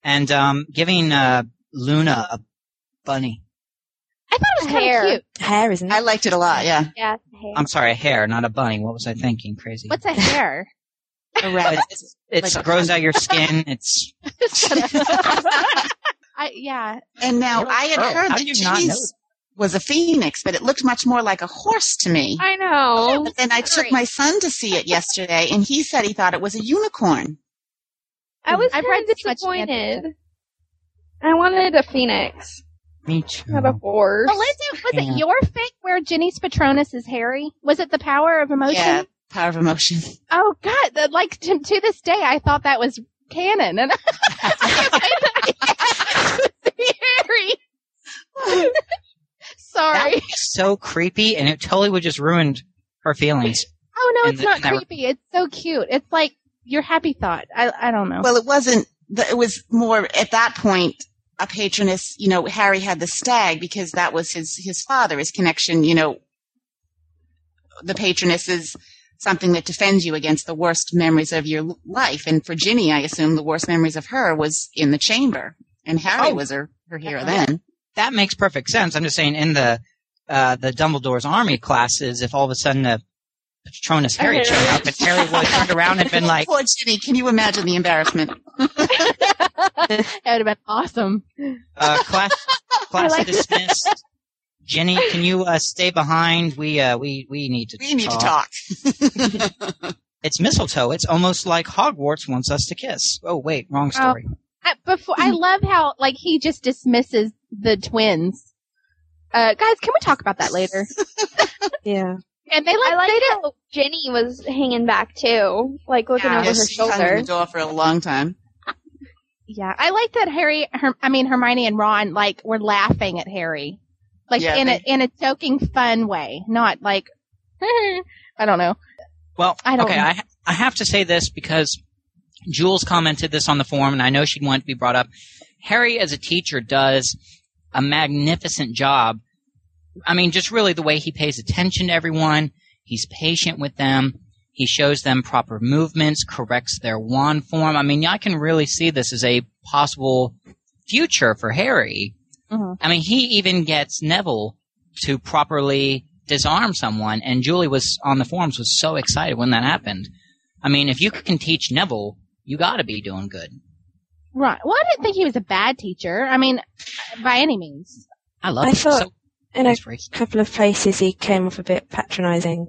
Speaker 4: and um, giving uh, Luna a bunny.
Speaker 3: I thought it was kind
Speaker 6: Hair.
Speaker 3: of cute.
Speaker 7: hair isn't
Speaker 5: I
Speaker 7: it?
Speaker 5: liked it a lot. Yeah,
Speaker 6: Yeah, hey.
Speaker 4: I'm sorry, a hair, not a bunny. What was I thinking? Crazy.
Speaker 3: What's a hair?
Speaker 5: a rabbit.
Speaker 4: It
Speaker 5: like a-
Speaker 4: grows out your skin. It's
Speaker 3: I, yeah,
Speaker 5: and now I had
Speaker 4: Oh,
Speaker 5: heard
Speaker 4: how
Speaker 5: that
Speaker 4: do you not know
Speaker 5: cheese was a phoenix, but it looked much more like a horse to me.
Speaker 6: I know.
Speaker 5: And I took my son to see it yesterday, and he said he thought it was a unicorn.
Speaker 6: I was
Speaker 3: I've
Speaker 6: kind
Speaker 3: read
Speaker 6: of
Speaker 3: so much bad
Speaker 6: disappointed. I wanted a phoenix,
Speaker 4: me too.
Speaker 6: not a horse.
Speaker 3: Melinda, was
Speaker 4: Yeah.
Speaker 3: it your fic where Jenny's Patronus is Harry? Was it the power of emotion?
Speaker 5: Yeah, power of emotion.
Speaker 3: Oh God! that- Like to, to this day, I thought that was canon, and Harry. oh,
Speaker 4: That
Speaker 3: Sorry.
Speaker 4: would be so creepy, and it totally would just ruined her feelings.
Speaker 3: Oh no,
Speaker 4: and
Speaker 3: it's
Speaker 4: the-
Speaker 3: not
Speaker 4: and that-
Speaker 3: creepy. It's so cute. It's like your happy thought. I I don't
Speaker 4: Oh.
Speaker 3: know.
Speaker 5: Well, it wasn't. th- It was more at that point a patroness. You know, Harry had the stag because that was his his father, his connection. You know, the patroness is something that defends you against the worst memories of your l- life. And for Ginny, I assume the worst memories of her was in the chamber, and Harry
Speaker 4: Oh.
Speaker 5: was her her hero
Speaker 4: Yeah.
Speaker 5: then.
Speaker 4: That makes perfect sense. I'm just saying, in the uh, the Dumbledore's army classes, if all of a sudden the Patronus Harry
Speaker 6: Okay.
Speaker 4: showed up, and Harry would have turned around and been like,
Speaker 5: Poor Ginny, can you imagine the embarrassment?
Speaker 3: that would have been awesome.
Speaker 4: uh, "Class, class
Speaker 6: like-
Speaker 4: dismissed." Jenny, can you uh, stay behind? We uh, we we need to.
Speaker 5: We need to talk.
Speaker 4: It's mistletoe. It's almost like Hogwarts wants us to kiss. Oh wait, wrong story.
Speaker 3: I, before I love how like he just dismisses the twins. Uh, guys, can we talk about that later?
Speaker 7: Yeah.
Speaker 3: And they like,
Speaker 6: I like
Speaker 3: they didn't.
Speaker 6: how Ginny was hanging back too, like looking
Speaker 3: Yeah.
Speaker 6: over
Speaker 5: Yeah,
Speaker 6: her
Speaker 5: she hung in
Speaker 6: shoulder.
Speaker 5: the door for a long time.
Speaker 3: Yeah, I like that Harry. Her, I mean Hermione and Ron like were laughing at Harry, like
Speaker 5: Yeah,
Speaker 3: in a in a joking, fun way, not like I don't know.
Speaker 4: Well,
Speaker 3: I don't
Speaker 4: okay,
Speaker 3: know.
Speaker 4: I, ha- I have to say this because Jules commented this on the forum, and I know she'd want it to be brought up. Harry, as a teacher, does a magnificent job. I mean, just really the way he pays attention to everyone, he's patient with them, he shows them proper movements, corrects their wand form. I mean, I can really see this as a possible future for Harry.
Speaker 3: Mhm.
Speaker 4: I mean, he even gets Neville to properly disarm someone. And Julie was on the forums was so excited when that happened. I mean, if you can teach Neville, you got to be doing good.
Speaker 3: Right. Well, I didn't think he was a bad teacher. I mean, by any means.
Speaker 4: I love.
Speaker 7: I
Speaker 4: it.
Speaker 7: thought-
Speaker 4: so,
Speaker 7: In a
Speaker 4: it's freaky.
Speaker 7: couple of places, he came off a bit patronising.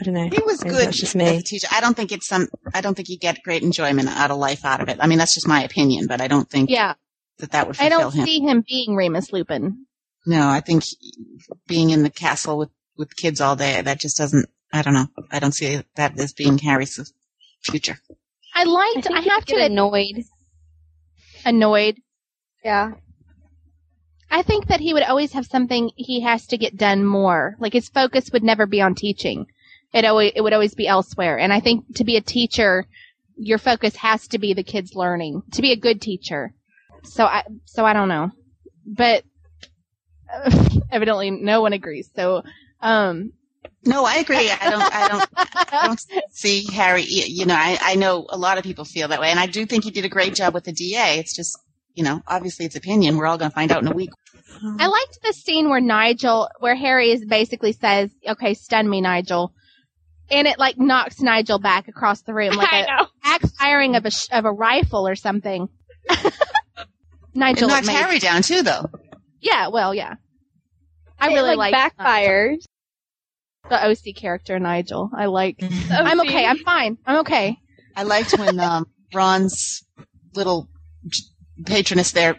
Speaker 7: I don't know.
Speaker 5: He was
Speaker 7: Maybe
Speaker 5: good
Speaker 7: That's just
Speaker 5: as a
Speaker 7: me.
Speaker 5: teacher. I don't think it's some. I don't think you get great enjoyment out of life out of it. I mean, that's just my opinion, but I don't think
Speaker 3: Yeah,
Speaker 5: that that would
Speaker 3: I
Speaker 5: fulfill
Speaker 3: don't
Speaker 5: him.
Speaker 3: see him being Remus Lupin.
Speaker 5: no, I think he- being in the castle with with kids all day that just doesn't. I don't know. I don't see that as being Harry's future.
Speaker 3: I
Speaker 6: I,
Speaker 3: liked.
Speaker 6: think
Speaker 3: I, have to
Speaker 6: get annoyed.
Speaker 3: annoyed.
Speaker 6: Yeah,
Speaker 3: I think that he would always have something he has to get done more. Like his focus would never be on teaching. It always it would always be elsewhere. And I think to be a teacher, your focus has to be the kids learning. To be a good teacher. So I so I don't know. But evidently no one agrees. So um
Speaker 5: No, I agree. I don't. I don't. I don't see Harry. y- You know, I, I know a lot of people feel that way, and I do think he did a great job with the DA. It's just, you know, obviously it's opinion. We're all going to find out in a week.
Speaker 3: I liked the scene where Nigel, where Harry is basically says, "Okay, stun me, Nigel," and it like knocks Nigel back across the room, like
Speaker 6: I
Speaker 3: a back firing of a sh- of a rifle or something.
Speaker 5: It
Speaker 3: Nigel,
Speaker 5: knocked
Speaker 3: made-
Speaker 5: Harry down too, though.
Speaker 3: yeah, well, yeah. I really like, uh,
Speaker 6: backfired.
Speaker 3: the OC character Nigel. I like. I'm okay. I'm fine. I'm okay.
Speaker 5: I liked when um, Ron's little patroness there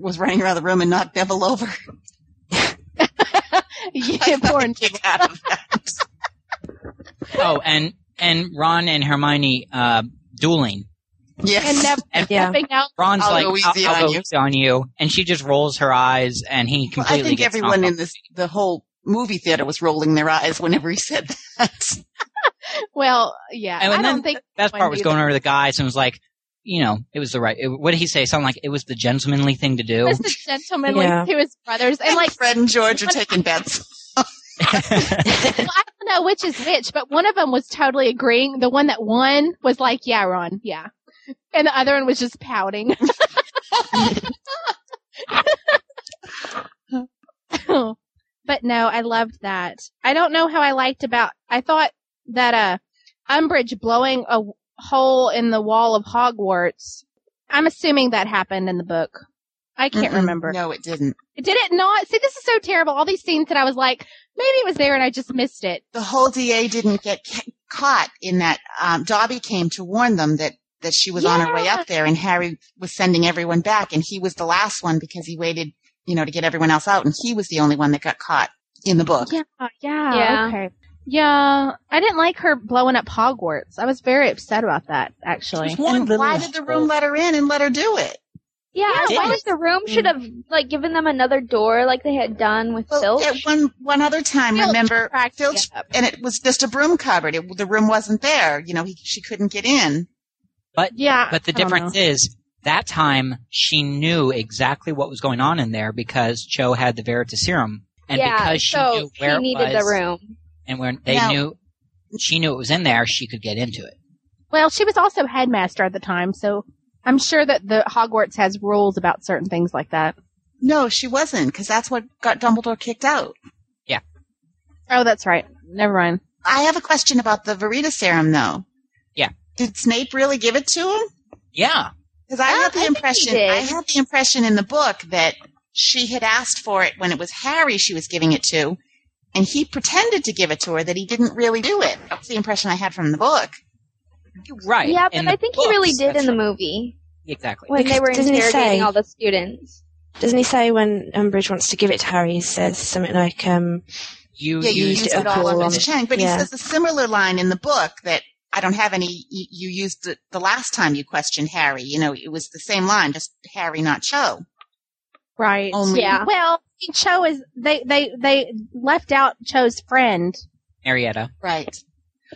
Speaker 5: was running around the room and not bevel over.
Speaker 3: Yeah, poor
Speaker 5: I'd kick out of that.
Speaker 4: Oh, and and Ron and Hermione uh, dueling.
Speaker 5: yes.
Speaker 3: and never
Speaker 4: And
Speaker 7: Yeah.
Speaker 3: stepping out.
Speaker 4: Ron's
Speaker 5: I'll
Speaker 4: like,
Speaker 5: go easy
Speaker 4: I'll, I'll
Speaker 5: on
Speaker 4: go
Speaker 5: you."
Speaker 4: easy on you, and she just rolls her eyes, and he
Speaker 5: Well,
Speaker 4: completely.
Speaker 5: I think
Speaker 4: gets
Speaker 5: everyone
Speaker 4: knocked
Speaker 5: in this, the whole movie theater was rolling their eyes whenever he said that.
Speaker 3: Well, yeah,
Speaker 4: And
Speaker 3: I
Speaker 4: then-
Speaker 3: don't think
Speaker 4: best part was
Speaker 3: Wendy-
Speaker 4: going over to the guys and was like, you know, it was the right. It, what did he say? Something like it was the gentlemanly thing to do.
Speaker 3: he was the gentleman
Speaker 7: Yeah.
Speaker 3: like, to his brothers, and like
Speaker 5: Fred and George are taking bets.
Speaker 3: well, I don't know which is which, but one of them was totally agreeing. The one that won was like, "Yeah, Ron, yeah," and the other one was just pouting. but no, I loved that. I don't know how I liked about. I thought that uh, Umbridge blowing a w- hole in the wall of Hogwarts. I'm assuming that happened in the book. I can't
Speaker 5: Mm-mm.
Speaker 3: remember.
Speaker 5: No, it didn't.
Speaker 3: Did it not? See, this is so terrible. All these scenes that I was like, maybe it was there and I just missed it.
Speaker 5: The whole DA
Speaker 3: Hmm.
Speaker 5: didn't get ca- caught in that. Um, Dobby came to warn them that, that she was on her way
Speaker 3: Yeah.
Speaker 5: up there and Harry was sending everyone back and he was the last one because he waited, you know, to get everyone else out and he was the only one that got caught in the book.
Speaker 3: Yeah, yeah,
Speaker 6: Oh, Yeah.
Speaker 3: okay. Yeah, I didn't like her blowing up Hogwarts. I was very upset about that, actually.
Speaker 5: And why did the room let her in and let her do it?
Speaker 6: Yeah,
Speaker 5: Yeah,
Speaker 6: why
Speaker 5: it
Speaker 6: like the room should have like given them another door like they had done with
Speaker 5: Well,
Speaker 6: Filch.
Speaker 5: at one one other time,
Speaker 3: Filch
Speaker 5: remember
Speaker 3: cracked me
Speaker 5: Filch,
Speaker 3: up.
Speaker 5: and it was just a broom cupboard. It, the room wasn't there. You know, he, she couldn't get in.
Speaker 3: Yeah,
Speaker 4: But the
Speaker 3: I don't
Speaker 4: difference
Speaker 3: know.
Speaker 4: is that time she knew exactly what was going on in there because Cho had the Veritas serum, and
Speaker 6: yeah,
Speaker 4: because she
Speaker 6: so
Speaker 4: knew where
Speaker 6: she
Speaker 4: it
Speaker 6: needed
Speaker 4: was,
Speaker 6: the room.
Speaker 4: and when they
Speaker 5: Now-
Speaker 4: knew, she knew it was in there. She could get into it.
Speaker 3: Well, she was also headmaster at the time, so I'm sure that the Hogwarts has rules about certain things like that.
Speaker 5: No, she wasn't, because that's what got Dumbledore kicked out.
Speaker 3: Oh, that's right. Never mind.
Speaker 5: I have a question about the Verita serum, though.
Speaker 4: Yeah.
Speaker 5: Did Snape really give it to him?
Speaker 4: Yeah,
Speaker 5: Because I
Speaker 6: Uh,
Speaker 5: had
Speaker 6: I
Speaker 5: the
Speaker 6: think he
Speaker 5: impression
Speaker 6: did.
Speaker 5: I had the impression in the book that she had asked for it when it was Harry she was giving it to, and he pretended to give it to her that he didn't really do it. That's the impression I had from the book.
Speaker 4: you're right.
Speaker 6: Yeah,
Speaker 4: In
Speaker 6: but
Speaker 4: the
Speaker 6: I think he really
Speaker 4: books,
Speaker 6: did
Speaker 4: that's
Speaker 6: in the
Speaker 4: right.
Speaker 6: movie
Speaker 4: Exactly.
Speaker 6: when
Speaker 7: Because
Speaker 6: they were
Speaker 7: doesn't he say-
Speaker 6: interrogating all the students.
Speaker 7: Doesn't he say when Umbridge wants to give it to Harry, he says something like, um,
Speaker 4: You
Speaker 5: Yeah, you
Speaker 7: used
Speaker 5: used
Speaker 7: it
Speaker 5: it all
Speaker 7: all
Speaker 5: on
Speaker 7: on
Speaker 5: Miss
Speaker 7: it.
Speaker 5: Chang. But he
Speaker 7: Yeah.
Speaker 5: says a similar line in the book that I don't have any. You, you used it the last time you questioned Harry. You know, it was the same line, just Harry, not Cho.
Speaker 3: Right.
Speaker 5: Only
Speaker 6: Yeah.
Speaker 3: Well, Cho is they they they left out Cho's friend.
Speaker 4: Marietta.
Speaker 5: right.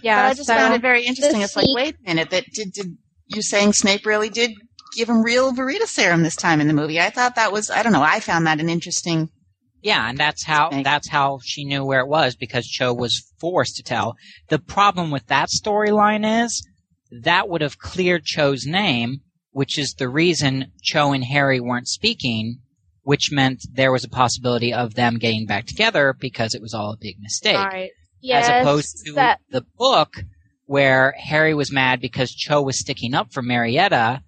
Speaker 3: Yeah,
Speaker 5: but I just
Speaker 3: so-
Speaker 5: found it very interesting. It's like,
Speaker 6: sneak-
Speaker 5: wait a minute, that did, did you saying Snape really did give him real Verita serum this time in the movie? I thought that was I don't know. I found that an interesting.
Speaker 4: Yeah, and that's how
Speaker 5: Snake.
Speaker 4: that's how she knew where it was because Cho was forced to tell. The problem with that storyline is that would have cleared Cho's name, which is the reason Cho and Harry weren't speaking, which meant there was a possibility of them getting back together because it was all a big mistake.
Speaker 3: Right.
Speaker 6: Yes,
Speaker 4: as opposed to
Speaker 6: that-
Speaker 4: the book where Harry was mad because Cho was sticking up for Marietta,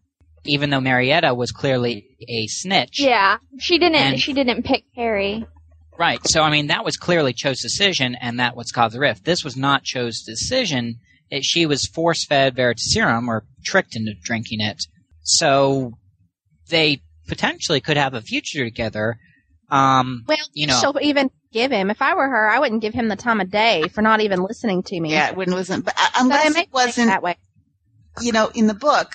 Speaker 4: even though Marietta was clearly a snitch.
Speaker 6: yeah, she didn't.
Speaker 4: And-
Speaker 6: she didn't pick Harry.
Speaker 4: Right. So, I mean, that was clearly Cho's decision, and that was caused the rift. This was not Cho's decision. It, she was force fed Veritaserum or tricked into drinking it. So they potentially could have a future together. Um,
Speaker 3: Well,
Speaker 4: you know.
Speaker 3: she'll even give him. If I were her, I wouldn't give him the time of day for not even listening to me.
Speaker 5: Yeah, it wouldn't listen, but uh,
Speaker 3: But I
Speaker 5: unless
Speaker 3: may
Speaker 5: it wasn't,
Speaker 3: that way.
Speaker 5: you know, in the book,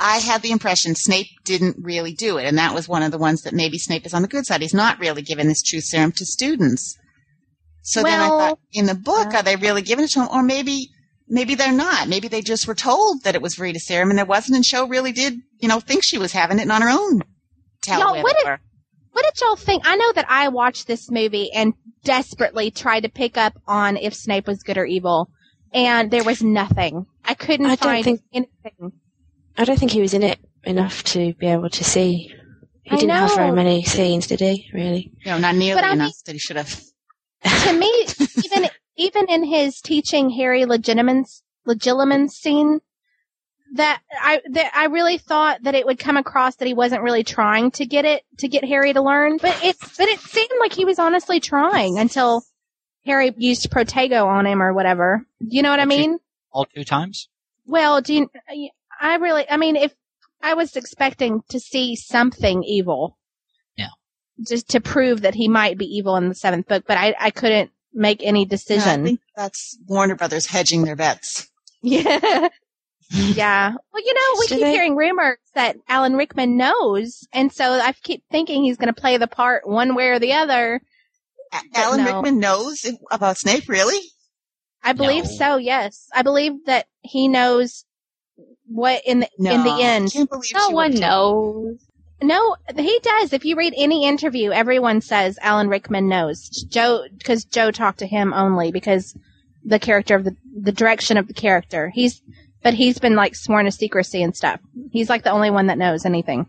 Speaker 5: I had the impression Snape didn't really do it, and that was one of the ones that maybe Snape is on the good side. He's not really giving this truth serum to students. So then I
Speaker 3: Well-
Speaker 5: thought, in the book,
Speaker 3: Yeah.
Speaker 5: are they really giving it to him, or maybe? Maybe they're not. Maybe they just were told that it was Verita serum, and there wasn't. And Cho really did, you know, think she was having it and on her own. Tell
Speaker 3: Y'all,
Speaker 5: with
Speaker 3: what
Speaker 5: her.
Speaker 3: What did y'all think? I know that I watched this movie and desperately tried to pick up on if Snape was good or evil, and there was nothing. I couldn't
Speaker 7: I don't
Speaker 3: find
Speaker 7: think-
Speaker 3: anything.
Speaker 7: I don't think he was in it enough to be able to see. He
Speaker 3: I
Speaker 7: didn't have very
Speaker 3: know.
Speaker 7: many scenes, did he? Really?
Speaker 5: No, not nearly
Speaker 3: But I
Speaker 5: enough
Speaker 3: mean-
Speaker 5: that he should have.
Speaker 3: to me, even even in his teaching Harry legitimans legilimens scene, that I that I really thought that it would come across that he wasn't really trying to get it to get Harry to learn, but it but it seemed like he was honestly trying until Harry used Protego on him or whatever. You know what I
Speaker 4: Okay.
Speaker 3: mean?
Speaker 4: all two times?
Speaker 3: Well, do you, I uh, really, I mean, if I was expecting to see something evil.
Speaker 8: Yeah.
Speaker 3: Just to prove that he might be evil in the seventh book, but I, I couldn't make any
Speaker 5: Yeah, I
Speaker 3: decision.
Speaker 5: think that's Warner Brothers hedging their bets.
Speaker 3: Yeah. yeah. Well, you know, we
Speaker 7: Do
Speaker 3: keep
Speaker 7: they-
Speaker 3: hearing rumors that Alan Rickman knows, and so I keep thinking he's going to play the part one way or the other.
Speaker 5: A- Alan
Speaker 3: no.
Speaker 5: Rickman knows if- about Snape, really?
Speaker 3: I believe
Speaker 8: No.
Speaker 3: so. Yes, I believe that he knows what in the
Speaker 5: No,
Speaker 3: in the
Speaker 5: I
Speaker 3: end.
Speaker 5: can't believe
Speaker 6: No
Speaker 5: she would-
Speaker 6: one knows.
Speaker 3: No, he does. If you read any interview, everyone says Alan Rickman knows. Joe, because Joe talked to him only because the character of the the direction of the character. He's but he's been like sworn to secrecy and stuff. He's like the only one that knows anything.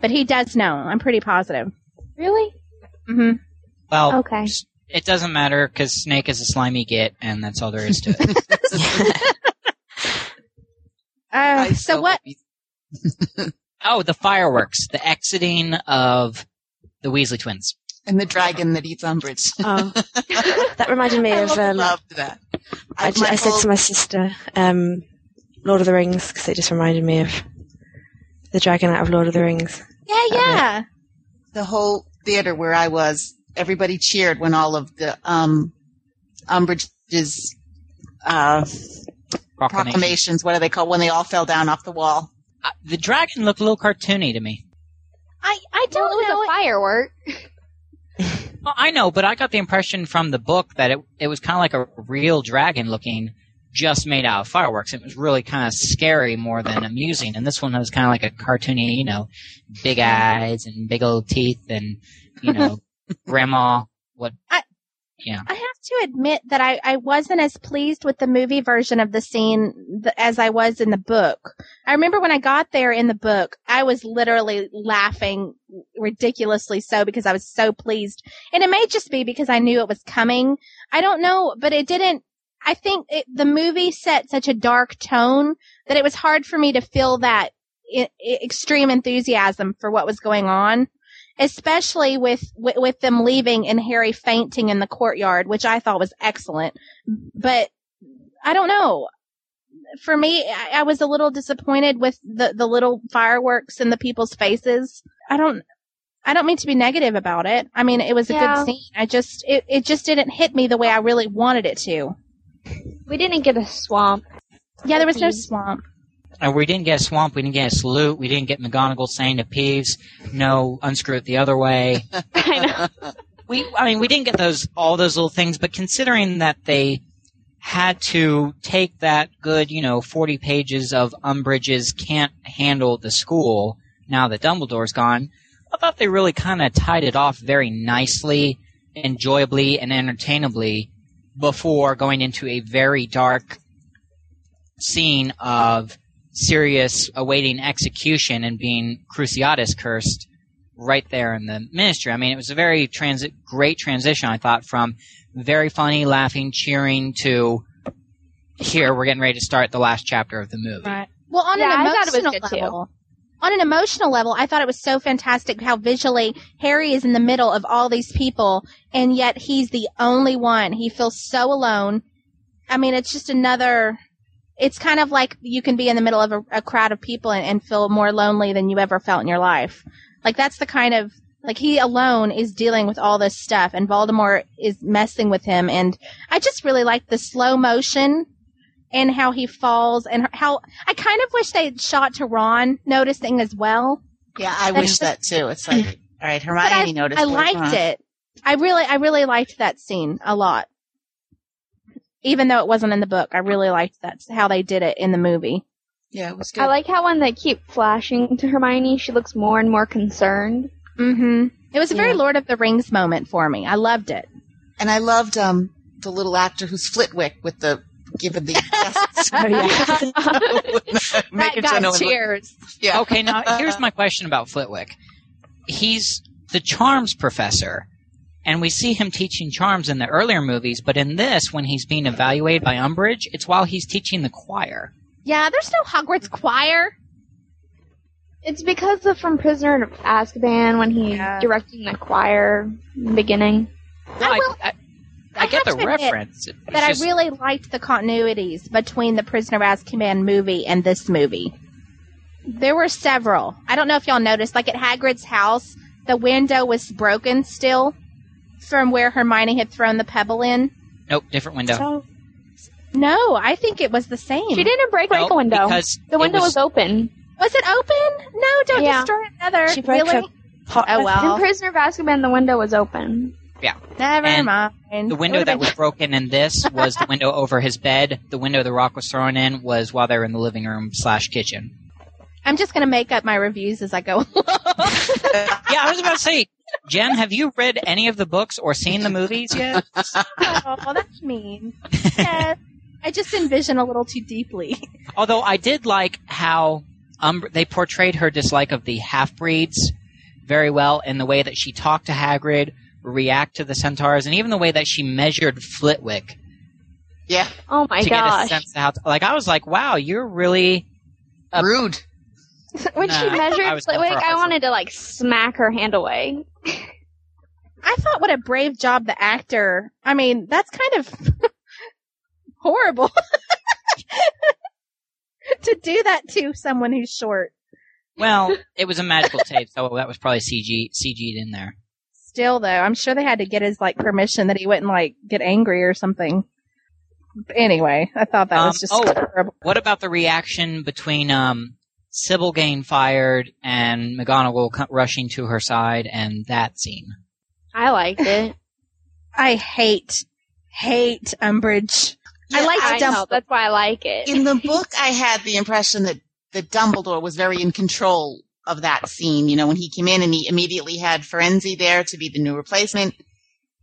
Speaker 3: But he does know. I'm pretty positive.
Speaker 6: Really?
Speaker 3: hmm
Speaker 4: Well,
Speaker 6: Okay.
Speaker 4: it doesn't matter because Snake is a slimy git, and that's all there is to it.
Speaker 3: Uh,
Speaker 5: I
Speaker 3: so
Speaker 5: still
Speaker 3: what?
Speaker 5: would be-
Speaker 4: oh, the fireworks, the exiting of the Weasley twins.
Speaker 5: And the dragon that eats umbrage.
Speaker 7: Oh, that reminded me
Speaker 5: I
Speaker 7: of.
Speaker 3: uh,
Speaker 7: Um,
Speaker 5: loved that.
Speaker 7: I, ju- I said to my sister, um, "Lord of the Rings," because it just reminded me of the dragon out of Lord of the Rings.
Speaker 3: Yeah, yeah.
Speaker 5: the whole theater where I was, everybody cheered when all of the um, Umbridge's uh,
Speaker 4: Proclamation.
Speaker 5: proclamations, what are they called, when they all fell down off the wall.
Speaker 4: Uh, the dragon looked a little cartoony to me.
Speaker 3: I I
Speaker 6: Well,
Speaker 3: don't
Speaker 6: it was
Speaker 3: know.
Speaker 6: a firework.
Speaker 4: Well, I know, but I got the impression from the book that it it was kind of like a real dragon looking, just made out of fireworks. It was really kind of scary more than amusing. And this one was kind of like a cartoony, you know, big eyes and big old teeth and you know, grandma. What?
Speaker 3: I-
Speaker 4: yeah.
Speaker 3: I have to admit that I, I wasn't as pleased with the movie version of the scene th- as I was in the book. I remember when I got there in the book, I was literally laughing ridiculously so because I was so pleased. And it may just be because I knew it was coming. I don't know, but it didn't. I think it, the movie set such a dark tone that it was hard for me to feel that I- I- extreme enthusiasm for what was going on especially with, with with them leaving and Harry fainting in the courtyard, which I thought was excellent. But I don't know. For me, I, I was a little disappointed with the the little fireworks in the people's faces. I don't. I don't mean to be negative about it. I mean, it was a
Speaker 6: Yeah.
Speaker 3: good scene. I just, it, it just didn't hit me the way I really wanted it to.
Speaker 6: We didn't get a swamp.
Speaker 3: Yeah, there was no
Speaker 6: Mhm.
Speaker 3: swamp.
Speaker 4: And Uh, we didn't get a swamp. We didn't get a salute. We didn't get McGonagall saying to Peeves, "No, unscrew it the other way."
Speaker 6: I know.
Speaker 4: we I mean we didn't get those all those little things, but considering that they had to take that good, you know, forty pages of Umbridge's can't handle the school now that Dumbledore's gone, I thought they really kinda tied it off very nicely, enjoyably and entertainably before going into a very dark scene of Sirius awaiting execution and being Cruciatus cursed right there in the ministry. I mean, it was a very transi- great transition, I thought, from very funny, laughing, cheering to here we're getting ready to start the last chapter of the movie.
Speaker 3: Well, on
Speaker 6: Yeah,
Speaker 3: an
Speaker 6: I thought it was
Speaker 3: emotional
Speaker 6: good, too.
Speaker 3: level. On an emotional level, I thought it was so fantastic how visually Harry is in the middle of all these people, and yet he's the only one. He feels so alone. I mean, it's just another. It's kind of like you can be in the middle of a, a crowd of people and, and feel more lonely than you ever felt in your life. Like that's the kind of like he alone is dealing with all this stuff, and Voldemort is messing with him. And I just really like the slow motion and how he falls and how I kind of wish they would shot to Ron noticing as well.
Speaker 5: Yeah, I
Speaker 3: That's
Speaker 5: wish
Speaker 3: just-
Speaker 5: that too. It's like, all right,
Speaker 3: But
Speaker 5: Hermione noticed.
Speaker 3: I
Speaker 5: but
Speaker 3: liked
Speaker 5: Ron-
Speaker 3: it. I really, I really liked that scene a lot. Even though it wasn't in the book, I really liked that how they did it in the movie.
Speaker 5: Yeah, it was good.
Speaker 6: I like how when they keep flashing to Hermione, she looks more and more concerned.
Speaker 3: hmm It was a very
Speaker 6: Yeah.
Speaker 3: Lord of the Rings moment for me. I loved it.
Speaker 5: and I loved um, the little actor who's Flitwick with the given the
Speaker 7: Oh, yeah.
Speaker 5: Make it so no one look-
Speaker 3: cheers.
Speaker 5: Yeah.
Speaker 4: Okay, now here's my question about Flitwick. He's the charms professor, and we see him teaching charms in the earlier movies, but in this, when he's being evaluated by Umbridge, it's while he's teaching the choir.
Speaker 3: Yeah, there's no Hogwarts choir.
Speaker 6: It's because of from Prisoner of Azkaban when he's
Speaker 3: Yeah.
Speaker 6: directing the choir in the beginning.
Speaker 4: No, I,
Speaker 3: will-
Speaker 4: I, I
Speaker 3: I
Speaker 4: get
Speaker 3: have
Speaker 4: the
Speaker 3: to admit
Speaker 4: reference. It's
Speaker 3: But
Speaker 4: just-
Speaker 3: I really liked the continuities between the Prisoner of Azkaban movie and this movie. There were several. I don't know if y'all noticed, like at Hagrid's house, the window was broken still from where Hermione had thrown the pebble in.
Speaker 4: Nope, different window.
Speaker 6: So
Speaker 3: No, I think it was the same.
Speaker 6: she didn't break
Speaker 4: No,
Speaker 6: like a window.
Speaker 4: Hmm. Because
Speaker 6: The
Speaker 4: it
Speaker 6: window
Speaker 4: was,
Speaker 6: was, open.
Speaker 3: Was it open? No, don't
Speaker 6: Yeah.
Speaker 3: destroy another.
Speaker 7: She broke
Speaker 3: really?
Speaker 7: a pot.
Speaker 3: Oh
Speaker 6: In
Speaker 3: well,
Speaker 6: Prisoner of Azkaban, the window was open.
Speaker 3: never
Speaker 4: And
Speaker 3: mind.
Speaker 4: the
Speaker 3: It
Speaker 4: window
Speaker 3: would've
Speaker 4: that
Speaker 3: been-
Speaker 4: was broken in this was the window over his bed. The window the rock was thrown in was while they were in the living room slash kitchen.
Speaker 3: I'm just gonna make up my reviews as I go along.
Speaker 4: Yeah, I was about to say, Jen, have you read any of the books or seen the movies yet?
Speaker 3: oh, well, that's mean. Yes. I just envision a little too deeply.
Speaker 4: Although I did like how um, they portrayed her dislike of the half breeds very well in the way that she talked to Hagrid, react to the centaurs, and even the way that she measured Flitwick
Speaker 5: Yeah,
Speaker 6: Oh my
Speaker 4: to
Speaker 6: gosh!
Speaker 4: get a sense of how. like I was like, wow, you're really Uh,
Speaker 5: rude.
Speaker 6: when she
Speaker 4: Nah,
Speaker 6: measured
Speaker 4: I was going for
Speaker 6: Flitwick, I
Speaker 4: awesome.
Speaker 6: wanted to like smack her hand away.
Speaker 3: I thought what a brave job the actor. I mean, that's kind of horrible to do that to someone who's short.
Speaker 4: well. It was a magical tape, so that was probably CG CG'd in there.
Speaker 3: Still though, I'm sure they had to get his like permission that he wouldn't like get angry or something. Anyway, I thought that was
Speaker 4: Um,
Speaker 3: just
Speaker 4: oh.
Speaker 3: horrible.
Speaker 4: What about the reaction between um, Sybil getting fired and McGonagall co- rushing to her side and that scene?
Speaker 6: I liked it.
Speaker 3: I hate, hate Umbridge. I liked
Speaker 6: I know,
Speaker 3: Dumbledore.
Speaker 6: that's why I like it.
Speaker 5: In the book, I had the impression that that Dumbledore was very in control of that scene. You know, when he came in and he immediately had Ferenzi there to be the new replacement,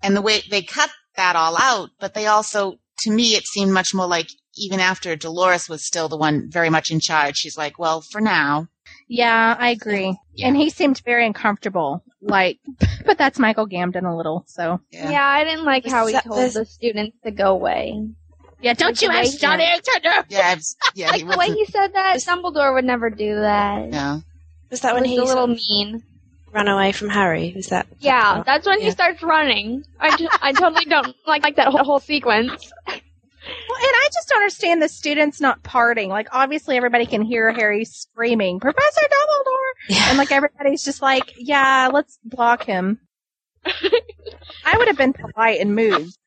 Speaker 5: and the way they cut that all out, but they also, to me, it seemed much more like even after Dolores was still the one very much in charge. She's like, well, for now,
Speaker 3: Yeah, I agree.
Speaker 4: Yeah.
Speaker 3: And he seemed very uncomfortable. Like, but that's Michael Gambon a little. So
Speaker 6: yeah. I didn't like how he
Speaker 7: This-
Speaker 6: told
Speaker 7: this-
Speaker 6: the students to go away.
Speaker 3: yeah,
Speaker 6: don't you ask John
Speaker 3: to do?
Speaker 5: yeah, I was- yeah,
Speaker 6: Like
Speaker 5: he
Speaker 6: the way
Speaker 5: wasn't.
Speaker 6: he said that, Dumbledore would never do that.
Speaker 5: No.
Speaker 7: Was that
Speaker 6: It
Speaker 7: when
Speaker 6: was
Speaker 7: he
Speaker 6: a
Speaker 7: sort
Speaker 6: little
Speaker 7: of
Speaker 6: mean.
Speaker 7: ran away from Harry? Was that?
Speaker 6: Yeah, that's when he
Speaker 7: Uh, Yeah.
Speaker 6: starts running. I, ju- I totally don't like, like that whole, whole sequence.
Speaker 3: Well, and I just don't understand the students not parting. Like, obviously, everybody can hear Harry screaming, "Professor Dumbledore!"
Speaker 7: Yeah.
Speaker 3: And like everybody's just like, "Yeah, let's block him." I would have been polite and moved.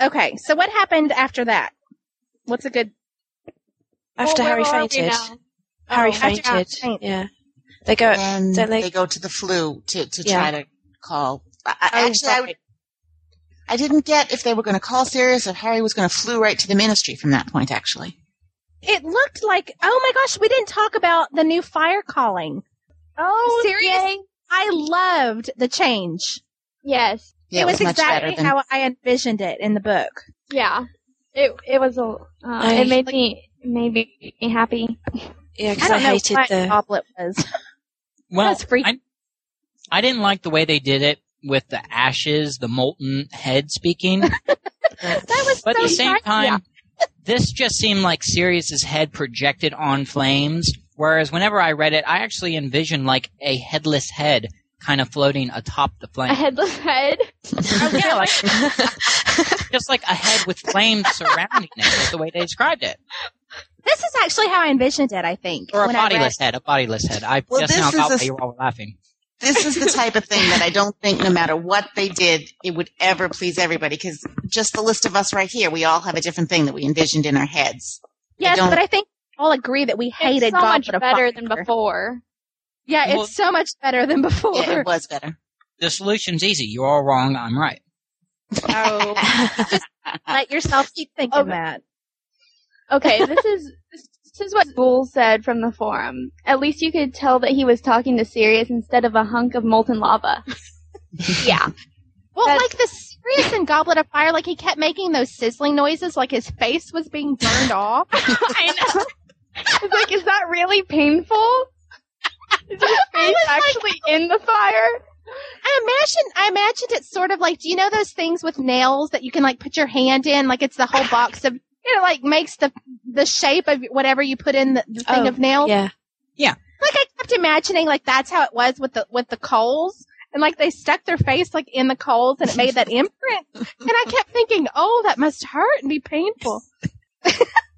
Speaker 3: Okay, so what happened after that? What's a good
Speaker 7: After
Speaker 6: Well, where
Speaker 7: Harry
Speaker 6: are we
Speaker 7: fainted.
Speaker 6: now?
Speaker 7: Harry
Speaker 3: Oh, after-
Speaker 7: fainted.
Speaker 3: faint.
Speaker 7: Yeah. They go.
Speaker 5: And
Speaker 7: don't
Speaker 5: they,
Speaker 7: they-
Speaker 5: go to the flu to, to
Speaker 7: Yeah.
Speaker 5: try to call. I, I-
Speaker 3: Oh,
Speaker 5: actually, I, would,
Speaker 3: right.
Speaker 5: I didn't get if they were going to call Sirius or Harry was going to flew right to the ministry from that point, actually.
Speaker 3: it looked like oh my gosh, we didn't talk about the new fire calling.
Speaker 6: Oh,
Speaker 3: Serious?
Speaker 6: yay.
Speaker 3: I loved the change.
Speaker 6: Yes.
Speaker 5: Yeah,
Speaker 3: it was,
Speaker 5: much
Speaker 3: exactly
Speaker 5: better than
Speaker 3: how I envisioned it in the book.
Speaker 6: Yeah. It it was a. Uh,
Speaker 7: I-
Speaker 6: it made me it made me happy.
Speaker 7: Yeah,
Speaker 3: I
Speaker 7: because I,
Speaker 3: don't know Oh,
Speaker 7: hated
Speaker 3: what
Speaker 7: the.
Speaker 3: goblet was.
Speaker 4: Well,
Speaker 3: That's freaky.
Speaker 4: I, I didn't like the way they did it with the ashes, the molten head speaking.
Speaker 3: That was
Speaker 4: But at
Speaker 3: so
Speaker 4: the same
Speaker 3: nice.
Speaker 4: time, this just seemed like Sirius's head projected on flames. Whereas whenever I read it, I actually envisioned like a headless head kind of floating atop the flame.
Speaker 6: A headless head.
Speaker 4: Oh, yeah, like, just like a head with flames surrounding it, is the way they described it.
Speaker 3: This is actually how I envisioned it. I think.
Speaker 4: Or a
Speaker 3: when I read
Speaker 4: bodiless head, a bodiless head. I
Speaker 5: Well,
Speaker 4: just
Speaker 5: this
Speaker 4: now
Speaker 5: is
Speaker 4: got
Speaker 5: a-
Speaker 4: why you were all laughing.
Speaker 5: this is the type of thing that I don't think, no matter what they did, it would ever please everybody. Because just the list of us right here, we all have a different thing that we envisioned in our heads.
Speaker 3: it. Yes,
Speaker 5: don't-
Speaker 3: but I think we all agree that we hated
Speaker 6: it's so
Speaker 3: goblet
Speaker 6: much
Speaker 3: of
Speaker 6: better
Speaker 3: Fire.
Speaker 6: than before.
Speaker 3: Yeah, it's
Speaker 4: Well-
Speaker 3: so much better than before.
Speaker 5: Yeah, it was better.
Speaker 4: The solution's easy. You're all wrong. I'm right.
Speaker 3: So
Speaker 6: Oh.
Speaker 3: let yourself keep thinking
Speaker 6: Okay.
Speaker 3: that.
Speaker 6: Okay, this is this is what Bull said from the forum. At least you could tell that he was talking to Sirius instead of a hunk of molten lava. yeah.
Speaker 3: Well,
Speaker 6: That's-
Speaker 3: like the Sirius in Goblet of Fire, like he kept making those sizzling noises, like his face was being burned off.
Speaker 6: I know. It's like, is that really painful? Is his face
Speaker 3: was like-
Speaker 6: actually in the fire?
Speaker 3: I imagine I imagined it's sort of like do you know those things with nails that you can like put your hand in like it's the whole box of it like makes the the shape of whatever you put in the, the thing
Speaker 7: Oh,
Speaker 3: of nails.
Speaker 7: yeah.
Speaker 3: Like I kept imagining like that's how it was with the with the coals and like they stuck their face like in the coals and it made that imprint and I kept thinking oh that must hurt and be painful.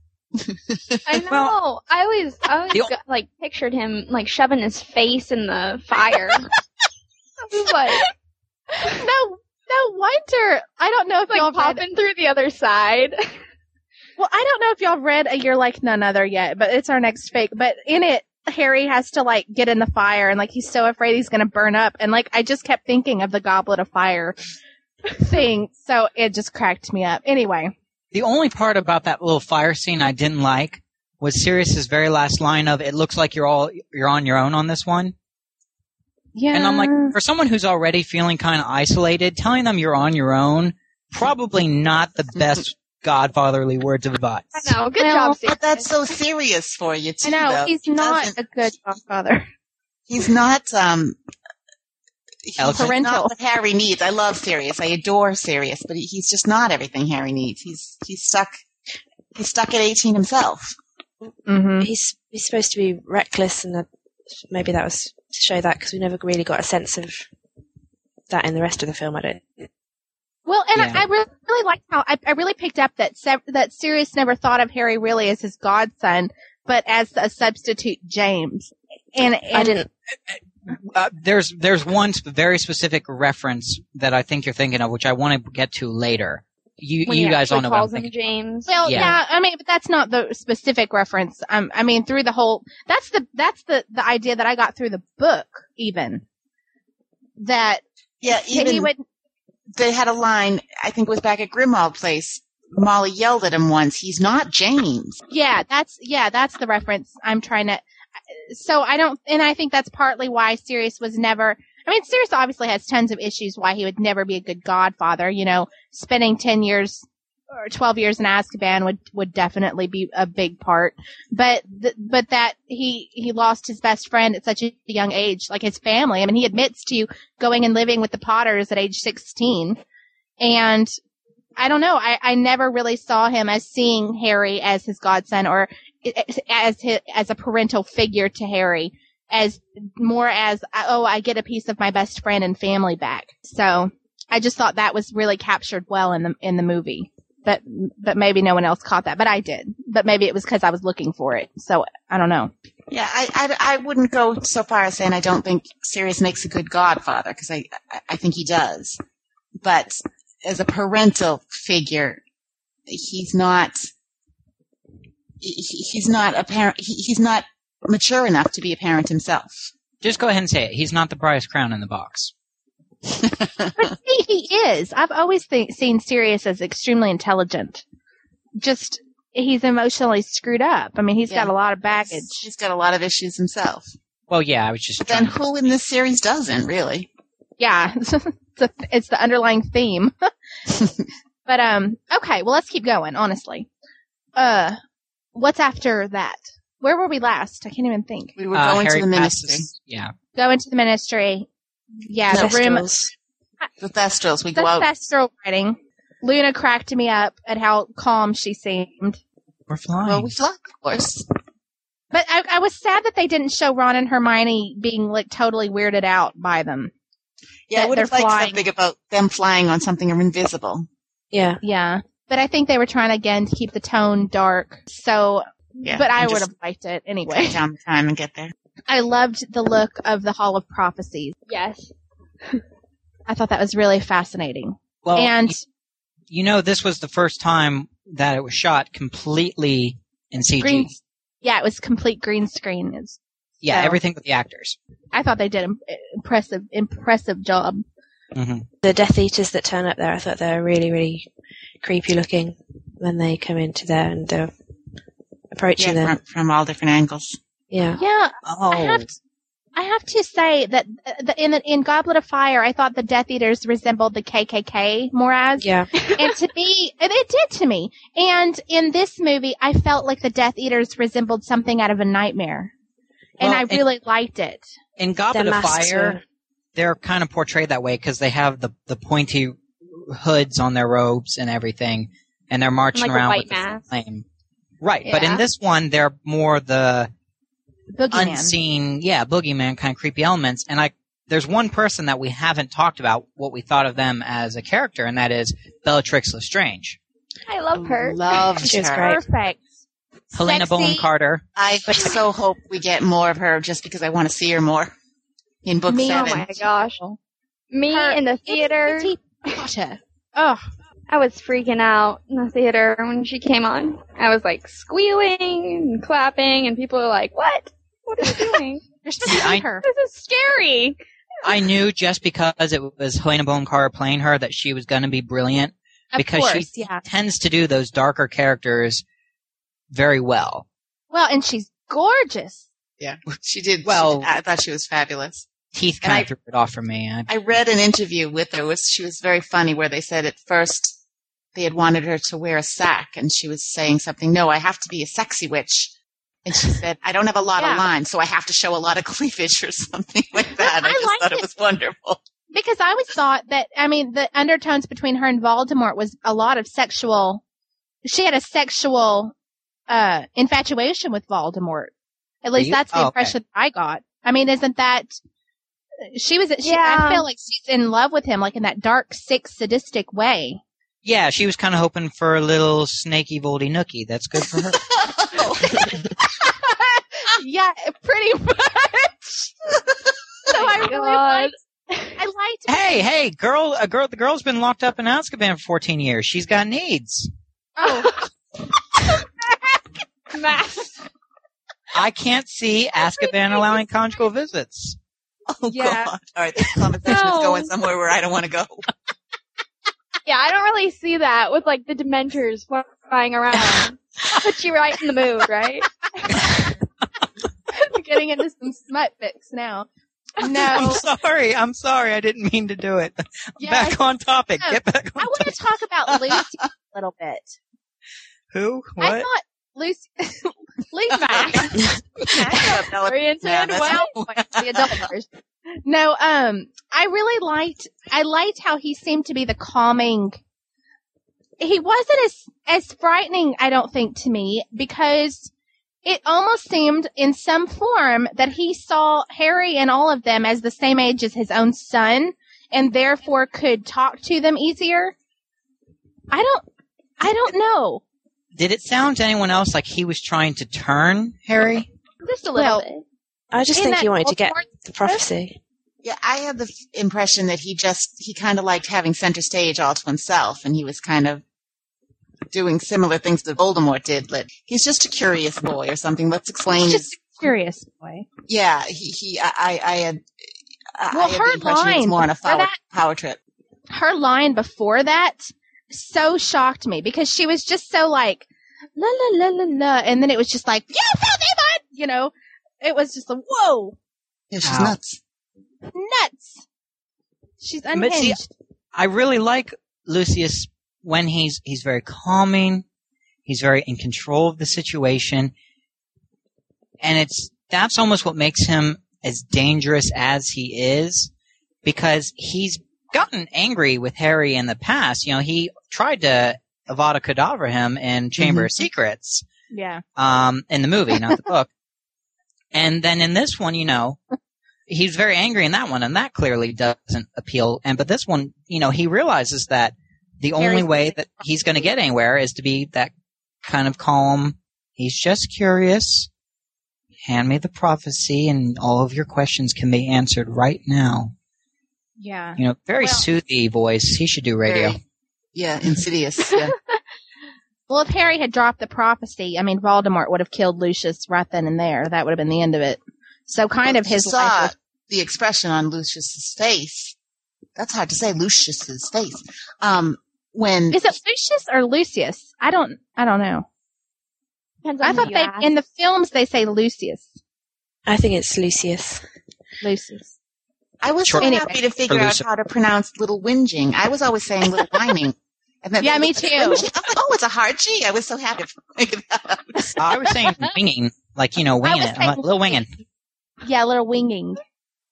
Speaker 6: I know. I always, I always
Speaker 4: The o-
Speaker 6: got, like pictured him like shoving his face in the fire. He's like,
Speaker 3: No, no wonder. I don't know if
Speaker 6: like
Speaker 3: y'all read.
Speaker 6: popping through the other side.
Speaker 3: Well, I don't know if y'all read A Year Like None Other yet, but it's our next fake. But in it, Harry has to like get in the fire, and like he's so afraid he's gonna burn up. And like I just kept thinking of the Goblet of Fire thing, so it just cracked me up. Anyway,
Speaker 4: The only part about that little fire scene I didn't like was Sirius's very last line of "It looks like you're all you're on your own on this one,"
Speaker 3: yeah,
Speaker 4: and I'm like, for someone who's already feeling kind of isolated, telling them you're on your own probably not the best godfatherly words of advice.
Speaker 6: I know. Good
Speaker 3: Well,
Speaker 6: job, Sirius.
Speaker 5: But that's so serious for you too.
Speaker 3: I know
Speaker 5: though.
Speaker 3: he's
Speaker 5: He
Speaker 3: not
Speaker 5: doesn't-
Speaker 3: a good godfather.
Speaker 5: He's not. Um, he's
Speaker 4: Eloquent.
Speaker 5: not what Harry needs. I love Sirius. I adore Sirius, but he- he's just not everything Harry needs. He's he's stuck. He's stuck at eighteen himself.
Speaker 3: Mm-hmm.
Speaker 7: He's he's supposed to be reckless, and that, maybe that was to show that because we never really got a sense of that in the rest of the film. I don't.
Speaker 3: Well, and
Speaker 4: Yeah.
Speaker 3: I, I really, really liked how I, I really picked up that Sev- that Sirius never thought of Harry really as his godson, but as a substitute James. And, and
Speaker 7: I didn't.
Speaker 4: uh, there's there's one sp- very specific reference that I think you're thinking of, which I want to get to later. You
Speaker 6: When
Speaker 4: you
Speaker 6: he
Speaker 4: guys all
Speaker 6: actually
Speaker 4: know what I'm
Speaker 6: calls him
Speaker 4: thinking.
Speaker 6: James.
Speaker 3: Well, yeah.
Speaker 4: Yeah.
Speaker 3: I mean, but that's not the specific reference. Um, I mean, through the whole, that's the, that's the, the idea that I got through the book, even. That
Speaker 5: Yeah,
Speaker 3: he
Speaker 5: even
Speaker 3: would,
Speaker 5: they had a line. I think it was back at Grimald Place. Molly yelled at him once. He's not James.
Speaker 3: yeah, that's, yeah, that's the reference I'm trying to, so I don't, and I think that's partly why Sirius was never, I mean, Sirius obviously has tons of issues why he would never be a good godfather, you know, spending 10 years or 12 years in Azkaban would, would definitely be a big part. But, th- but that he, he lost his best friend at such a young age, like his family. I mean, he admits to going and living with the Potters at age 16. And I don't know. I, I never really saw him as seeing Harry as his godson or as his, as a parental figure to Harry as more as oh I get a piece of my best friend and family back. So I just thought that was really captured well in the in the movie. But but maybe no one else caught that, but I did. But maybe it was because I was looking for it. So I don't know.
Speaker 5: Yeah, I, I, I wouldn't go so far as saying I don't think Sirius makes a good godfather because I, I I think he does, but as a parental figure, he's not he- he's not a parent. he- He's not mature enough to be a parent himself.
Speaker 4: Just go ahead and say it. He's not the brightest crown in the box.
Speaker 3: But see, he is. I've always th- seen Sirius as extremely intelligent. Just he's emotionally screwed up. I mean, he's got
Speaker 5: Yeah.
Speaker 3: a lot of baggage.
Speaker 5: He's got a lot of issues himself.
Speaker 4: Well, yeah, I was just.
Speaker 5: But then
Speaker 4: trying to-
Speaker 5: who in this series doesn't really?
Speaker 3: yeah, it's, the it's the underlying theme. but um, okay, well let's keep going. Honestly, uh, what's after that? Where were we last? I can't even think.
Speaker 5: We were
Speaker 4: uh,
Speaker 5: going
Speaker 4: Harry
Speaker 5: to the
Speaker 4: passes-
Speaker 5: ministry,
Speaker 4: Yeah,
Speaker 3: Go into the ministry. Yeah, the room.
Speaker 7: Thestrals.
Speaker 5: the Thestrals. We
Speaker 3: The
Speaker 5: go out.
Speaker 3: pastoral writing. Luna cracked me up at how calm she seemed.
Speaker 4: we're flying.
Speaker 5: Well, we fly, of course.
Speaker 3: But I, I was sad that they didn't show Ron and Hermione being like totally weirded out by them.
Speaker 5: Yeah, I
Speaker 3: that
Speaker 5: would have
Speaker 3: they're
Speaker 5: liked
Speaker 3: flying.
Speaker 5: something about them flying on something or invisible.
Speaker 7: Yeah.
Speaker 3: Yeah. But I think they were trying again to keep the tone dark. So,
Speaker 5: Yeah,
Speaker 3: but I
Speaker 5: and
Speaker 3: would
Speaker 5: just
Speaker 3: have liked it anyway.
Speaker 5: cut down the time and get there.
Speaker 3: I loved the look of the Hall of Prophecies.
Speaker 6: Yes.
Speaker 3: I thought that was really fascinating.
Speaker 4: Well,
Speaker 3: and
Speaker 4: you know, this was the first time that it was shot completely in CG.
Speaker 3: green, yeah, it was complete green screen. It's,
Speaker 4: yeah,
Speaker 3: so-
Speaker 4: everything with the actors.
Speaker 3: I thought they did an impressive, impressive job.
Speaker 4: hmm
Speaker 7: The Death Eaters that turn up there, I thought they were really, really creepy looking when they come into there and they're approaching
Speaker 5: Yeah,
Speaker 7: them.
Speaker 5: from, from all different angles.
Speaker 7: Yeah.
Speaker 3: Yeah, I
Speaker 4: Oh,
Speaker 3: have. To, I have to say that uh, the, in the, in Goblet of Fire, I thought the Death Eaters resembled the KKK more as,
Speaker 7: Yeah.
Speaker 3: and to me, and it did to me. And in this movie, I felt like the Death Eaters resembled something out of a nightmare, and
Speaker 4: Well,
Speaker 3: I
Speaker 4: and-
Speaker 3: really liked it.
Speaker 4: in
Speaker 7: Their
Speaker 4: Goblet of
Speaker 7: masks
Speaker 4: Fire,
Speaker 7: were-
Speaker 4: they're kind of portrayed that way because they have the the pointy hoods on their robes and everything, and they're marching
Speaker 6: Like a
Speaker 4: around
Speaker 6: white
Speaker 4: with the
Speaker 6: mask.
Speaker 4: flame. Right, but
Speaker 3: Yeah.
Speaker 4: in this one, they're more the
Speaker 3: Boogeyman.
Speaker 4: unseen, yeah, boogeyman kind of creepy elements. And I, there's one person that we haven't talked about what we thought of them as a character, and that is Bellatrix Lestrange.
Speaker 6: I love her.
Speaker 5: Loved
Speaker 7: She was
Speaker 5: her.
Speaker 7: great.
Speaker 3: Perfect.
Speaker 4: Helena
Speaker 3: Sexy.
Speaker 4: Bonham Carter.
Speaker 5: I so hope we get more of her just because I want to see her more in book
Speaker 6: Me,
Speaker 5: seven.
Speaker 6: oh my gosh. Me
Speaker 3: Her-
Speaker 6: in the theater.
Speaker 3: Potter. Oh,
Speaker 6: I was freaking out in the theater when she came on. I was like squealing and clapping, and people were like, "What? What are you doing?
Speaker 3: you're supposed to
Speaker 4: I-
Speaker 3: see her.
Speaker 6: this is scary."
Speaker 4: I knew just because it was Helena Bonham Carter playing her that she was going to be brilliant.
Speaker 3: Of
Speaker 4: Because she-
Speaker 3: course, yeah.
Speaker 4: Tends to do those darker characters very well.
Speaker 3: Well, and she's gorgeous.
Speaker 5: Yeah, she did. she-
Speaker 4: Well-
Speaker 5: I thought she was fabulous.
Speaker 4: Teeth
Speaker 5: And
Speaker 4: kind
Speaker 5: I-
Speaker 4: of threw it off for me. I,
Speaker 5: I read an interview with her. Was she was very funny where they said at first they had wanted her to wear a sack, and she was saying something. No, I have to be a sexy witch. And she said, "I don't have a lot
Speaker 3: Yeah.
Speaker 5: of lines, so I have to show a lot of cleavage or something like that."
Speaker 3: I
Speaker 5: I just
Speaker 3: liked
Speaker 5: thought it
Speaker 3: it.
Speaker 5: was wonderful.
Speaker 3: Because I always thought that, I mean, the undertones between her and Voldemort was a lot of sexual, she had a sexual, uh, infatuation with Voldemort. At least
Speaker 4: you?
Speaker 3: that's the
Speaker 4: Oh, okay.
Speaker 3: impression I got. I mean, isn't that, she was, she, I
Speaker 6: Yeah.
Speaker 3: feel like she's in love with him, like in that dark, sick, sadistic way.
Speaker 4: yeah, she was kind of hoping for a little snaky voldy nookie. That's good for her.
Speaker 3: yeah, pretty much.
Speaker 4: Oh
Speaker 3: so I really
Speaker 6: Oh God.
Speaker 3: liked, I liked
Speaker 4: hey, hey, girl, a girl, the girl's been locked up in Azkaban for 14 years. She's got needs.
Speaker 6: Oh, Mac.
Speaker 4: I can't see Azkaban allowing conjugal visits.
Speaker 5: Oh
Speaker 6: Yeah.
Speaker 5: God! All right, this conversation
Speaker 6: No.
Speaker 5: is going somewhere where I don't want to go.
Speaker 6: Yeah, I don't really see that with like the Dementors flying around. Put you right in the mood, right?
Speaker 3: We're getting into some smut fix now.
Speaker 4: I'm
Speaker 3: No,
Speaker 4: sorry. I'm sorry. I didn't mean to do it.
Speaker 3: yes.
Speaker 4: Back on topic.
Speaker 3: No.
Speaker 4: Get back
Speaker 3: I
Speaker 4: on
Speaker 3: want to talk about Lucy a little bit.
Speaker 4: Who?
Speaker 3: I
Speaker 4: What?
Speaker 3: thought Lucy, Lucy,
Speaker 5: Shut up, Bella.
Speaker 6: Oriented,
Speaker 5: Yeah, that's-
Speaker 6: well,
Speaker 3: the adult version. No, um, I really liked. I liked how he seemed to be the calming. He wasn't as as frightening, I don't think, to me because it almost seemed, in some form, that he saw Harry and all of them as the same age as his own son, and therefore could talk to them easier. I don't. I don't know.
Speaker 4: Did it sound to anyone else like he was trying to turn Harry?
Speaker 6: just a little
Speaker 3: Well,
Speaker 6: bit.
Speaker 7: I just
Speaker 3: In
Speaker 7: think
Speaker 3: that
Speaker 7: he wanted to get
Speaker 3: Voldemort-
Speaker 7: the prophecy.
Speaker 5: Yeah, I had the f- impression that he just he kind of liked having center stage all to himself, and he was kind of doing similar things that Voldemort did. Like he's just a curious boy or something. Let's explain.
Speaker 3: He's just
Speaker 5: his-
Speaker 3: a curious boy.
Speaker 5: yeah, he, he I, I I had. I-
Speaker 3: Well,
Speaker 5: I had
Speaker 3: her
Speaker 5: the impression he was
Speaker 3: line
Speaker 5: more on a
Speaker 3: before
Speaker 5: power,
Speaker 3: that-
Speaker 5: power trip.
Speaker 3: her line before that so shocked me because she was just so like la la la la la and then it was just like you filthy mud you know it was just like whoa
Speaker 5: Yeah, she's
Speaker 4: Wow.
Speaker 5: nuts.
Speaker 3: nuts she's
Speaker 4: But see,
Speaker 3: unhinged
Speaker 4: I really like Lucius when he's he's very calming, he's very in control of the situation, and it's that's almost what makes him as dangerous as he is because he's gotten angry with Harry in the past. You know, he tried to Avada Kedavra him in Chamber of Secrets.
Speaker 3: yeah
Speaker 4: um, in the movie, not the book. And then in this one, you know, he's very angry in that one, and that clearly doesn't appeal. And but this one, you know, he realizes that the only
Speaker 3: Harry's
Speaker 4: way that he's going to get anywhere is to be that kind of calm. He's just curious. Hand me the prophecy, and all of your questions can be answered right now.
Speaker 3: yeah
Speaker 4: You know, very
Speaker 3: Well-
Speaker 4: soothy voice. He should do radio.
Speaker 5: Very- yeah, insidious. Yeah.
Speaker 3: well if harry had dropped the prophecy i mean voldemort would have killed lucius right then and there that would have been the end of it so kind
Speaker 5: Well,
Speaker 3: of his
Speaker 5: you
Speaker 3: life
Speaker 5: saw
Speaker 3: was-
Speaker 5: the expression on Lucius's face. That's hard to say, Lucius's face. Um, when
Speaker 3: is it lucius or lucius i don't i don't know
Speaker 6: Depends on
Speaker 3: i
Speaker 6: who
Speaker 3: thought
Speaker 6: you
Speaker 3: they
Speaker 6: ask.
Speaker 3: in the films they say lucius
Speaker 7: I think it's Lucius.
Speaker 3: lucius
Speaker 5: I was so
Speaker 4: Short-
Speaker 3: Anyway.
Speaker 5: happy to figure out
Speaker 4: Elusive.
Speaker 5: how to pronounce little whinging. I was always saying little whining. And then
Speaker 3: yeah me
Speaker 5: I
Speaker 3: too
Speaker 5: was like, oh, it's a hard G. I was so happy to figure that out.
Speaker 4: I was saying winging, like you know, winging
Speaker 3: was
Speaker 4: it. I'm like,
Speaker 3: saying
Speaker 4: little winging.
Speaker 3: yeah a little winging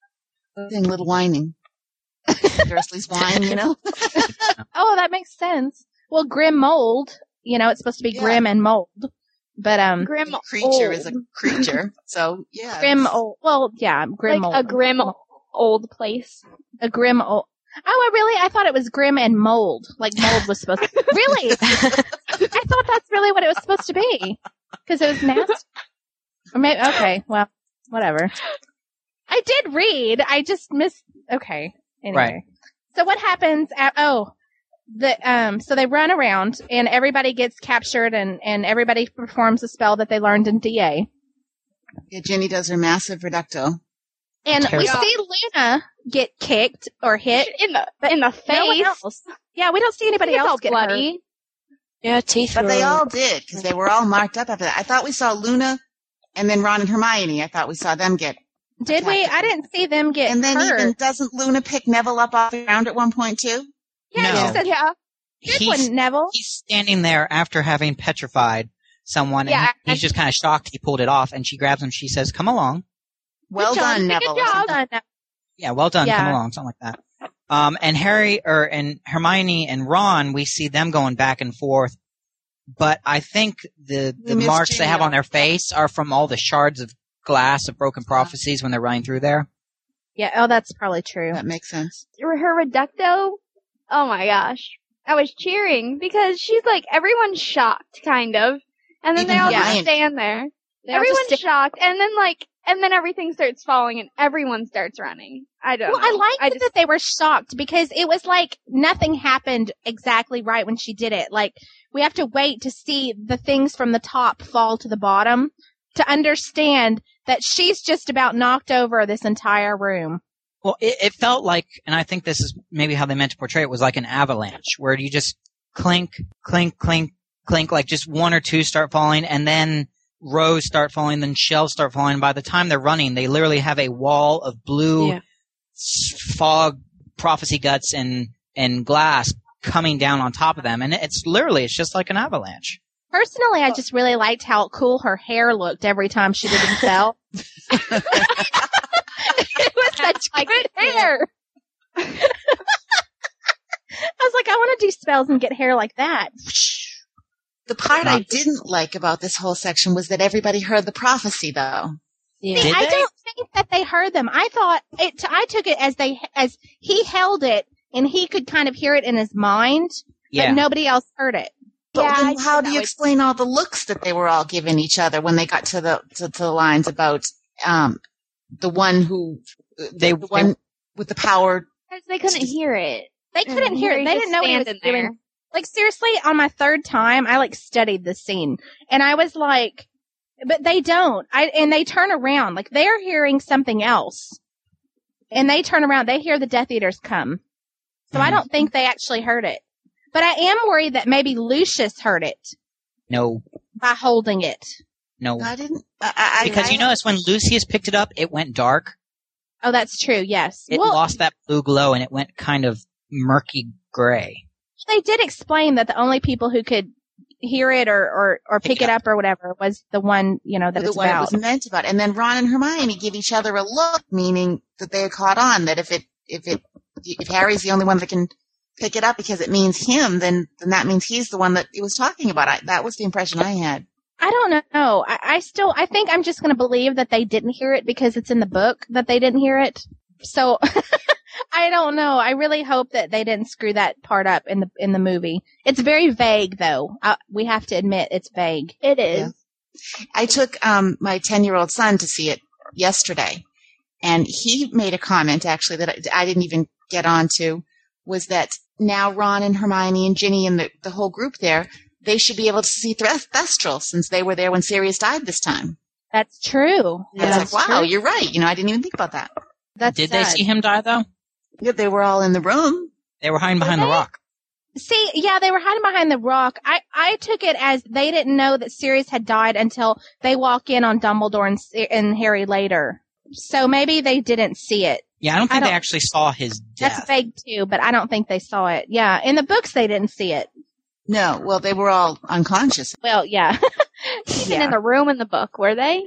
Speaker 5: Saying little whining. Dursley's wine, you know?
Speaker 3: Oh, that makes sense. Well, grim mold, you know, it's supposed to be
Speaker 5: Yeah.
Speaker 3: grim and mold, but um,
Speaker 6: grim
Speaker 5: creature is a
Speaker 6: old.
Speaker 5: creature. So, yeah.
Speaker 3: grim old. Well, yeah, grim
Speaker 6: like
Speaker 3: old.
Speaker 6: a grim old place.
Speaker 3: a grim old. Oh, I really, I thought it was grim and mold. Like mold was supposed to. really? I thought that's really what it was supposed to be. Because it was nasty. or maybe, okay, well, whatever. I did read. I just missed. Okay. Anyway.
Speaker 4: Right.
Speaker 3: So what happens? At, oh, the um. So they run around and everybody gets captured and and everybody performs a spell that they learned in DA.
Speaker 5: Yeah, Ginny does her massive reducto.
Speaker 3: And we
Speaker 7: Terrible.
Speaker 3: see Luna get kicked or hit.
Speaker 6: in the in the face.
Speaker 3: No one else. Yeah, we don't see anybody
Speaker 6: It's all
Speaker 3: else get hurt.
Speaker 6: bloody.
Speaker 7: Yeah, teeth.
Speaker 5: But
Speaker 7: were
Speaker 5: they all did because they were all marked up after that. I thought we saw Luna and then Ron and Hermione. I thought we saw them get.
Speaker 3: Did we? I
Speaker 5: Attacked.
Speaker 3: didn't see them get
Speaker 5: And then
Speaker 3: hurt.
Speaker 5: even doesn't Luna pick Neville up off the ground at one point too?
Speaker 3: yeah,
Speaker 4: No.
Speaker 3: she said,
Speaker 6: Yeah.
Speaker 3: "Good
Speaker 4: he's,
Speaker 3: one, Neville."
Speaker 4: he's standing there after having petrified someone,
Speaker 3: Yeah,
Speaker 4: and he- he's just kind of shocked he pulled it off, and she grabs him. She says, "Come along."
Speaker 5: Well
Speaker 3: Good job.
Speaker 5: done,
Speaker 3: Good
Speaker 5: Neville.
Speaker 3: job. Well done.
Speaker 4: Yeah, well done.
Speaker 3: Yeah.
Speaker 4: Come along, something like that. Um, and Harry or and Hermione and Ron, we see them going back and forth. But I think the
Speaker 5: We
Speaker 4: the
Speaker 5: missed
Speaker 4: marks they
Speaker 5: Ginny
Speaker 4: have on
Speaker 5: on
Speaker 4: their face are from all the shards of glass of broken prophecies when they're running through there.
Speaker 3: Yeah. Oh, that's probably true.
Speaker 5: That makes sense.
Speaker 6: her reducto. Oh my gosh. I was cheering because she's like everyone's shocked kind of. And then
Speaker 5: Even
Speaker 6: they all
Speaker 5: Hermione.
Speaker 6: just stand there.
Speaker 3: all just
Speaker 6: everyone's
Speaker 3: stand-
Speaker 6: shocked and then like and then everything starts falling and everyone starts running. I don't
Speaker 3: Well,
Speaker 6: know.
Speaker 3: I
Speaker 6: I
Speaker 3: liked that they were shocked because it was like nothing happened exactly right when she did it. Like we have to wait to see the things from the top fall to the bottom to understand that she's just about knocked over this entire room.
Speaker 4: Well, it, it felt like, and I think this is maybe how they meant to portray it was like an avalanche where you just clink, clink, clink, clink, like just one or two start falling, and then rows start falling, then shelves start falling. By the time they're running, they literally have a wall of blue
Speaker 7: Yeah.
Speaker 4: s- fog, prophecy guts, and and glass coming down on top of them, and it's literally it's just like an avalanche.
Speaker 3: Personally, I just really liked how cool her hair looked every time she did the spell. it was such
Speaker 6: I
Speaker 3: good
Speaker 6: can't.
Speaker 3: hair. I was like, I want to do spells and get hair like that.
Speaker 5: The part I
Speaker 4: Not-
Speaker 5: didn't like about this whole section was that everybody heard the prophecy though.
Speaker 7: Yeah.
Speaker 3: See,
Speaker 4: Did
Speaker 3: I
Speaker 4: they?
Speaker 3: don't think that they heard them. I thought it. I took it as they as he held it and he could kind of hear it in his mind,
Speaker 4: Yeah,
Speaker 3: but nobody else heard it.
Speaker 5: But
Speaker 6: Yeah, I
Speaker 5: then
Speaker 6: think
Speaker 5: how do
Speaker 6: that
Speaker 5: you
Speaker 6: would-
Speaker 5: explain all the looks that they were all giving each other when they got to the to, to the lines about um the one who
Speaker 4: They-
Speaker 5: the one with the power
Speaker 6: because they couldn't hear it.
Speaker 3: They couldn't hear it. They didn't know what he was doing. Like seriously, on my third time, I like studied the scene and I was like, but they don't. I and they turn around like they're hearing something else, and they turn around. They hear the Death Eaters come, so I
Speaker 4: Mhm.
Speaker 3: don't think they actually heard it. But I am worried that maybe Lucius heard it
Speaker 4: no,
Speaker 3: by holding it.
Speaker 4: no,
Speaker 5: I didn't I, I, I-
Speaker 4: because you notice when Lucius picked it up, it went dark.
Speaker 3: Oh, that's true. Yes.
Speaker 4: It
Speaker 3: well,
Speaker 4: lost that blue glow and it went kind of murky gray.
Speaker 3: they did explain that the only people who could hear it or, or, or pick it up or whatever was the one, you know, that
Speaker 5: the
Speaker 3: it's
Speaker 5: one it
Speaker 3: about.
Speaker 5: was meant about. And then Ron and Hermione give each other a look, meaning that they had caught on that if it if it if Harry's the only one that can pick it up because it means him, then then that means he's the one that he was talking about. I, that was the impression I had.
Speaker 3: I don't know. I, I still, I think I'm just going to believe that they didn't hear it because it's in the book that they didn't hear it. So I don't know. I really hope that they didn't screw that part up in the, in the movie. It's very vague though. I, we have to admit it's vague.
Speaker 6: It is.
Speaker 5: Yeah. I took um my ten year old son to see it yesterday, and he made a comment actually that I, I didn't even get onto was that now Ron and Hermione and Ginny and the, the whole group there they should be able to see Thres- Thestral since they were there when Sirius died this time.
Speaker 3: That's true.
Speaker 5: And I was
Speaker 3: That's
Speaker 5: like, wow,
Speaker 3: true.
Speaker 5: you're right. You know, I didn't even think about that.
Speaker 3: That's
Speaker 4: Did
Speaker 3: sad.
Speaker 4: they see him die though?
Speaker 5: Yeah, they were all in the room.
Speaker 4: They were hiding behind the
Speaker 3: they?
Speaker 4: rock.
Speaker 3: See, yeah, they were hiding behind the rock. I, I took it as they didn't know that Sirius had died until they walk in on Dumbledore and, Si- and Harry later. So maybe they didn't see it.
Speaker 4: Yeah, I don't
Speaker 3: I
Speaker 4: think they
Speaker 3: don't-
Speaker 4: actually saw his
Speaker 3: That's
Speaker 4: death.
Speaker 3: vague too, but I don't think they saw it. Yeah, in the books they didn't see it.
Speaker 5: No, well, they were all unconscious.
Speaker 3: Well, yeah,
Speaker 6: Even in the room in the book, were they?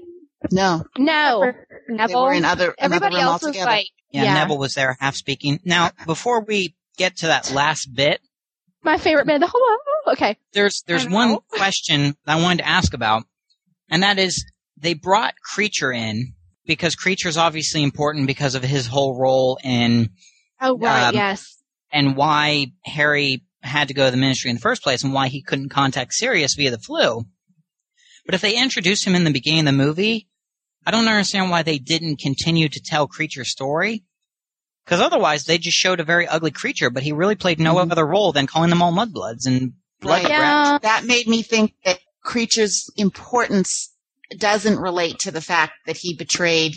Speaker 5: No,
Speaker 3: no,
Speaker 6: Or
Speaker 5: they were in
Speaker 6: Neville.
Speaker 5: other
Speaker 6: Everybody
Speaker 5: another room
Speaker 6: else was
Speaker 5: altogether.
Speaker 6: like,
Speaker 4: yeah,
Speaker 3: yeah. Uh,
Speaker 4: Neville was there half speaking. Now, before we get to that last bit,
Speaker 3: my favorite bit of the whole. Okay,
Speaker 4: there's there's
Speaker 6: don't
Speaker 4: one
Speaker 6: know.
Speaker 4: question that I wanted to ask about, and that is they brought Creature in because Creature's obviously important because of his whole role in
Speaker 3: oh right,
Speaker 4: Um,
Speaker 3: yes,
Speaker 4: and why Harry had to go to the ministry in the first place and why he couldn't contact Sirius via the flu. But if they introduce him in the beginning of the movie, I don't understand why they didn't continue to tell Creature's story. Because otherwise, they just showed a very ugly creature, but he really played no other role than calling them all mudbloods and blood
Speaker 5: Right.
Speaker 4: rats.
Speaker 3: Yeah.
Speaker 5: That made me think that creature's importance doesn't relate to the fact that he betrayed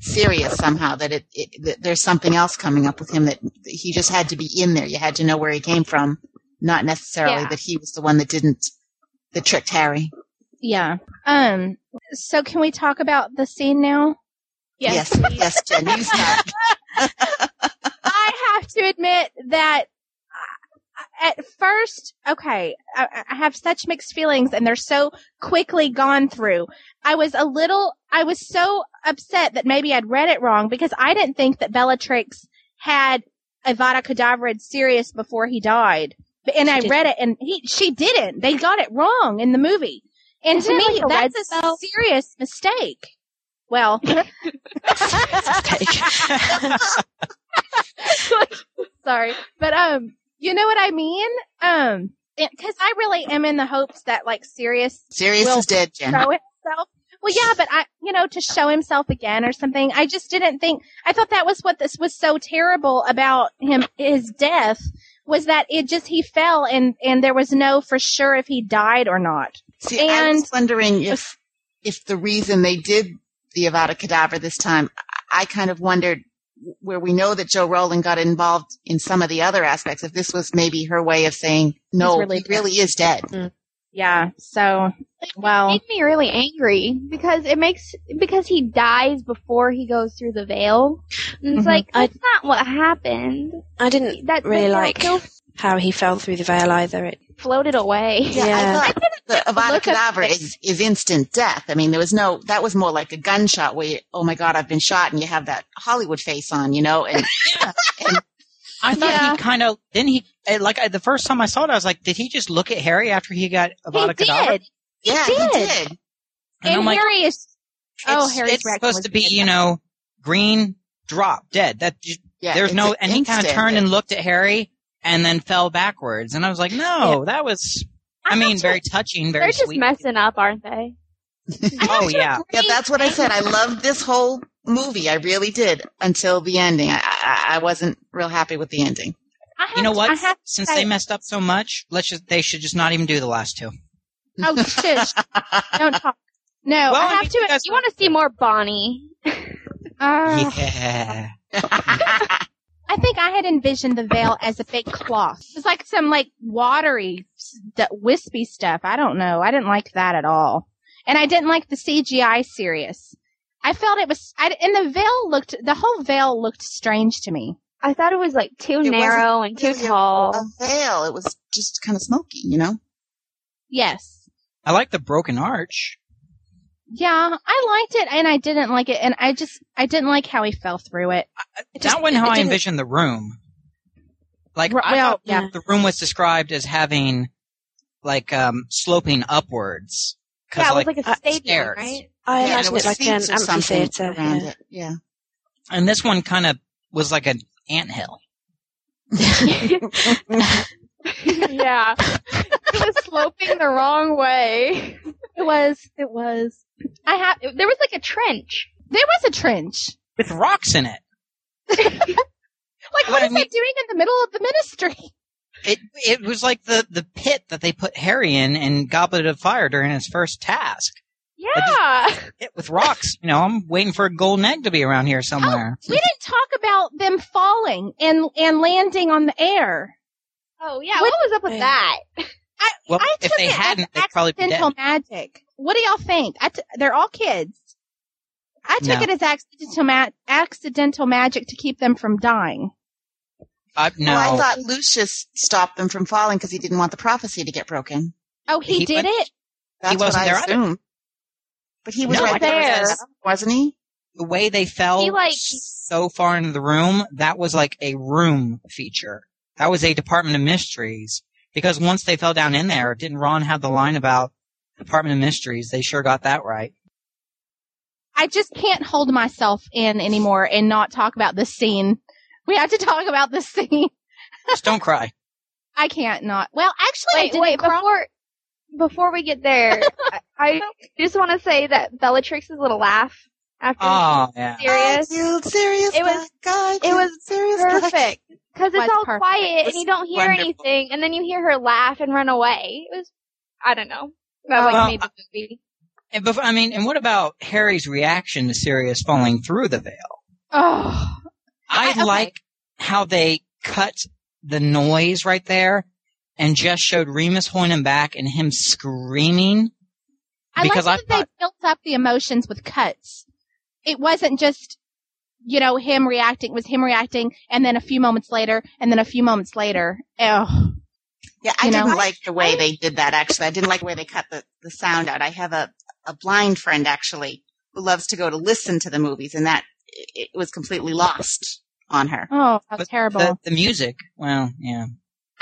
Speaker 5: Sirius somehow. That it, it that there's something else coming up with him that he just had to be in there. You had to know where he came from, not necessarily
Speaker 3: Yeah.
Speaker 5: that he was the one that didn't that tricked Harry.
Speaker 3: Yeah. Um. So can we talk about the scene now?
Speaker 5: yes, yes, Jen, you start.
Speaker 3: I have to admit that uh, at first, okay, I, I have such mixed feelings and they're so quickly gone through. I was a little, I was so upset that maybe I'd read it wrong because I didn't think that Bellatrix had Avada Kedavra and Sirius before he died. But- And I
Speaker 7: didn't.
Speaker 3: read it and he, she didn't. They got it wrong in the movie. And
Speaker 6: Isn't
Speaker 3: to
Speaker 6: it
Speaker 3: me,
Speaker 6: like a red
Speaker 3: that's a
Speaker 6: spell?
Speaker 3: serious mistake. Well,
Speaker 7: Take.
Speaker 3: sorry but um you know what i mean um because i really am in the hopes that like sirius
Speaker 5: Sirius
Speaker 3: Well,
Speaker 5: is dead, Jen.
Speaker 3: show himself well yeah but i you know to show himself again or something i just didn't think i thought that was what this was so terrible about him his death was that it just he fell and and there was no for sure if he died or not
Speaker 5: See, I
Speaker 3: And-
Speaker 5: was wondering if if the reason they did the Avada Kedavra this time, I I kind of wondered where we know that Joe Rowland got involved in some of the other aspects. If this was maybe her way of saying, no,
Speaker 3: really
Speaker 5: he really is dead.
Speaker 3: yeah so well
Speaker 6: made me really angry because it makes because he dies before he goes through the veil. And it's
Speaker 3: Mhm.
Speaker 6: like
Speaker 7: Mm-hmm. I-
Speaker 6: that's not what happened.
Speaker 7: I didn't
Speaker 6: That
Speaker 7: really
Speaker 6: the veil
Speaker 7: like
Speaker 6: still
Speaker 7: how he fell through the veil either. It,
Speaker 6: floated away.
Speaker 7: Yeah.
Speaker 5: I thought the Avada
Speaker 6: look at
Speaker 5: Kedavra
Speaker 6: it.
Speaker 5: is, is instant death. I mean, there was no, that was more like a gunshot where, you, oh my God, I've been shot and you have that Hollywood face on, you know, and
Speaker 4: I thought
Speaker 3: Yeah.
Speaker 4: he kind of didn't he eh, like I, the first time I saw it, I was like, did he just look at Harry after he got
Speaker 3: he
Speaker 4: Avada
Speaker 3: did
Speaker 4: Kedavra?
Speaker 5: yeah, he
Speaker 3: did.
Speaker 5: did.
Speaker 4: And
Speaker 3: and
Speaker 4: I'm like,
Speaker 3: harry is oh
Speaker 4: it's,
Speaker 3: harry's
Speaker 4: it's
Speaker 3: reaction was
Speaker 4: supposed to be
Speaker 3: good.
Speaker 4: you know green drop dead. That j-
Speaker 5: Yeah,
Speaker 4: there's
Speaker 5: it's
Speaker 4: no
Speaker 5: an
Speaker 4: and he kind of
Speaker 5: instant.
Speaker 4: turned and looked at Harry and then fell backwards and I was like, no, that was I,
Speaker 6: I
Speaker 4: mean
Speaker 6: have to-
Speaker 4: very touching,
Speaker 6: They're
Speaker 4: very
Speaker 6: just
Speaker 4: sweet.
Speaker 6: messing up, aren't they?
Speaker 4: oh yeah.
Speaker 5: Yeah, that's what I said. I loved this whole movie. I really did until the ending. I, I, I wasn't real happy with the ending.
Speaker 3: I have
Speaker 4: You know
Speaker 3: to-
Speaker 4: what?
Speaker 3: I have to
Speaker 4: Since
Speaker 3: say-
Speaker 4: they messed up so much, let's just they should just not even do the last two.
Speaker 3: Oh, shush. Don't talk. No,
Speaker 4: Well,
Speaker 3: I
Speaker 4: Oh, I
Speaker 3: have
Speaker 4: mean,
Speaker 3: to.
Speaker 4: you guys-
Speaker 6: You want to see more Bonnie?
Speaker 3: Uh,
Speaker 4: yeah.
Speaker 3: I think I had envisioned the veil as a big cloth. It's like some like watery, st- wispy stuff. I don't know. I didn't like that at all, and I didn't like the CGI series. I felt it was, I, and the veil looked. The whole veil looked strange to me.
Speaker 6: I thought it was like too
Speaker 5: wasn't
Speaker 6: narrow and too
Speaker 5: really a-
Speaker 6: tall.
Speaker 5: A veil. It was just kind of smoky, you know?
Speaker 3: Yes.
Speaker 4: I like the broken arch.
Speaker 3: Yeah, I liked it and I didn't like it and I just I didn't like how he fell through it.
Speaker 4: that wasn't
Speaker 7: it
Speaker 4: how I
Speaker 7: didn't-
Speaker 4: envisioned the room. Like
Speaker 3: Ru-
Speaker 4: I
Speaker 3: well,
Speaker 4: thought
Speaker 3: yeah.
Speaker 4: the room was described as having like um sloping upwards. 'Cause,
Speaker 6: Yeah, it was like a
Speaker 7: uh,
Speaker 6: stadium,
Speaker 4: stairs.
Speaker 6: right?
Speaker 7: I
Speaker 5: Yeah,
Speaker 7: imagine
Speaker 5: there
Speaker 7: it
Speaker 5: was
Speaker 7: like an
Speaker 5: seats or something
Speaker 7: amphitheater.
Speaker 5: around
Speaker 7: yeah.
Speaker 5: it. Yeah.
Speaker 4: and this one kind of was like an anthill.
Speaker 6: yeah. It was sloping the wrong way.
Speaker 3: It was it was
Speaker 6: I have there was like a trench.
Speaker 3: there was a trench.
Speaker 4: With rocks in it.
Speaker 3: Like what
Speaker 4: I
Speaker 3: is that doing in the middle of the ministry?
Speaker 4: It it was like the, the pit that they put Harry in in Goblet of Fire during his first task.
Speaker 6: Yeah.
Speaker 4: Hit with rocks. You know, I'm waiting for a golden egg to be around here somewhere.
Speaker 3: we didn't talk about them falling and and landing on the air.
Speaker 6: Oh yeah. What was up with
Speaker 7: Yeah.
Speaker 6: that?
Speaker 4: well,
Speaker 3: I
Speaker 4: if
Speaker 3: took
Speaker 4: they
Speaker 3: it as
Speaker 4: hadn't, they'd probably be dead.
Speaker 3: Dental magic. What do y'all think? I t- they're all kids. I took
Speaker 4: No.
Speaker 3: it as accidental ma- accidental magic to keep them from dying.
Speaker 4: I, Uh, no,
Speaker 3: Oh,
Speaker 5: Well, I thought Lucius stopped them from falling because he didn't want the prophecy to get broken.
Speaker 3: Oh, he,
Speaker 4: He
Speaker 3: did
Speaker 4: went-
Speaker 3: it.
Speaker 5: That's
Speaker 4: wasn't
Speaker 5: what
Speaker 4: there
Speaker 5: I
Speaker 4: either.
Speaker 5: assumed. But he was
Speaker 4: No, I
Speaker 5: right there,
Speaker 6: thought it was-
Speaker 5: as- wasn't he?
Speaker 4: the way they fell
Speaker 6: He, like-
Speaker 4: so far into the room, that was like a room feature. That was a Department of Mysteries. Because once they fell down in there, didn't Ron have the line about Department of Mysteries? They sure got that right.
Speaker 3: I just can't hold myself in anymore and not talk about this scene. We have to talk about this scene.
Speaker 4: Just don't cry.
Speaker 3: I can't not. Well, actually, I
Speaker 6: Wait,
Speaker 3: didn't
Speaker 6: wait,
Speaker 3: cry.
Speaker 6: before before we get there, I, I just want to say that Bellatrix's little laugh after
Speaker 4: Oh, yeah.
Speaker 6: serious.
Speaker 5: Dude, serious.
Speaker 6: It was-
Speaker 5: God,
Speaker 6: it was
Speaker 5: serious.
Speaker 6: perfect because
Speaker 3: Was
Speaker 6: it's all
Speaker 3: perfect.
Speaker 6: quiet
Speaker 5: Was
Speaker 6: and you don't hear
Speaker 5: wonderful.
Speaker 6: anything, and then you hear her laugh and run away. It was, I don't know, that like
Speaker 4: Well, uh,
Speaker 6: made the movie.
Speaker 4: And bef- I mean, and what about Harry's reaction to Sirius falling through the veil?
Speaker 3: Oh,
Speaker 4: I,
Speaker 3: I- okay.
Speaker 4: like how they cut the noise right there and just showed Remus holding him back and him screaming.
Speaker 3: I
Speaker 4: Because I
Speaker 3: like that
Speaker 4: thought-
Speaker 3: they built up the emotions with cuts. It wasn't just, you know, him reacting. It was him reacting, and then a few moments later, and then a few moments later. Oh,
Speaker 5: Yeah, I
Speaker 3: You know?
Speaker 5: didn't like the way they did that actually. I didn't like the way they cut the, the sound out. I have a, a blind friend actually who loves to go to listen to the movies and that it it was completely lost on her.
Speaker 3: oh, how
Speaker 4: But
Speaker 3: terrible!
Speaker 4: The, the music, well, yeah.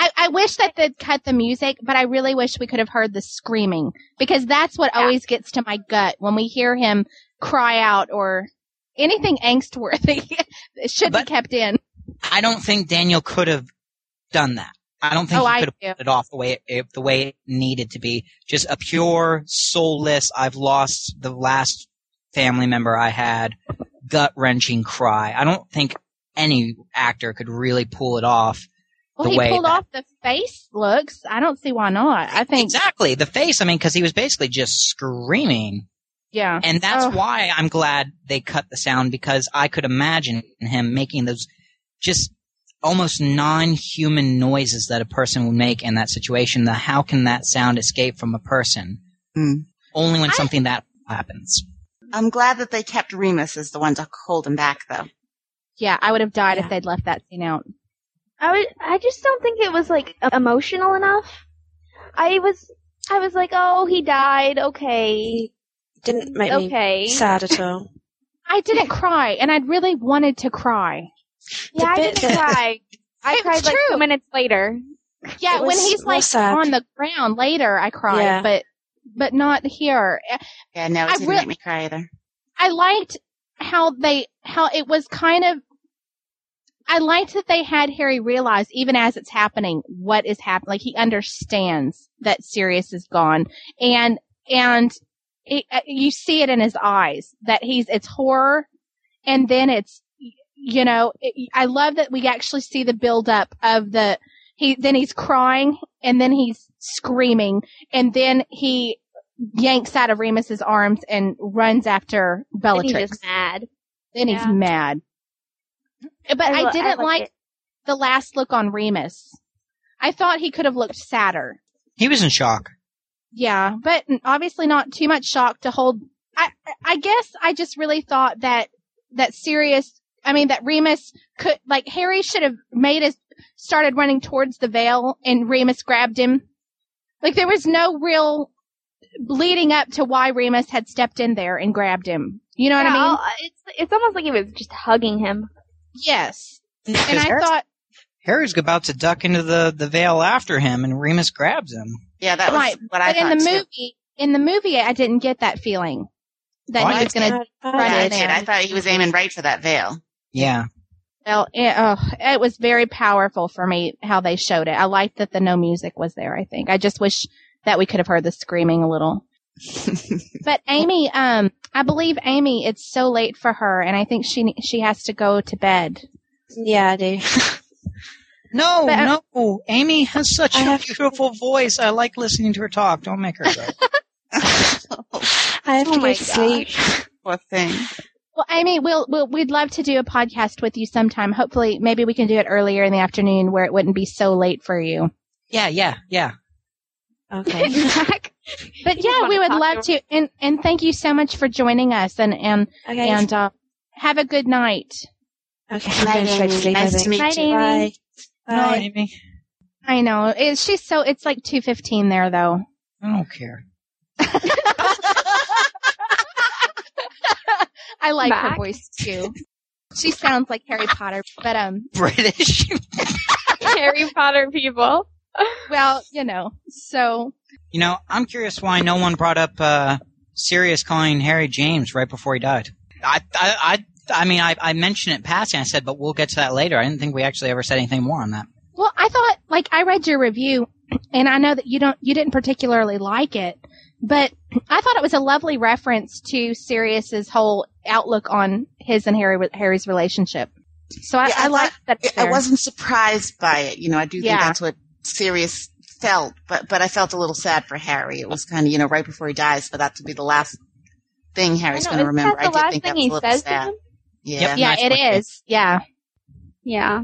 Speaker 3: I, I wish that they'd cut the music, but I really wish we could have heard the screaming because that's what always gets to my gut when we hear him cry out or anything angst worthy. it should
Speaker 4: But-
Speaker 3: be kept in.
Speaker 4: I don't think Daniel could have done that. I don't think
Speaker 3: Oh,
Speaker 4: he
Speaker 3: I
Speaker 4: could have
Speaker 3: do.
Speaker 4: put it off the way it- it, the way it needed to be. Just a pure, soulless. I've lost the last family member I had. Gut wrenching cry. I don't think any actor could really pull it off.
Speaker 3: Well,
Speaker 4: the
Speaker 3: he
Speaker 4: way
Speaker 3: pulled
Speaker 4: that-
Speaker 3: off the face looks. I don't see why not. I think,
Speaker 4: Exactly. The face, I mean, because he was basically just screaming.
Speaker 3: yeah.
Speaker 4: And that's
Speaker 3: Oh.
Speaker 4: why I'm glad they cut the sound because I could imagine him making those just almost non human noises that a person would make in that situation. The how can that sound escape from a person?
Speaker 5: Mm.
Speaker 4: Only when
Speaker 3: I-
Speaker 4: something that happens.
Speaker 5: I'm glad that they kept Remus as the one to hold him back though.
Speaker 3: Yeah, I would have died
Speaker 7: Yeah.
Speaker 3: if they'd left that scene out.
Speaker 6: I was, I just don't think it was like e-, emotional enough. I was, I was like, oh, he died. Okay,
Speaker 7: Didn't make me
Speaker 6: okay.
Speaker 7: sad at all.
Speaker 3: I didn't cry, and I really wanted to cry.
Speaker 6: Yeah, I
Speaker 7: The bit
Speaker 6: didn't
Speaker 7: that-
Speaker 6: cry. I
Speaker 3: It's
Speaker 6: cried like
Speaker 3: true.
Speaker 6: two minutes later.
Speaker 3: Yeah,
Speaker 7: It
Speaker 3: when
Speaker 7: was
Speaker 3: he's
Speaker 7: more
Speaker 3: like
Speaker 7: sad.
Speaker 3: on the ground later, I cried,
Speaker 7: Yeah.
Speaker 3: but but not here.
Speaker 5: Yeah, no, it
Speaker 3: I
Speaker 5: didn't
Speaker 3: re-
Speaker 5: make me cry either.
Speaker 3: I liked how they how it was kind of I liked that they had Harry realize even as it's happening what is happening. Like he understands that Sirius is gone and and it, uh, you see it in his eyes that he's it's horror and then it's you know it, I love that we actually see the build up of the he then he's crying and then he's screaming and then he yanks out of Remus's arms and runs after
Speaker 6: And he's
Speaker 3: Bellatrix.
Speaker 6: just mad.
Speaker 3: Then he's
Speaker 6: Yeah.
Speaker 3: mad. But
Speaker 6: I
Speaker 3: I,
Speaker 6: lo- I
Speaker 3: didn't
Speaker 6: like
Speaker 3: like
Speaker 6: it.
Speaker 3: the last look on Remus. I thought he could have looked sadder.
Speaker 4: He was in shock.
Speaker 3: Yeah, but obviously not too much shock to hold. I I guess I just really thought that that Sirius, I mean that Remus could like Harry should have made us started running towards the veil and Remus grabbed him. Like there was no real leading up to why Remus had stepped in there and grabbed him. You know what I
Speaker 6: Yeah,
Speaker 3: mean?
Speaker 6: I'll- uh, It's it's almost like he was just hugging him.
Speaker 3: yes. And
Speaker 4: Because
Speaker 3: I
Speaker 4: Harry's,
Speaker 3: thought
Speaker 4: Harry's about to duck into the, the veil after him, and Remus grabs him.
Speaker 5: Yeah, that was
Speaker 3: Right,
Speaker 5: what I
Speaker 3: but in
Speaker 5: thought
Speaker 3: the
Speaker 5: too.
Speaker 3: movie, in the movie, I didn't get that feeling that
Speaker 4: Why
Speaker 3: he was
Speaker 4: did-
Speaker 3: going to.
Speaker 7: Sad.
Speaker 5: Yeah,
Speaker 3: Right
Speaker 5: I
Speaker 3: in
Speaker 5: did.
Speaker 3: there.
Speaker 5: I thought he was aiming right for that veil.
Speaker 4: Yeah.
Speaker 3: Well, it, oh, it was very powerful for me how they showed it. I liked that the no music was there. I think I just wish that we could have heard the screaming a little. But Amy, um, I believe Amy, it's so late for her, and I think she she has to go to bed.
Speaker 7: Yeah, I do.
Speaker 4: No,
Speaker 3: But I-
Speaker 4: no. Amy has such
Speaker 7: I
Speaker 4: a
Speaker 7: have-
Speaker 4: beautiful voice. I like listening to her talk. Don't make her go.
Speaker 7: I have
Speaker 6: Oh
Speaker 7: to
Speaker 6: my
Speaker 7: go to sleep.
Speaker 5: Poor thing.
Speaker 3: Well, Amy, we'll, we'll we'd love to do a podcast with you sometime. Hopefully, maybe we can do it earlier in the afternoon where it wouldn't be so late for you.
Speaker 4: yeah, yeah, yeah.
Speaker 7: Okay.
Speaker 6: Zach.
Speaker 3: But
Speaker 6: You just
Speaker 3: yeah,
Speaker 6: wanna
Speaker 3: we would
Speaker 6: talk
Speaker 3: love
Speaker 6: to-
Speaker 3: to, and and thank you so much for joining us, and and
Speaker 7: Okay.
Speaker 3: and uh, have a good night.
Speaker 7: okay.
Speaker 5: Night,
Speaker 7: I'm going to go to
Speaker 5: Amy.
Speaker 7: sleep. I
Speaker 5: Nice to
Speaker 7: think.
Speaker 5: meet
Speaker 3: Night,
Speaker 5: you.
Speaker 3: Amy.
Speaker 7: Bye.
Speaker 4: No,
Speaker 7: Bye.
Speaker 4: Amy.
Speaker 3: I know it, she's so it's like two fifteen there though.
Speaker 4: I don't care.
Speaker 3: I like her
Speaker 6: Mac?
Speaker 3: voice too. She sounds like Harry Potter, but um,
Speaker 4: British.
Speaker 6: Harry Potter people.
Speaker 3: well, you know, so
Speaker 4: you know, I'm curious why no one brought up uh, Sirius calling Harry James right before he died. I, I, I, I mean, I, I mentioned it in passing. I said, but we'll get to that later. I didn't think we actually ever said anything more on that.
Speaker 3: well, I thought like I read your review and I know that you don't you didn't particularly like it, but I thought it was a lovely reference to Sirius's whole outlook on his and Harry Harry's relationship. So I,
Speaker 5: Yeah, I
Speaker 3: I like that. it's
Speaker 5: I
Speaker 3: there.
Speaker 5: wasn't surprised by it. You know, I do think
Speaker 3: Yeah.
Speaker 5: that's what Sirius felt, but but I felt a little sad for Harry. It was kind of you know right before he dies for that to be the last thing
Speaker 6: I
Speaker 5: Harry's
Speaker 6: know,
Speaker 5: going to
Speaker 6: isn't that
Speaker 5: remember.
Speaker 6: the
Speaker 5: I did
Speaker 6: last
Speaker 5: think
Speaker 6: thing
Speaker 5: that was a
Speaker 6: he
Speaker 5: little
Speaker 6: says to
Speaker 5: sad.
Speaker 6: him?
Speaker 5: Yeah.
Speaker 4: Yep.
Speaker 3: yeah,
Speaker 4: Nice
Speaker 3: it
Speaker 4: one.
Speaker 3: is. Yeah,
Speaker 6: Yeah.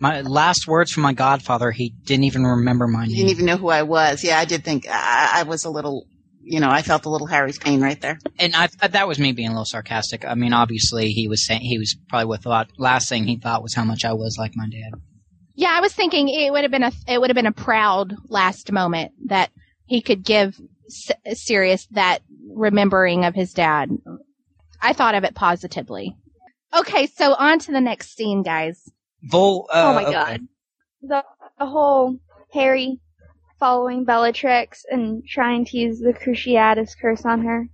Speaker 4: My last words from my godfather, he didn't even remember my
Speaker 5: You didn't
Speaker 4: name.
Speaker 5: even know who I was. Yeah, I did think I, I was a little. You know, I felt a little Harry's pain right there.
Speaker 4: And I, that was me being a little sarcastic. I mean, obviously, he was saying he was probably what thought last thing he thought was how much I was like my dad.
Speaker 3: yeah. I was thinking it would have been a it would have been a proud last moment that he could give S- Sirius that remembering of his dad. I thought of it positively. Okay, so on to the next scene, guys.
Speaker 4: Vol. Uh,
Speaker 6: oh my
Speaker 4: okay.
Speaker 6: god. The, the whole Harry following Bellatrix and trying to use the Cruciatus curse on her.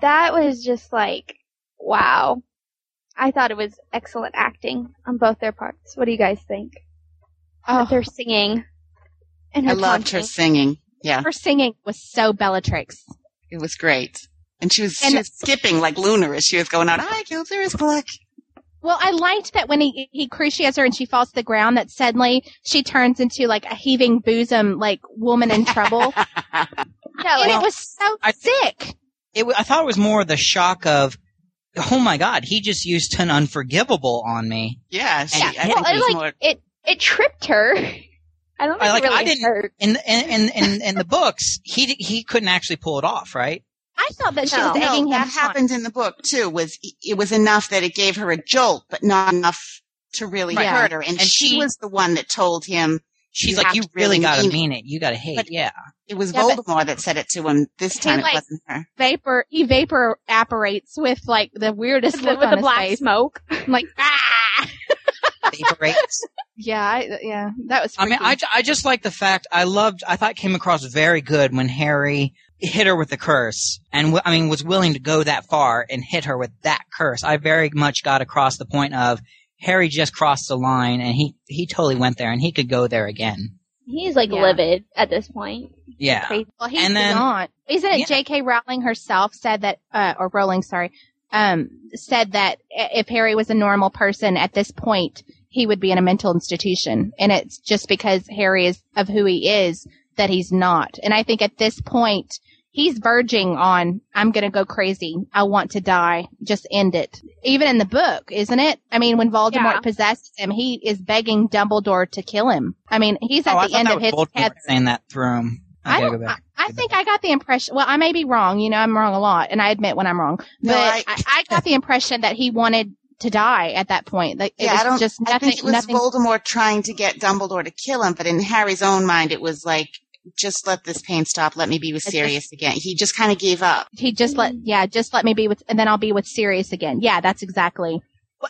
Speaker 6: That was just like, wow. I thought it was excellent acting on both their parts. What do you guys think?
Speaker 3: Oh,
Speaker 6: But They're singing. And
Speaker 5: I
Speaker 6: her
Speaker 5: loved her
Speaker 6: taunting.
Speaker 5: singing. Yeah,
Speaker 3: her singing was so Bellatrix.
Speaker 5: it was great. And she was
Speaker 3: And-
Speaker 5: she was skipping like Luna as she was going out. I killed Sirius Black.
Speaker 3: Well, I liked that when he he cruciates her and she falls to the ground, that suddenly she turns into like a heaving bosom, like woman in trouble,
Speaker 6: No,
Speaker 3: and
Speaker 6: like,
Speaker 3: it was so
Speaker 4: I-
Speaker 3: sick.
Speaker 4: It, wa- I thought it was more the shock of, oh my god, he just used an unforgivable on me.
Speaker 5: Yeah, she,
Speaker 3: Yeah,
Speaker 5: I
Speaker 3: well,
Speaker 5: think it
Speaker 6: it,
Speaker 5: was
Speaker 6: like,
Speaker 5: more.
Speaker 6: it, it tripped her. I don't think
Speaker 4: I, like,
Speaker 6: it really
Speaker 4: I didn't-
Speaker 6: hurt.
Speaker 4: In the, in, in, in, in the books, he d- he couldn't actually pull it off, right?
Speaker 3: I thought that she
Speaker 5: no,
Speaker 3: was egging
Speaker 5: that
Speaker 3: him
Speaker 5: happened in the book too. Was it was enough that it gave her a jolt, but not enough to really
Speaker 3: Right.
Speaker 5: hurt her. And,
Speaker 4: And
Speaker 5: she,
Speaker 4: she-
Speaker 5: was the one that told him
Speaker 4: She's
Speaker 5: You
Speaker 4: like,
Speaker 5: have
Speaker 4: you
Speaker 5: to
Speaker 4: really
Speaker 5: really
Speaker 4: gotta
Speaker 5: mean it."
Speaker 4: mean it. You gotta hate.
Speaker 5: But-
Speaker 4: yeah.
Speaker 5: it was
Speaker 3: Yeah, but-
Speaker 5: Voldemort that said it to him. This
Speaker 3: He,
Speaker 5: time
Speaker 3: like-
Speaker 5: it wasn't her.
Speaker 3: vapor. He vapor apparates with like the weirdest
Speaker 6: With
Speaker 3: look
Speaker 6: with
Speaker 3: on
Speaker 6: the
Speaker 3: his
Speaker 6: black
Speaker 3: face.
Speaker 6: smoke.
Speaker 3: I'm like ah,
Speaker 4: Vaporates.
Speaker 3: yeah, I, yeah, that was.
Speaker 4: I mean,
Speaker 3: freaky.
Speaker 4: I, I just like the fact I loved, I thought it came across very good when Harry hit her with the curse and w- I mean, was willing to go that far and hit her with that curse. I very much got across the point of Harry just crossed the line and he, he totally went there and he could go there again.
Speaker 6: He's like
Speaker 3: Yeah.
Speaker 6: livid at this point.
Speaker 4: Yeah.
Speaker 6: Crazy.
Speaker 3: Well, he's
Speaker 4: And then-
Speaker 3: beyond. Isn't it
Speaker 4: Yeah.
Speaker 3: J.K. Rowling herself said that, uh, or Rowling, sorry, um, said that i- if Harry was a normal person at this point, he would be in a mental institution. And it's just because Harry is of who he is that he's not. And I think at this point, he's verging on, I'm going to go crazy. I want to die. Just end it. Even in the book, isn't it? I mean, when Voldemort
Speaker 6: Yeah.
Speaker 3: possesses him, he is begging Dumbledore to kill him. I mean, he's at
Speaker 4: Oh, I
Speaker 3: the
Speaker 4: thought
Speaker 3: end
Speaker 4: that
Speaker 3: of
Speaker 4: was
Speaker 3: his
Speaker 4: Voldemort
Speaker 3: tether.
Speaker 4: saying that through him.
Speaker 3: I
Speaker 4: Okay,
Speaker 3: don't.
Speaker 4: go
Speaker 3: I,
Speaker 4: back.
Speaker 3: I think I got the impression. Well, I may be wrong. You know, I'm wrong a lot, and I admit when I'm wrong. But
Speaker 5: No,
Speaker 3: I,
Speaker 5: I-
Speaker 3: I, got the impression that he wanted to die at that point. Like it
Speaker 5: Yeah,
Speaker 3: was
Speaker 5: I don't-
Speaker 3: just nothing.
Speaker 5: I think it was
Speaker 3: nothing.
Speaker 5: Voldemort trying to get Dumbledore to kill him, but in Harry's own mind, it was like, just let this pain stop. Let me be with
Speaker 3: It's
Speaker 5: Sirius again. He just kind of gave up.
Speaker 3: he just let. Yeah, just let me be with, and then I'll be with Sirius again. Yeah, that's exactly.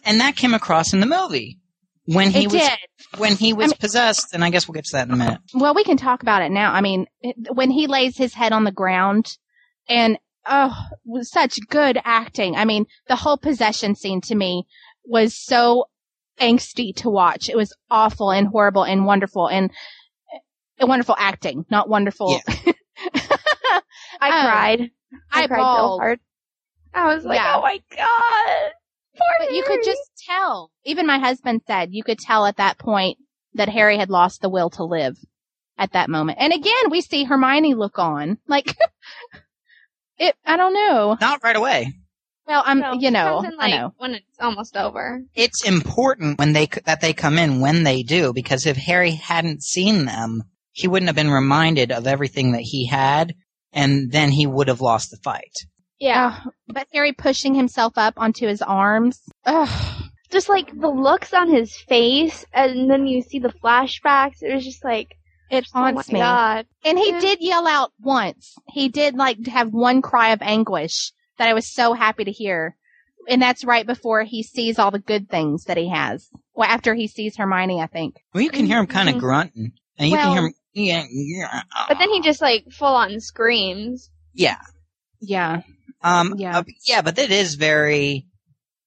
Speaker 4: and that came across in the movie when he
Speaker 3: it
Speaker 4: was,
Speaker 3: did.
Speaker 4: when he was
Speaker 3: mean-
Speaker 4: possessed. And I guess we'll get to that in a minute.
Speaker 3: Well, we can talk about it now. I mean, it- when he lays his head on the ground, and oh, was such good acting. I mean, the whole possession scene to me was so angsty to watch. It was awful and horrible and wonderful and and wonderful acting, not wonderful.
Speaker 6: I
Speaker 3: Oh.
Speaker 6: cried. I, cried so
Speaker 3: bawled.
Speaker 6: hard. I was like,
Speaker 3: Yeah.
Speaker 6: oh my god. Poor
Speaker 3: But you could
Speaker 6: Harry.
Speaker 3: just tell. Even my husband said you could tell at that point that Harry had lost the will to live at that moment. And again, we see Hermione look on like it. I don't know.
Speaker 4: Not right away.
Speaker 3: Well, I'm
Speaker 6: No,
Speaker 3: um, you
Speaker 6: it
Speaker 3: know
Speaker 6: comes in,
Speaker 3: I
Speaker 6: like,
Speaker 3: know.
Speaker 6: when it's almost over.
Speaker 4: it's important when they that they come in when they do because if Harry hadn't seen them, he wouldn't have been reminded of everything that he had, and then he would have lost the fight.
Speaker 6: Yeah.
Speaker 3: Ugh, but Harry pushing himself up onto his arms. Ugh.
Speaker 6: Just like the looks on his face, and then you see the flashbacks. It was just like,
Speaker 3: It haunts
Speaker 6: oh my
Speaker 3: me.
Speaker 6: god.
Speaker 3: And he
Speaker 6: Yeah.
Speaker 3: did yell out once. He did like have one cry of anguish that I was so happy to hear. And that's right before he sees all the good things that he has. Well, after he sees Hermione, I think.
Speaker 4: Well, you can hear him kind of
Speaker 6: Mhm.
Speaker 4: grunting, and you can
Speaker 3: Well-
Speaker 4: hear him. Yeah, yeah. uh,
Speaker 6: But then he just like full on screams.
Speaker 4: yeah,
Speaker 3: Yeah.
Speaker 4: um,
Speaker 3: Yeah.
Speaker 4: yeah, yeah. But that is very.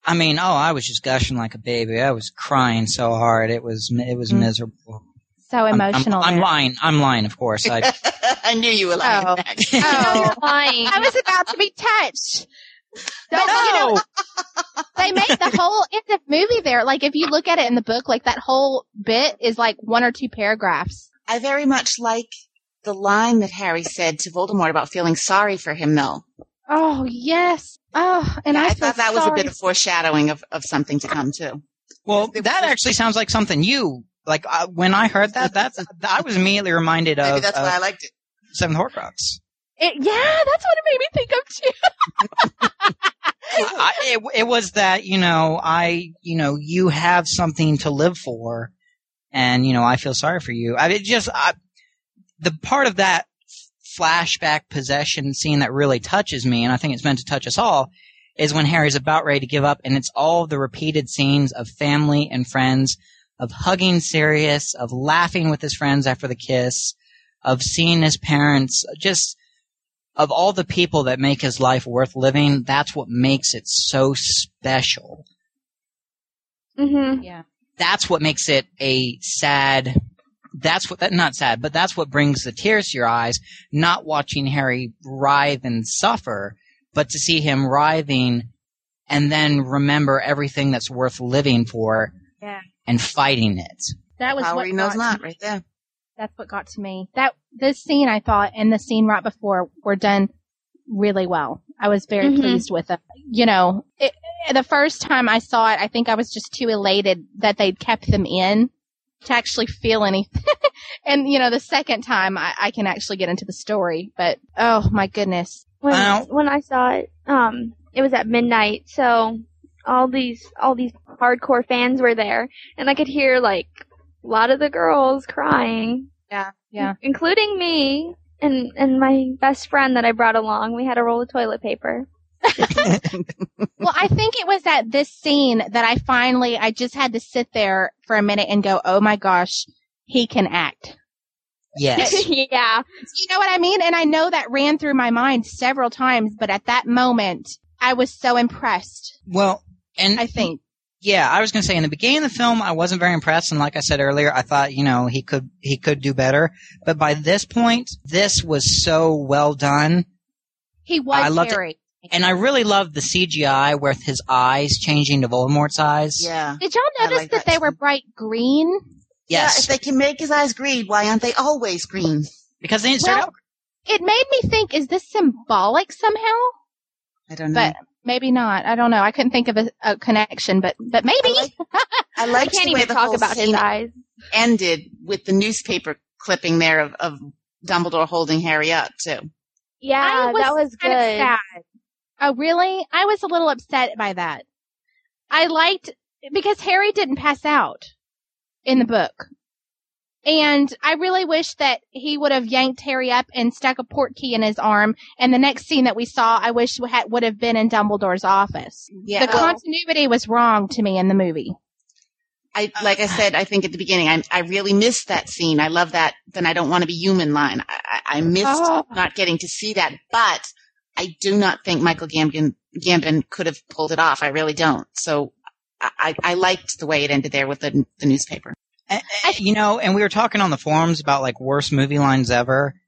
Speaker 4: I mean, oh, I was just gushing like a baby. I was crying so hard. It was it was
Speaker 3: Mm.
Speaker 4: miserable.
Speaker 3: so
Speaker 4: I'm-
Speaker 3: emotional.
Speaker 4: I'm, I'm,
Speaker 3: there.
Speaker 4: lying. I'm lying, of course. I,
Speaker 5: I knew you were lying.
Speaker 3: Oh.
Speaker 5: Max.
Speaker 3: Oh,
Speaker 6: Lying.
Speaker 3: I was about to be touched. But, you know,
Speaker 4: no,
Speaker 3: they make the whole end of movie there. Like if you look at it in the book, like that whole bit is like one or two paragraphs.
Speaker 5: I very much like the line that Harry said to Voldemort about feeling sorry for him, though.
Speaker 3: Oh yes. Oh, and I,
Speaker 5: I
Speaker 3: feel
Speaker 5: thought that was a
Speaker 3: sorry.
Speaker 5: bit of foreshadowing of, of something to come too.
Speaker 4: well, that actually sounds like something you like. Uh, when I heard that, that's I was immediately reminded
Speaker 5: Maybe
Speaker 4: of,
Speaker 5: that's why I
Speaker 4: of
Speaker 5: liked it.
Speaker 4: Seven Horcrux.
Speaker 3: It- yeah, that's what it made me think of too.
Speaker 4: I, it, it was that you know I you know you have something to live for, and you know I feel sorry for you. I mean, just I, the part of that flashback possession scene that really touches me, and I think it's meant to touch us all, is when Harry's about ready to give up, and it's all the repeated scenes of family and friends, of hugging Sirius, of laughing with his friends after the kiss, of seeing his parents, just of all the people that make his life worth living, that's what makes it so special.
Speaker 6: Mm-hmm.
Speaker 4: That's what makes it a sad. That's what that not sad, but that's what brings the tears to your eyes. Not watching Harry writhe and suffer, but to see him writhing and then remember everything that's worth living for
Speaker 6: Yeah.
Speaker 4: and fighting it.
Speaker 3: That was
Speaker 5: Power
Speaker 3: what
Speaker 5: he knows
Speaker 3: got
Speaker 5: not,
Speaker 3: to-
Speaker 5: right there.
Speaker 3: That's what got to me. That this scene I thought and the scene right before were done really well. I was very
Speaker 5: Mm-hmm.
Speaker 6: Mhm.
Speaker 3: pleased with it. You know, it, the first time I saw it, I think I was just too elated that they'd kept them in to actually feel anything. and you know, the second time I, I can actually get into the story, but oh my goodness.
Speaker 6: When,
Speaker 4: Ow.
Speaker 6: when I saw it, um, it was at midnight, so all these all these hardcore fans were there, and I could hear like a lot of the girls crying.
Speaker 3: Yeah, yeah.
Speaker 6: including me and and my best friend that I brought along. We had a roll of toilet paper.
Speaker 3: Well, I think it was at this scene that I finally I just had to sit there for a minute and go, "Oh my gosh, he can act."
Speaker 4: Yes.
Speaker 6: yeah,
Speaker 3: You know what I mean? And I know that ran through my mind several times, but at that moment, I was so impressed.
Speaker 4: well, and
Speaker 3: I think.
Speaker 4: Yeah, I was going to say in the beginning of the film, I wasn't very impressed, and like I said earlier, I thought you know he could he could do better. But by this point, this was so well done,
Speaker 3: He was
Speaker 4: I loved it.
Speaker 3: Harry.
Speaker 4: and I really loved the CGI with his eyes changing to Voldemort's eyes.
Speaker 5: Yeah.
Speaker 3: Did y'all
Speaker 5: I
Speaker 3: notice
Speaker 5: like
Speaker 3: that,
Speaker 5: that
Speaker 3: they were
Speaker 5: too.
Speaker 3: bright green?
Speaker 5: Yeah,
Speaker 4: Yes,
Speaker 5: if they can make his eyes green, why aren't they always green?
Speaker 4: because they didn't start
Speaker 3: Well-
Speaker 4: out.
Speaker 3: It made me think, is this symbolic somehow?
Speaker 5: I don't know.
Speaker 3: But maybe not. I don't know. I couldn't think of a, a connection, but but maybe.
Speaker 5: I like, I
Speaker 6: I
Speaker 5: liked
Speaker 6: can't
Speaker 5: the way
Speaker 6: even
Speaker 5: the
Speaker 6: talk
Speaker 5: whole
Speaker 6: about his
Speaker 5: scene
Speaker 6: eyes.
Speaker 5: ended with the newspaper clipping there of, of Dumbledore holding Harry up too.
Speaker 6: Yeah,
Speaker 3: I was
Speaker 6: that was
Speaker 3: kind of
Speaker 6: good.
Speaker 3: sad. Oh, really? I was a little upset by that. I liked because Harry didn't pass out in the book. And I really wish that he would have yanked Harry up and stuck a port key in his arm. And the next scene that we saw, I wish wa- had- would have been in Dumbledore's office.
Speaker 5: Yeah.
Speaker 3: The continuity was wrong to me in the movie.
Speaker 5: I like I said, I think at the beginning, I I really missed that scene. I love that. Then I don't want to be human line. I, I I missed
Speaker 3: Oh.
Speaker 5: not getting to see that, but I do not think Michael Gambon Gambon could have pulled it off. I really don't. So I I- I liked the way it ended there with the the newspaper.
Speaker 4: And- and, you know, and we were talking on the forums about like worst movie lines ever,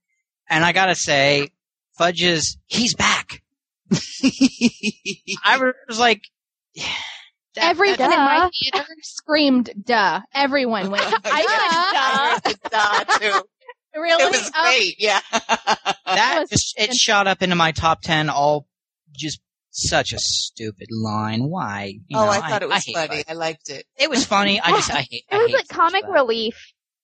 Speaker 4: and I gotta say, Fudge's he's back. I was like, that-
Speaker 3: Everyone in
Speaker 4: that-
Speaker 3: my
Speaker 5: Oh,
Speaker 3: theater screamed, duh. Everyone went, I
Speaker 5: Duh. Duh, too.
Speaker 3: duh. Really?
Speaker 5: It was
Speaker 3: Oh,
Speaker 5: great. Yeah.
Speaker 4: that
Speaker 3: was-
Speaker 4: just it shot up into my top ten. All just such a stupid line. Why? You
Speaker 5: oh,
Speaker 4: know,
Speaker 5: I thought it was
Speaker 4: hate
Speaker 5: funny.
Speaker 4: Fudge.
Speaker 5: I liked it.
Speaker 4: It was funny. I just I hate.
Speaker 6: It was like comic relief.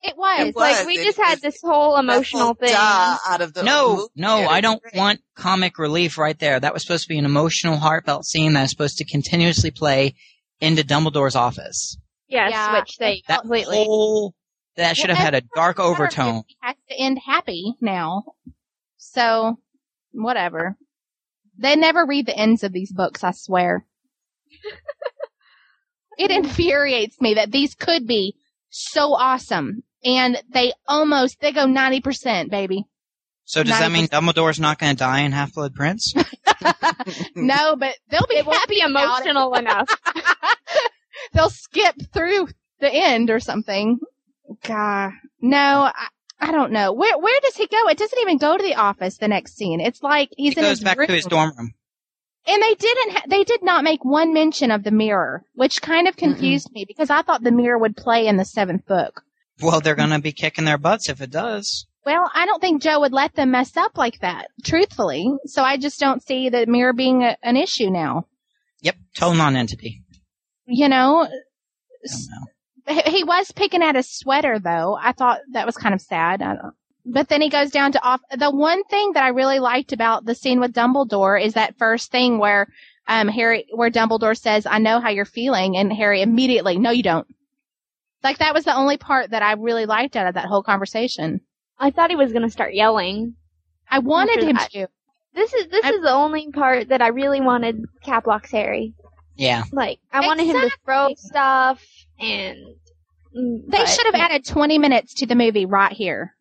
Speaker 3: it was.
Speaker 5: It was.
Speaker 6: Like we
Speaker 5: It-
Speaker 6: just had
Speaker 5: it-
Speaker 6: this whole emotional
Speaker 5: That whole
Speaker 6: thing.
Speaker 5: duh out of the
Speaker 4: No,
Speaker 5: movie
Speaker 4: no,
Speaker 5: theater
Speaker 4: I
Speaker 5: was
Speaker 4: don't
Speaker 5: great.
Speaker 4: want comic relief right there. That was supposed to be an emotional, heartfelt scene that is supposed to continuously play into Dumbledore's office.
Speaker 6: Yes,
Speaker 3: Yeah.
Speaker 6: which they
Speaker 4: That
Speaker 6: completely.
Speaker 4: whole that should have
Speaker 3: Well,
Speaker 4: had a dark overtone.
Speaker 3: It has to end happy now. So, whatever. They never read the ends of these books, I swear. it infuriates me that these could be so awesome and they almost they go 90%, baby.
Speaker 4: So does that mean
Speaker 3: 90%.
Speaker 4: Dumbledore's not going to die in Half Blood Prince?
Speaker 3: No, but they'll be
Speaker 6: It won't
Speaker 3: happy
Speaker 6: be
Speaker 3: about it.
Speaker 6: emotional enough.
Speaker 3: They'll skip through the end or something. God, No, I, I don't know. Where where does he go? It doesn't even go to the office. The next scene, it's like he's
Speaker 4: he
Speaker 3: in
Speaker 4: goes
Speaker 3: his
Speaker 4: back
Speaker 3: room.
Speaker 4: to his dorm room.
Speaker 3: And they didn't. Ha- they did not make one mention of the mirror, which kind of confused me because I thought the mirror would play in the seventh book.
Speaker 4: Well, they're gonna be kicking their butts if it does.
Speaker 3: Well, I don't think Joe would let them mess up like that, truthfully. So I just don't see the mirror being a, an issue now.
Speaker 4: Yep, total non-entity.
Speaker 3: You know,
Speaker 4: I don't know.
Speaker 3: he he was picking at his sweater though. I thought that was kind of sad. I don't. But then he goes down to off. The one thing that I really liked about the scene with Dumbledore is that first thing where um Harry, where Dumbledore says, "I know how you're feeling," and Harry immediately, "No, you don't." Like that was the only part that I really liked out of that whole conversation.
Speaker 6: I thought he was gonna start yelling.
Speaker 3: I wanted
Speaker 6: After
Speaker 3: him
Speaker 6: that-
Speaker 3: to.
Speaker 6: This is this
Speaker 3: I-
Speaker 6: is the only part that I really wanted Caplock's Harry.
Speaker 4: Yeah,
Speaker 6: Like I wanted him to throw
Speaker 3: Exactly.
Speaker 6: stuff and mm,
Speaker 3: They
Speaker 6: but-
Speaker 3: should have added 20 minutes to the movie right here.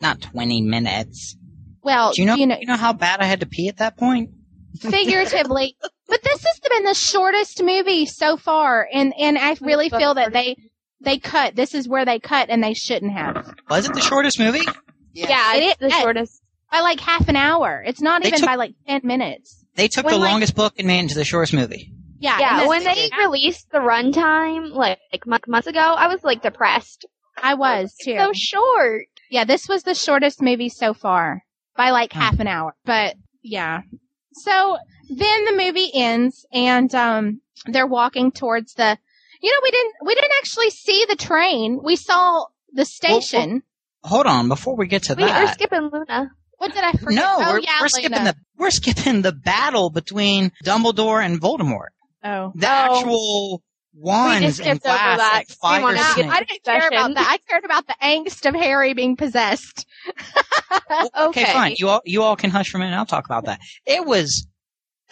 Speaker 4: not twenty minutes.
Speaker 3: Well,
Speaker 4: Do you know,
Speaker 3: you know,
Speaker 4: you know how bad I had to pee at that point?
Speaker 3: figuratively. but this has been the shortest movie so far, and and I really feel that they they cut. This is where they cut, and they shouldn't have
Speaker 4: Was it the shortest movie?
Speaker 6: Yeah,
Speaker 3: It
Speaker 6: it's the
Speaker 3: is.
Speaker 6: shortest.
Speaker 3: by like half an hour. It's not
Speaker 4: They
Speaker 3: even
Speaker 4: took-
Speaker 3: by like ten minutes.
Speaker 4: They took
Speaker 3: When,
Speaker 4: the
Speaker 3: like-
Speaker 4: longest book and made it into the shortest movie.
Speaker 3: Yeah, and
Speaker 6: Yeah,
Speaker 3: this-
Speaker 6: when they released the runtime like, like mon- months ago, I was like depressed.
Speaker 3: I was
Speaker 6: It's
Speaker 3: too.
Speaker 6: so short.
Speaker 3: yeah, this was the shortest movie so far by like
Speaker 4: Hmm.
Speaker 3: half an hour. But yeah. So then the movie ends and um they're walking towards the you know, we didn't we didn't actually see the train. We saw the station.
Speaker 4: Hold on, before we get to
Speaker 6: We, we're
Speaker 4: that.
Speaker 6: skipping Luna.
Speaker 3: what did I forget?
Speaker 4: no,
Speaker 3: oh,
Speaker 4: we're,
Speaker 3: yeah,
Speaker 4: we're skipping
Speaker 3: Lena.
Speaker 4: the we're skipping the battle between Dumbledore and Voldemort.
Speaker 3: Oh.
Speaker 4: The
Speaker 6: Oh.
Speaker 4: actual
Speaker 6: We
Speaker 4: wands
Speaker 6: just
Speaker 4: and
Speaker 6: skipped over
Speaker 4: glass
Speaker 6: that.
Speaker 4: like
Speaker 6: We
Speaker 4: fire
Speaker 6: wanted to
Speaker 4: snakes.
Speaker 6: get-
Speaker 3: I didn't care about
Speaker 6: Session.
Speaker 3: that. I cared about the angst of Harry being possessed.
Speaker 4: Oh, okay, fine. You all, you all can hush for a minute. I'll talk about that. It was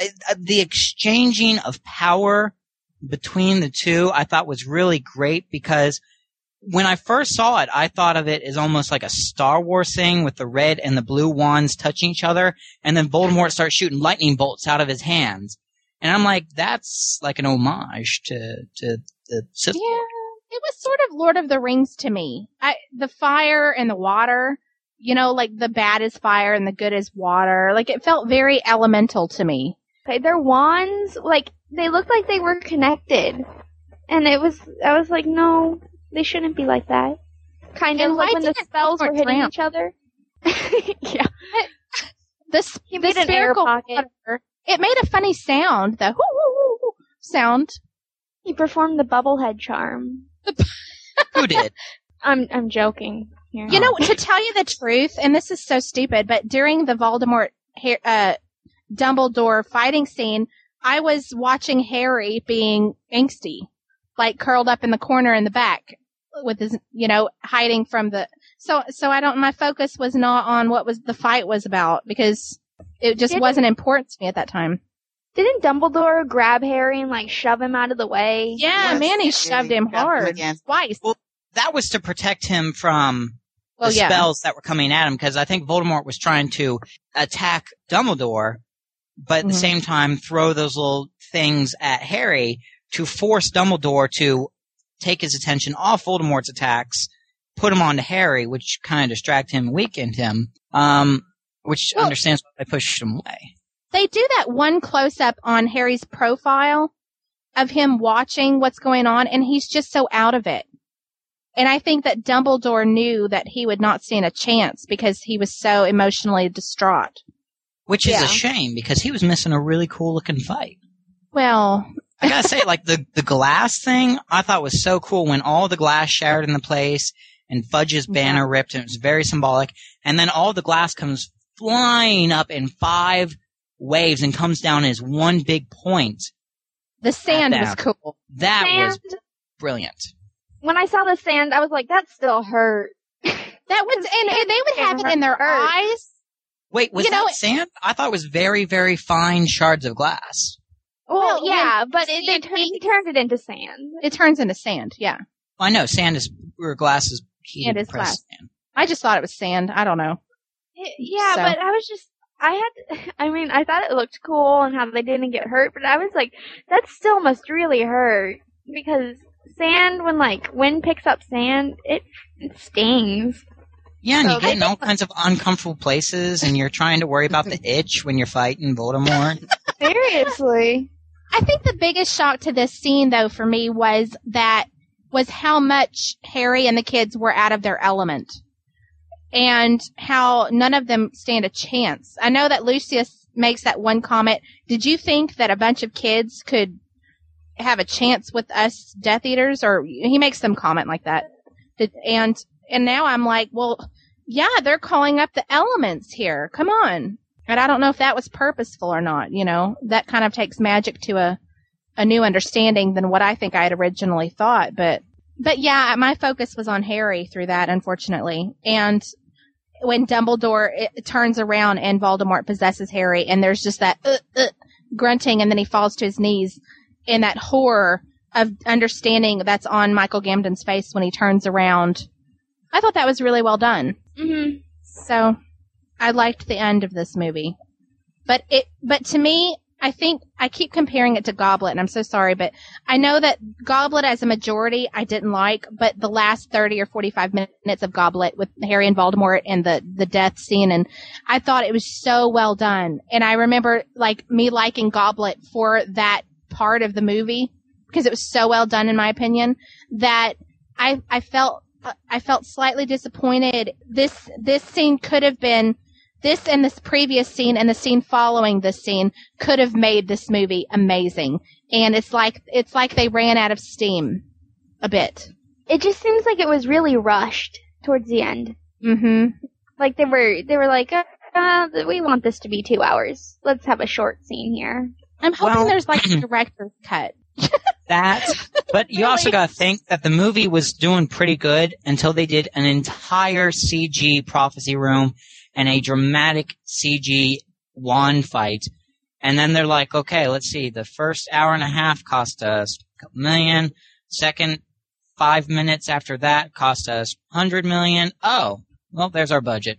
Speaker 4: uh, uh, the exchanging of power between the two. I thought was really great because when I first saw it, I thought of it as almost like a Star Wars thing with the red and the blue wands touching each other, and then Voldemort starts shooting lightning bolts out of his hands. And I'm like, that's like an homage to to the Sith.
Speaker 3: Yeah, it was sort of Lord of the Rings to me. I, the fire and the water, you know, like the bad is fire and the good is water. Like it felt very elemental to me.
Speaker 6: Okay, their wands, like they looked like they were connected, and it was I was like, no, they shouldn't be like that. Kind
Speaker 3: And
Speaker 6: of like
Speaker 3: why
Speaker 6: when the
Speaker 3: didn't
Speaker 6: spells were
Speaker 3: Voldemort
Speaker 6: hitting
Speaker 3: drown?
Speaker 6: each other. yeah,
Speaker 3: The, s-
Speaker 6: He
Speaker 3: the
Speaker 6: made an air
Speaker 3: spherical
Speaker 6: pocket.
Speaker 3: water, it made a funny sound, the hoo hoo hoo hoo sound.
Speaker 6: he performed the bubblehead charm.
Speaker 4: Who did?
Speaker 6: I'm I'm joking. Here.
Speaker 3: You know, to tell you the truth, and this is so stupid, but during the Voldemort, Har- uh, Dumbledore fighting scene, I was watching Harry being angsty, like curled up in the corner in the back with his, you know, hiding from the. So, so I don't. My focus was not on what was the fight was about because it just
Speaker 6: Didn't-
Speaker 3: wasn't important to me at that time.
Speaker 6: Didn't Dumbledore grab Harry and like shove him out of the way?
Speaker 3: Yeah,
Speaker 5: Yes,
Speaker 3: Manny
Speaker 5: he
Speaker 3: shoved
Speaker 5: really
Speaker 3: him
Speaker 5: grabbed him
Speaker 3: hard
Speaker 5: again.
Speaker 3: twice.
Speaker 4: That was to protect him from
Speaker 3: Well,
Speaker 4: the
Speaker 3: yeah.
Speaker 4: spells that were coming at him because I think Voldemort was trying to attack Dumbledore, but at the
Speaker 3: Mhm.
Speaker 4: same time throw those little things at Harry to force Dumbledore to take his attention off Voldemort's attacks, put him onto Harry, which kind of distracted him, weakened him, um, which
Speaker 3: Well-
Speaker 4: understands why they pushed him away.
Speaker 3: they do that one close up on Harry's profile of him watching what's going on, and he's just so out of it. And I think that Dumbledore knew that he would not stand a chance because he was so emotionally distraught.
Speaker 4: Which is
Speaker 6: Yeah.
Speaker 4: a shame because he was missing a really cool looking fight.
Speaker 3: Well,
Speaker 4: I gotta say, like the the glass thing, I thought was so cool when all the glass shattered in the place and Fudge's banner ripped, and it was very symbolic. And then all the glass comes flying up in five waves and comes down as one big point.
Speaker 3: the sand was
Speaker 4: That-
Speaker 3: cool.
Speaker 4: That
Speaker 6: sand.
Speaker 4: was brilliant.
Speaker 6: When I saw the sand, I was like, that still hurt.
Speaker 3: That was, and, and they would have it in their
Speaker 6: Earth.
Speaker 3: eyes.
Speaker 4: Wait, was
Speaker 3: You know,
Speaker 4: that sand? I thought it was very, very fine shards of glass.
Speaker 6: Well, yeah, but
Speaker 3: it-
Speaker 6: it,
Speaker 3: they
Speaker 6: they
Speaker 3: turned-
Speaker 6: he turned it into sand.
Speaker 3: It turns into sand. Yeah.
Speaker 4: Well, I know sand is or glass is heated
Speaker 3: It is
Speaker 4: pressed sand.
Speaker 3: I just thought it was sand. I don't know.
Speaker 6: It- yeah,
Speaker 3: So-
Speaker 6: but I was just, I had, I mean, I thought it looked cool and how they didn't get hurt, but I was like, that still must really hurt because sand, when like wind picks up sand, it, it stings.
Speaker 4: Yeah, and
Speaker 6: So
Speaker 4: you get
Speaker 6: they-
Speaker 4: in all kinds of uncomfortable places, and you're trying to worry about the itch when you're fighting Voldemort.
Speaker 6: Seriously.
Speaker 3: I think the biggest shock to this scene, though, for me was that was how much Harry and the kids were out of their element, and how none of them stand a chance. I know that Lucius makes that one comment. Did you think that a bunch of kids could have a chance with us Death Eaters? Or he makes some comment like that, Did- and and now I'm like, well, yeah, they're calling up the elements here. Come on. And I don't know if that was purposeful or not, you know. That kind of takes magic to a a new understanding than what I think I had originally thought, but but yeah, my focus was on Harry through that unfortunately. And when Dumbledore it, turns around and Voldemort possesses Harry and there's just that uh, uh, grunting and then he falls to his knees in that horror of understanding that's on Michael Gambon's face when he turns around. I thought that was really well done.
Speaker 6: hmm
Speaker 3: So I liked the end of this movie. But it but to me, I think I keep comparing it to Goblet and I'm so sorry, but I know that Goblet as a majority I didn't like, but the last 30 or 45 minutes of Goblet with Harry and Voldemort and the the death scene and I thought it was so well done. And I remember like me liking Goblet for that part of the movie because it was so well done in my opinion that I I felt Uh, I felt slightly disappointed. This this scene could have been this and this previous scene and the scene following this scene could have made this movie amazing. And it's like it's like they ran out of steam a bit.
Speaker 6: It just seems like it was really rushed towards the end.
Speaker 3: hmm
Speaker 6: Like they were they were like, uh, uh, we want this to be two hours. Let's have a short scene here.
Speaker 3: I'm hoping
Speaker 4: Well-
Speaker 3: there's like a director's cut.
Speaker 4: That, but you also
Speaker 3: Really?
Speaker 4: got to think that the movie was doing pretty good until they did an entire CG prophecy room and a dramatic CG wand fight, and then they're like, okay, let's see, the first hour and a half cost us a couple million, second five minutes after that cost us hundred million. Oh, well, there's our budget.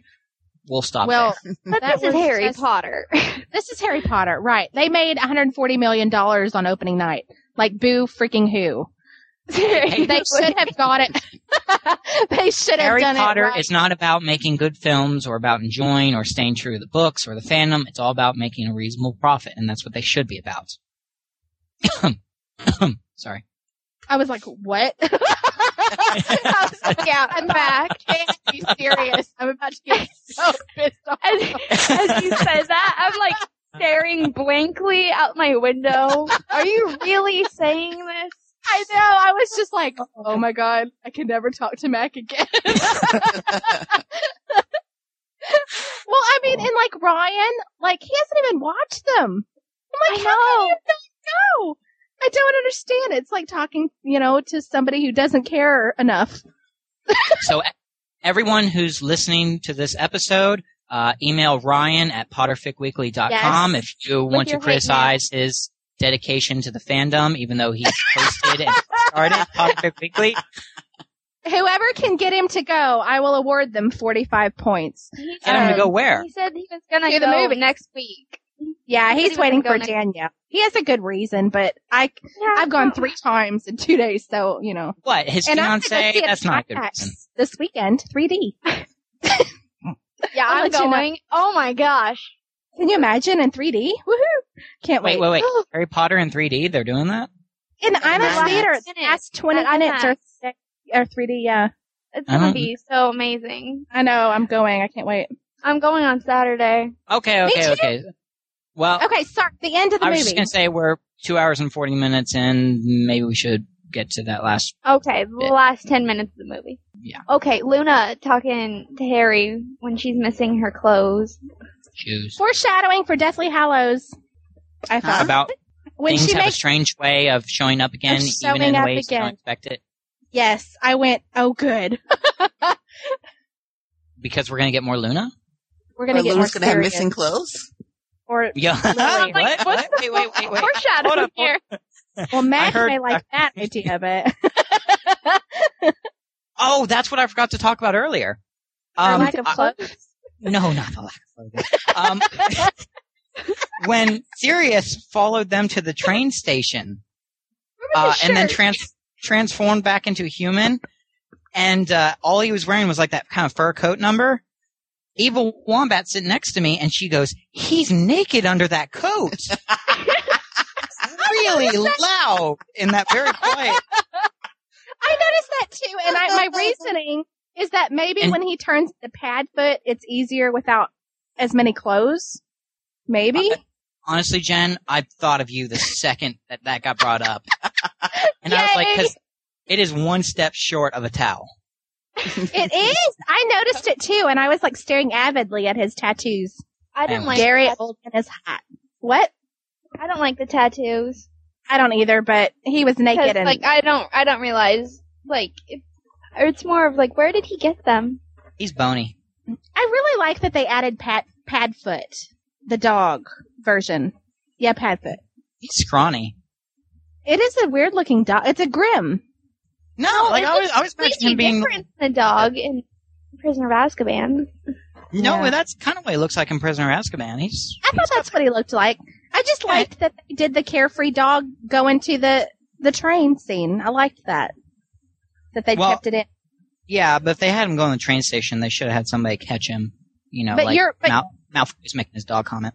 Speaker 4: We'll stop.
Speaker 3: Well,
Speaker 6: But
Speaker 3: That
Speaker 6: this is
Speaker 3: was
Speaker 6: Harry
Speaker 3: just-
Speaker 6: Potter.
Speaker 3: this is Harry Potter, right? They made 140 million dollars on opening night. Like boo freaking who? They should have got it. they should
Speaker 4: Harry
Speaker 3: have done
Speaker 4: Potter
Speaker 3: it. right.
Speaker 4: is not about making good films or about enjoying or staying true to the books or the fandom. It's all about making a reasonable profit, and that's what they should be about. Sorry.
Speaker 3: I was like, what? I was like, yeah, I'm back. Can't be serious. I'm about to get so pissed off.
Speaker 6: as, as you said that, I'm like staring blankly out my window. Are you really saying this?
Speaker 3: I know. I was just like, oh my god, I can never talk to Mac again. well, I mean, and like Ryan, like he hasn't even watched them. I'm like,
Speaker 6: I
Speaker 3: how can you not know? I don't understand. It's like talking, you know, to somebody who doesn't care enough.
Speaker 4: So, e- everyone who's listening to this episode, uh, email Ryan at potterficweekly.com if you want to
Speaker 6: your hate
Speaker 4: criticize his dedication to the fandom, even though he hosted and started Potterfic Weekly.
Speaker 3: Whoever can get him to go, I will award them 45 points.
Speaker 6: He,
Speaker 4: Get him to
Speaker 6: um,
Speaker 4: go where?
Speaker 6: He said he was gonna
Speaker 3: To the
Speaker 6: go
Speaker 3: movie.
Speaker 6: next week.
Speaker 3: Yeah,
Speaker 6: He
Speaker 3: he's
Speaker 6: was
Speaker 3: waiting for
Speaker 6: gonna go
Speaker 3: Danielle. He has a good reason, but I
Speaker 6: Yeah,
Speaker 3: I've gone
Speaker 6: no.
Speaker 3: three times in two days, so you know.
Speaker 4: What? His
Speaker 3: I'm gonna go see
Speaker 4: fiance?
Speaker 3: it
Speaker 4: That's
Speaker 3: in
Speaker 4: not a good
Speaker 3: IMAX
Speaker 4: reason.
Speaker 3: This weekend, 3D.
Speaker 6: Yeah,
Speaker 3: I'll
Speaker 6: I'm
Speaker 3: let you know.
Speaker 6: going. Oh my gosh.
Speaker 3: Can you imagine in 3D? Woohoo! Can't wait.
Speaker 4: Wait, wait, wait. Harry Potter in 3D? They're doing that?
Speaker 3: In the IMAX
Speaker 5: IMAX.
Speaker 3: theater, that's 20
Speaker 6: At
Speaker 3: minutes or,
Speaker 6: IMAX.
Speaker 3: or 3D. Yeah,
Speaker 6: It's
Speaker 4: I
Speaker 6: gonna
Speaker 4: don't-
Speaker 6: be so amazing.
Speaker 3: I know. I'm going. I can't wait.
Speaker 6: I'm going on Saturday.
Speaker 4: Okay,
Speaker 3: Me too.
Speaker 4: okay, okay. Well,
Speaker 3: Okay, sorry. The end of the
Speaker 4: I was just
Speaker 3: movie.
Speaker 4: gonna say we're two hours and forty minutes in. Maybe we should get to that last.
Speaker 6: Okay, the
Speaker 4: Yeah.
Speaker 6: last ten minutes of the movie.
Speaker 4: Yeah.
Speaker 6: Okay, Luna talking to Harry when she's missing her clothes.
Speaker 4: Choose
Speaker 3: Foreshadowing for Deathly Hallows. I thought
Speaker 4: about
Speaker 3: when
Speaker 4: Uh, things
Speaker 3: she
Speaker 4: have a
Speaker 3: makes
Speaker 4: strange way of showing up again,
Speaker 3: Of
Speaker 4: even
Speaker 3: showing
Speaker 4: in
Speaker 3: up
Speaker 4: ways you
Speaker 3: again.
Speaker 4: don't expect it.
Speaker 3: yes, I went. Oh, good.
Speaker 4: Because we're gonna get more Luna.
Speaker 3: We're gonna
Speaker 5: Or
Speaker 3: get
Speaker 5: Luna's
Speaker 3: more
Speaker 5: gonna have
Speaker 3: serious.
Speaker 5: missing clothes.
Speaker 3: Or
Speaker 4: Yeah.
Speaker 3: Literally.
Speaker 4: what? what? Wait, wait, wait, wait. Hold
Speaker 6: Foreshadowing
Speaker 4: on, hold
Speaker 6: here.
Speaker 3: well, Mac
Speaker 4: heard-
Speaker 3: may like that idea, but
Speaker 4: Oh, that's what I forgot to talk about earlier.
Speaker 3: I
Speaker 4: Um,
Speaker 3: like a
Speaker 4: I-
Speaker 3: clothes.
Speaker 4: No, not the lack of clothing. Um, when Sirius followed them to the train station uh, and then trans- transformed back into a human, and uh, all he was wearing was like that kind of fur coat number. Evil Wombat's sitting next to me, and she goes, "He's naked under that coat." really loud in that very quiet.
Speaker 3: I noticed that too, and I, my reasoning is that maybe
Speaker 4: And-
Speaker 3: when he turns the pad foot, it's easier without as many clothes. Maybe.
Speaker 4: Honestly, Jen, I thought of you the second that that got brought up, and I was like,
Speaker 3: Yay.
Speaker 4: "Cause it is one step short of a towel."
Speaker 3: It is. I noticed it too, and I was like staring avidly at his tattoos.
Speaker 6: I don't like
Speaker 3: Gary
Speaker 6: the tat-
Speaker 3: Oldman is hot. What?
Speaker 6: I don't like the tattoos.
Speaker 3: I don't either, but he was
Speaker 6: 'Cause,
Speaker 3: naked and
Speaker 6: like I don't I don't realize like it, it's more of like where did he get them?
Speaker 4: He's bony.
Speaker 3: I really like that they added Pat Padfoot, the dog version. Yeah, Padfoot.
Speaker 4: He's scrawny.
Speaker 3: It is a weird looking dog. It's a grim.
Speaker 4: No, like
Speaker 6: it
Speaker 4: I
Speaker 6: looks
Speaker 4: was, I was imagining
Speaker 6: Completely
Speaker 4: him being.
Speaker 6: different than the dog in Prisoner of Azkaban.
Speaker 4: No,
Speaker 3: Yeah.
Speaker 4: well, that's kind of what he looks like in Prisoner of Azkaban. He's
Speaker 3: I thought that's what he looked like. I just liked that they did the carefree dog go into the the train scene. I liked that. That they
Speaker 4: Well,
Speaker 3: kept it in.
Speaker 4: yeah, but if they had him go in the train station, they should have had somebody catch him. You know,
Speaker 3: But
Speaker 4: like
Speaker 3: you're- but-
Speaker 4: Mal- Malfoy's making his dog comment.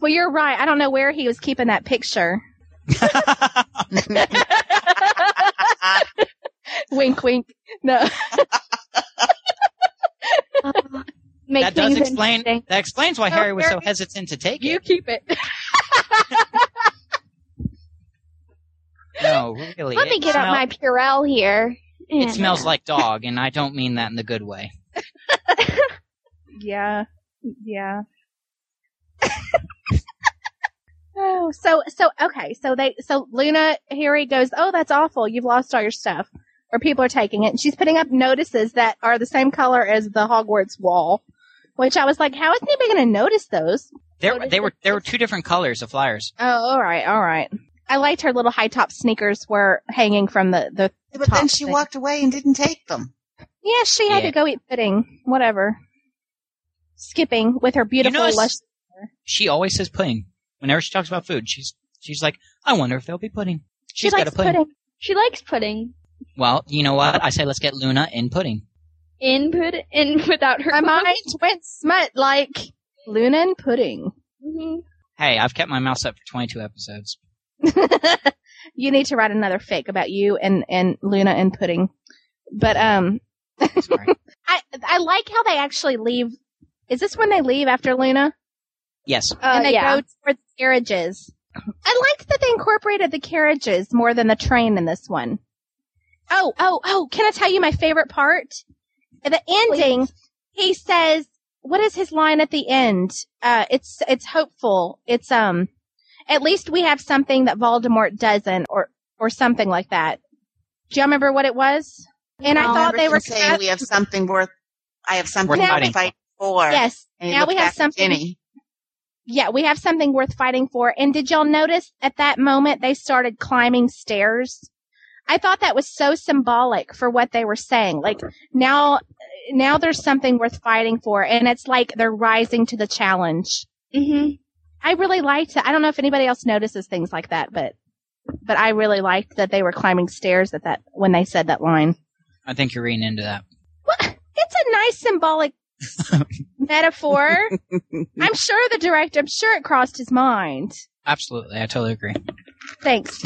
Speaker 3: Well, you're right. I don't know where he was keeping that picture. wink, wink. No.
Speaker 6: Uh, Make
Speaker 4: that does
Speaker 6: things
Speaker 4: explain.
Speaker 6: interesting.
Speaker 4: That explains why
Speaker 3: No,
Speaker 4: Harry was so
Speaker 3: Harry-
Speaker 4: hesitant to take
Speaker 3: You
Speaker 4: it.
Speaker 3: keep it.
Speaker 4: No, really.
Speaker 6: Let
Speaker 4: it
Speaker 6: me get
Speaker 4: smell-
Speaker 6: out my Purell here.
Speaker 4: It smells like dog, and I don't mean that in the good way.
Speaker 3: Yeah. Yeah. oh, so so okay, so they so Luna Harry goes, "Oh, that's awful. You've lost all your stuff." Or people are taking it. And she's putting up notices that are the same color as the Hogwarts wall, which I was like, "How is anybody going to notice those?"
Speaker 4: There,
Speaker 6: What is
Speaker 4: they were
Speaker 6: the-
Speaker 4: there were two different colors of flyers.
Speaker 3: Oh, all right, all right. I liked her little high top sneakers were hanging from the the.
Speaker 5: But then
Speaker 3: top
Speaker 5: she
Speaker 3: thing.
Speaker 5: walked away and didn't take them.
Speaker 3: Yeah, she had
Speaker 4: Yeah.
Speaker 3: to go eat pudding. Whatever. Skipping with her beautiful
Speaker 4: notice-
Speaker 3: lush
Speaker 4: She always says pudding whenever she talks about food. She's she's like, I wonder if there'll be pudding.
Speaker 3: She
Speaker 4: She's got
Speaker 3: likes
Speaker 4: a pudding.
Speaker 3: pudding.
Speaker 6: She likes pudding
Speaker 4: Well, you know what? I say let's get Luna in pudding.
Speaker 6: in put in without her.
Speaker 3: My mind went smut like Luna and pudding.
Speaker 6: Mhm.
Speaker 4: Hey, I've kept my mouth shut for 22 episodes.
Speaker 3: you need to write another fic about you and, and Luna and pudding. But um,
Speaker 4: Sorry.
Speaker 3: I I like how they actually leave. Is this when they leave after Luna
Speaker 4: yes.
Speaker 6: Uh,
Speaker 3: and they
Speaker 6: yeah.
Speaker 3: go towards the carriages? I liked that they incorporated the carriages more than the train in this one. Oh oh oh! Can I tell you my favorite part? At the ending, he says, "What is his line at the end?" Uh, it's it's hopeful. It's um, at least we have something that Voldemort doesn't, or or something like that. Do y'all remember what it was? And I
Speaker 5: Oh, Remember
Speaker 3: thought they
Speaker 5: him
Speaker 3: were
Speaker 5: saying
Speaker 3: kind of-
Speaker 5: we have something worth. I have something
Speaker 4: Worth
Speaker 5: worth
Speaker 4: fighting
Speaker 5: fighting
Speaker 4: for."
Speaker 5: for.
Speaker 3: yes.
Speaker 5: And he
Speaker 3: now
Speaker 5: looked
Speaker 3: we have
Speaker 5: back at
Speaker 3: something-
Speaker 5: Ginny.
Speaker 3: Yeah, we have something worth fighting for. And did y'all notice at that moment they started climbing stairs? I thought that was so symbolic for what they were saying. Like now, now there's something worth fighting for, and it's like they're rising to the challenge.
Speaker 6: Mhm.
Speaker 3: I really liked that. I don't know if anybody else notices things like that, but but I really liked that they were climbing stairs at that when they said that line.
Speaker 4: I think you're reading into that.
Speaker 3: Well, it's a nice symbolic metaphor. I'm sure the director. I'm sure it crossed his mind.
Speaker 4: Absolutely. I totally agree.
Speaker 3: Thanks.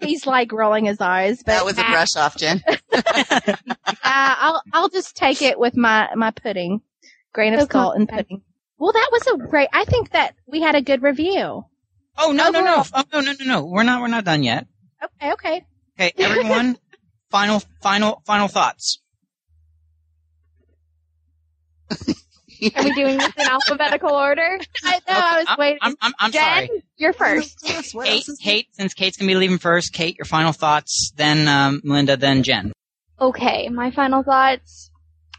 Speaker 3: He's like rolling his eyes, but
Speaker 5: that was a
Speaker 3: Ah,
Speaker 5: brush off, Jen.
Speaker 3: ah, I'll I'll just take it with my my pudding, grain of
Speaker 6: Okay.
Speaker 3: salt and pudding. Well, that was a great. I think that we had a good review.
Speaker 4: Oh, no, no, no.
Speaker 3: Overall.
Speaker 4: Oh, no, no, no, no. We're not, we're not done yet.
Speaker 3: Okay, okay.
Speaker 4: Okay. Everyone, final, final, final thoughts.
Speaker 6: Are we doing this in alphabetical order?
Speaker 3: I know. I was
Speaker 4: I'm,
Speaker 3: waiting.
Speaker 4: I'm, I'm, I'm
Speaker 6: Jen?
Speaker 4: sorry.
Speaker 6: You're first.
Speaker 5: Yes, what
Speaker 4: Kate,
Speaker 5: else is there?
Speaker 4: Kate, since Kate's going to be leaving first, Kate, your final thoughts, then um, Melinda, then Jen.
Speaker 6: Okay, my final thoughts.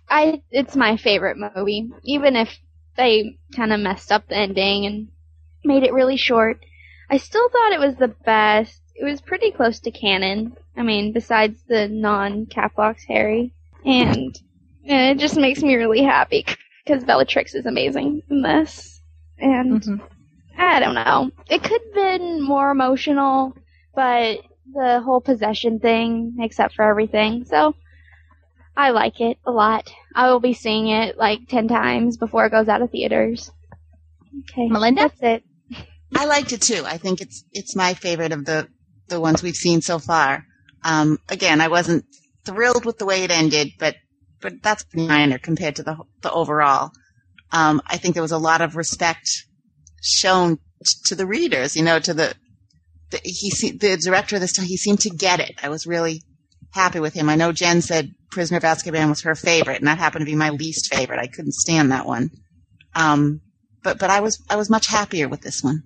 Speaker 6: I it's my favorite movie, even if they kind of messed up the ending and made it really short. I still thought it was the best. It was pretty close to canon. I mean, besides the non Caplox Harry, and eh, it just makes me really happy because Bellatrix is amazing in this. And I don't know. It could have been more emotional, but the whole possession thing, except for everything. So I like it a lot. I will be seeing it like 10 times before it goes out of theaters. Okay.
Speaker 3: Melinda?
Speaker 6: That's it.
Speaker 5: I liked it too. I think it's it's my favorite of the the ones we've seen so far. Um, again, I wasn't thrilled with the way it ended, but but that's minor compared to the the overall. Um, I think there was a lot of respect shown t- to the readers. You know, to the, the he se- the director this time he seemed to get it. I was really happy with him. I know Jen said Prisoner of Azkaban was her favorite, and that happened to be my least favorite. I couldn't stand that one. Um, but but I was I was much happier with this one.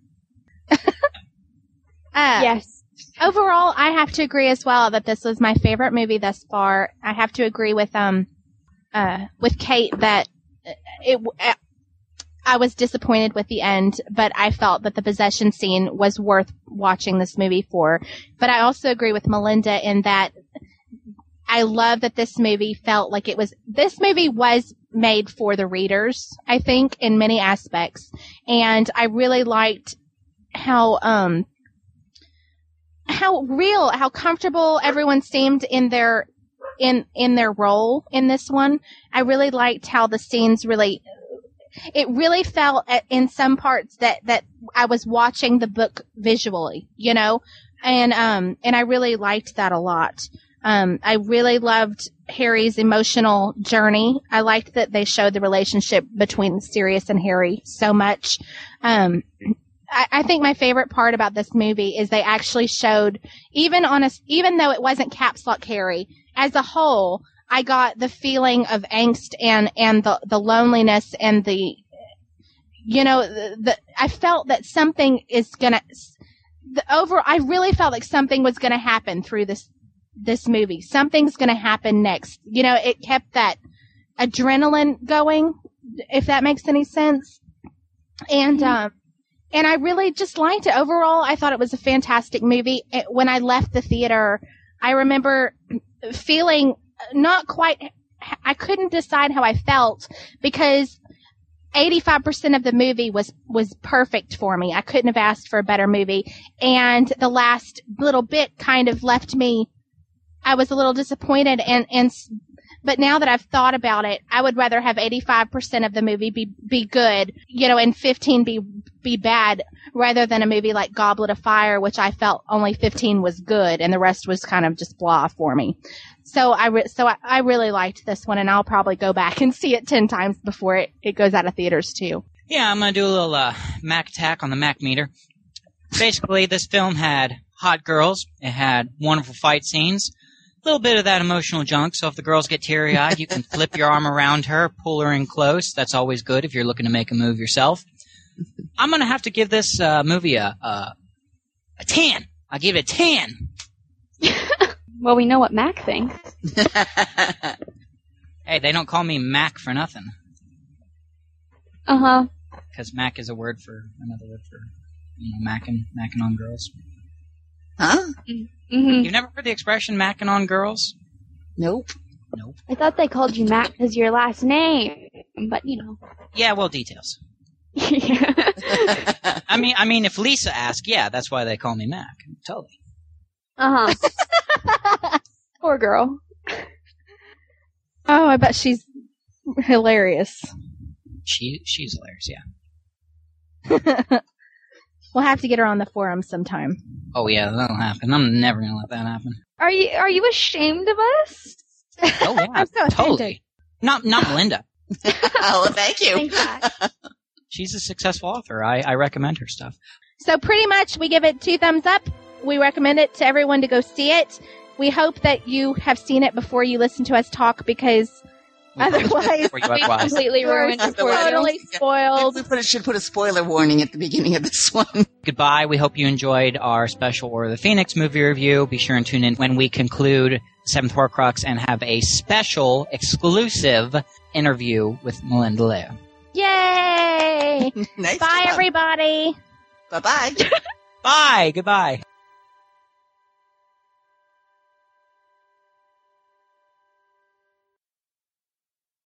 Speaker 3: Uh,
Speaker 6: Yes.
Speaker 3: overall, I have to agree as well that this was my favorite movie thus far. I have to agree with um uh with Kate that it I was disappointed with the end, but I felt that the possession scene was worth watching this movie for. But I also agree with Melinda in that I love that this movie felt like it was this movie was made for the readers, I think, in many aspects. And I really liked how um how real, how comfortable everyone seemed in their in in their role in this one. I really liked how the scenes really it really felt at, in some parts that that I was watching the book visually, you know. And um and I really liked that a lot. Um I really loved Harry's emotional journey. I liked that they showed the relationship between Sirius and Harry so much. Um I, I think my favorite part about this movie is they actually showed even on a s- even though it wasn't caps lock Harry as a whole. I got the feeling of angst and and the the loneliness and the you know the, the I felt that something is gonna s- the over I really felt like something was gonna happen through this this movie. Something's gonna happen next. You know, it kept that adrenaline going, if that makes any sense. And um and I really just liked it overall. I thought it was a fantastic movie. It- when I left the theater, I remember feeling not quite. I couldn't decide how I felt because. 85% of the movie was, was perfect for me. I couldn't have asked for a better movie. And the last little bit kind of left me, I was a little disappointed and, and, s- but now that I've thought about it, I would rather have 85% of the movie be, be good, you know, and 15 be be bad rather than a movie like Goblet of Fire, which I felt only 15 was good and the rest was kind of just blah for me. So I re- so I, I really liked this one, and I'll probably go back and see it 10 times before it, it goes out of theaters too.
Speaker 4: Yeah, I'm gonna do a little uh, Mac tack on the Mac meter. Basically, this film had hot girls. It had wonderful fight scenes. A little bit of that emotional junk. So if the girls get teary eyed, you can flip your arm around her, pull her in close. That's always good if you're looking to make a move yourself. I'm gonna have to give this uh, movie a, a a ten. I'll give it a ten.
Speaker 6: Well, we know what Mac thinks.
Speaker 4: Hey, they don't call me Mac for nothing
Speaker 6: Uh huh.
Speaker 4: because Mac is a word for another word for you know macking macking on girls.
Speaker 5: huh?
Speaker 6: hmm
Speaker 4: You've never heard the expression macking on girls?
Speaker 5: Nope.
Speaker 6: I thought they called you Mac because your last name, but you know.
Speaker 4: Yeah, well, details.
Speaker 6: yeah.
Speaker 5: I
Speaker 4: I mean, I mean, if Lisa asked, yeah, that's why they call me Mac. Totally.
Speaker 6: Uh huh. Poor girl.
Speaker 3: Oh, I bet she's hilarious.
Speaker 4: She she's hilarious. Yeah.
Speaker 3: We'll have to get her on the forum sometime.
Speaker 4: Oh yeah, that'll happen. I'm never gonna let that happen.
Speaker 6: Are you are you ashamed of us?
Speaker 4: Oh yeah,
Speaker 3: I'm so offended.
Speaker 4: totally. Not not Melinda.
Speaker 5: well, thank you.
Speaker 6: Thank God.
Speaker 4: She's a successful author. I, I recommend her stuff.
Speaker 3: So pretty much we give it two thumbs up. We recommend it to everyone to go see it. We hope that you have seen it before you listen to us talk because otherwise
Speaker 4: Or you otherwise.
Speaker 6: completely ruined it for you.
Speaker 3: totally spoiled.
Speaker 5: We put, should put a spoiler warning at the beginning of this one.
Speaker 4: Goodbye. We hope you enjoyed our special Order of the Phoenix movie review. Be sure and tune in when we conclude Seventh Horcrux and have a special exclusive interview with Melinda Leo.
Speaker 3: Yay!
Speaker 5: nice
Speaker 3: Bye everybody.
Speaker 5: Bye bye.
Speaker 4: Bye. Goodbye.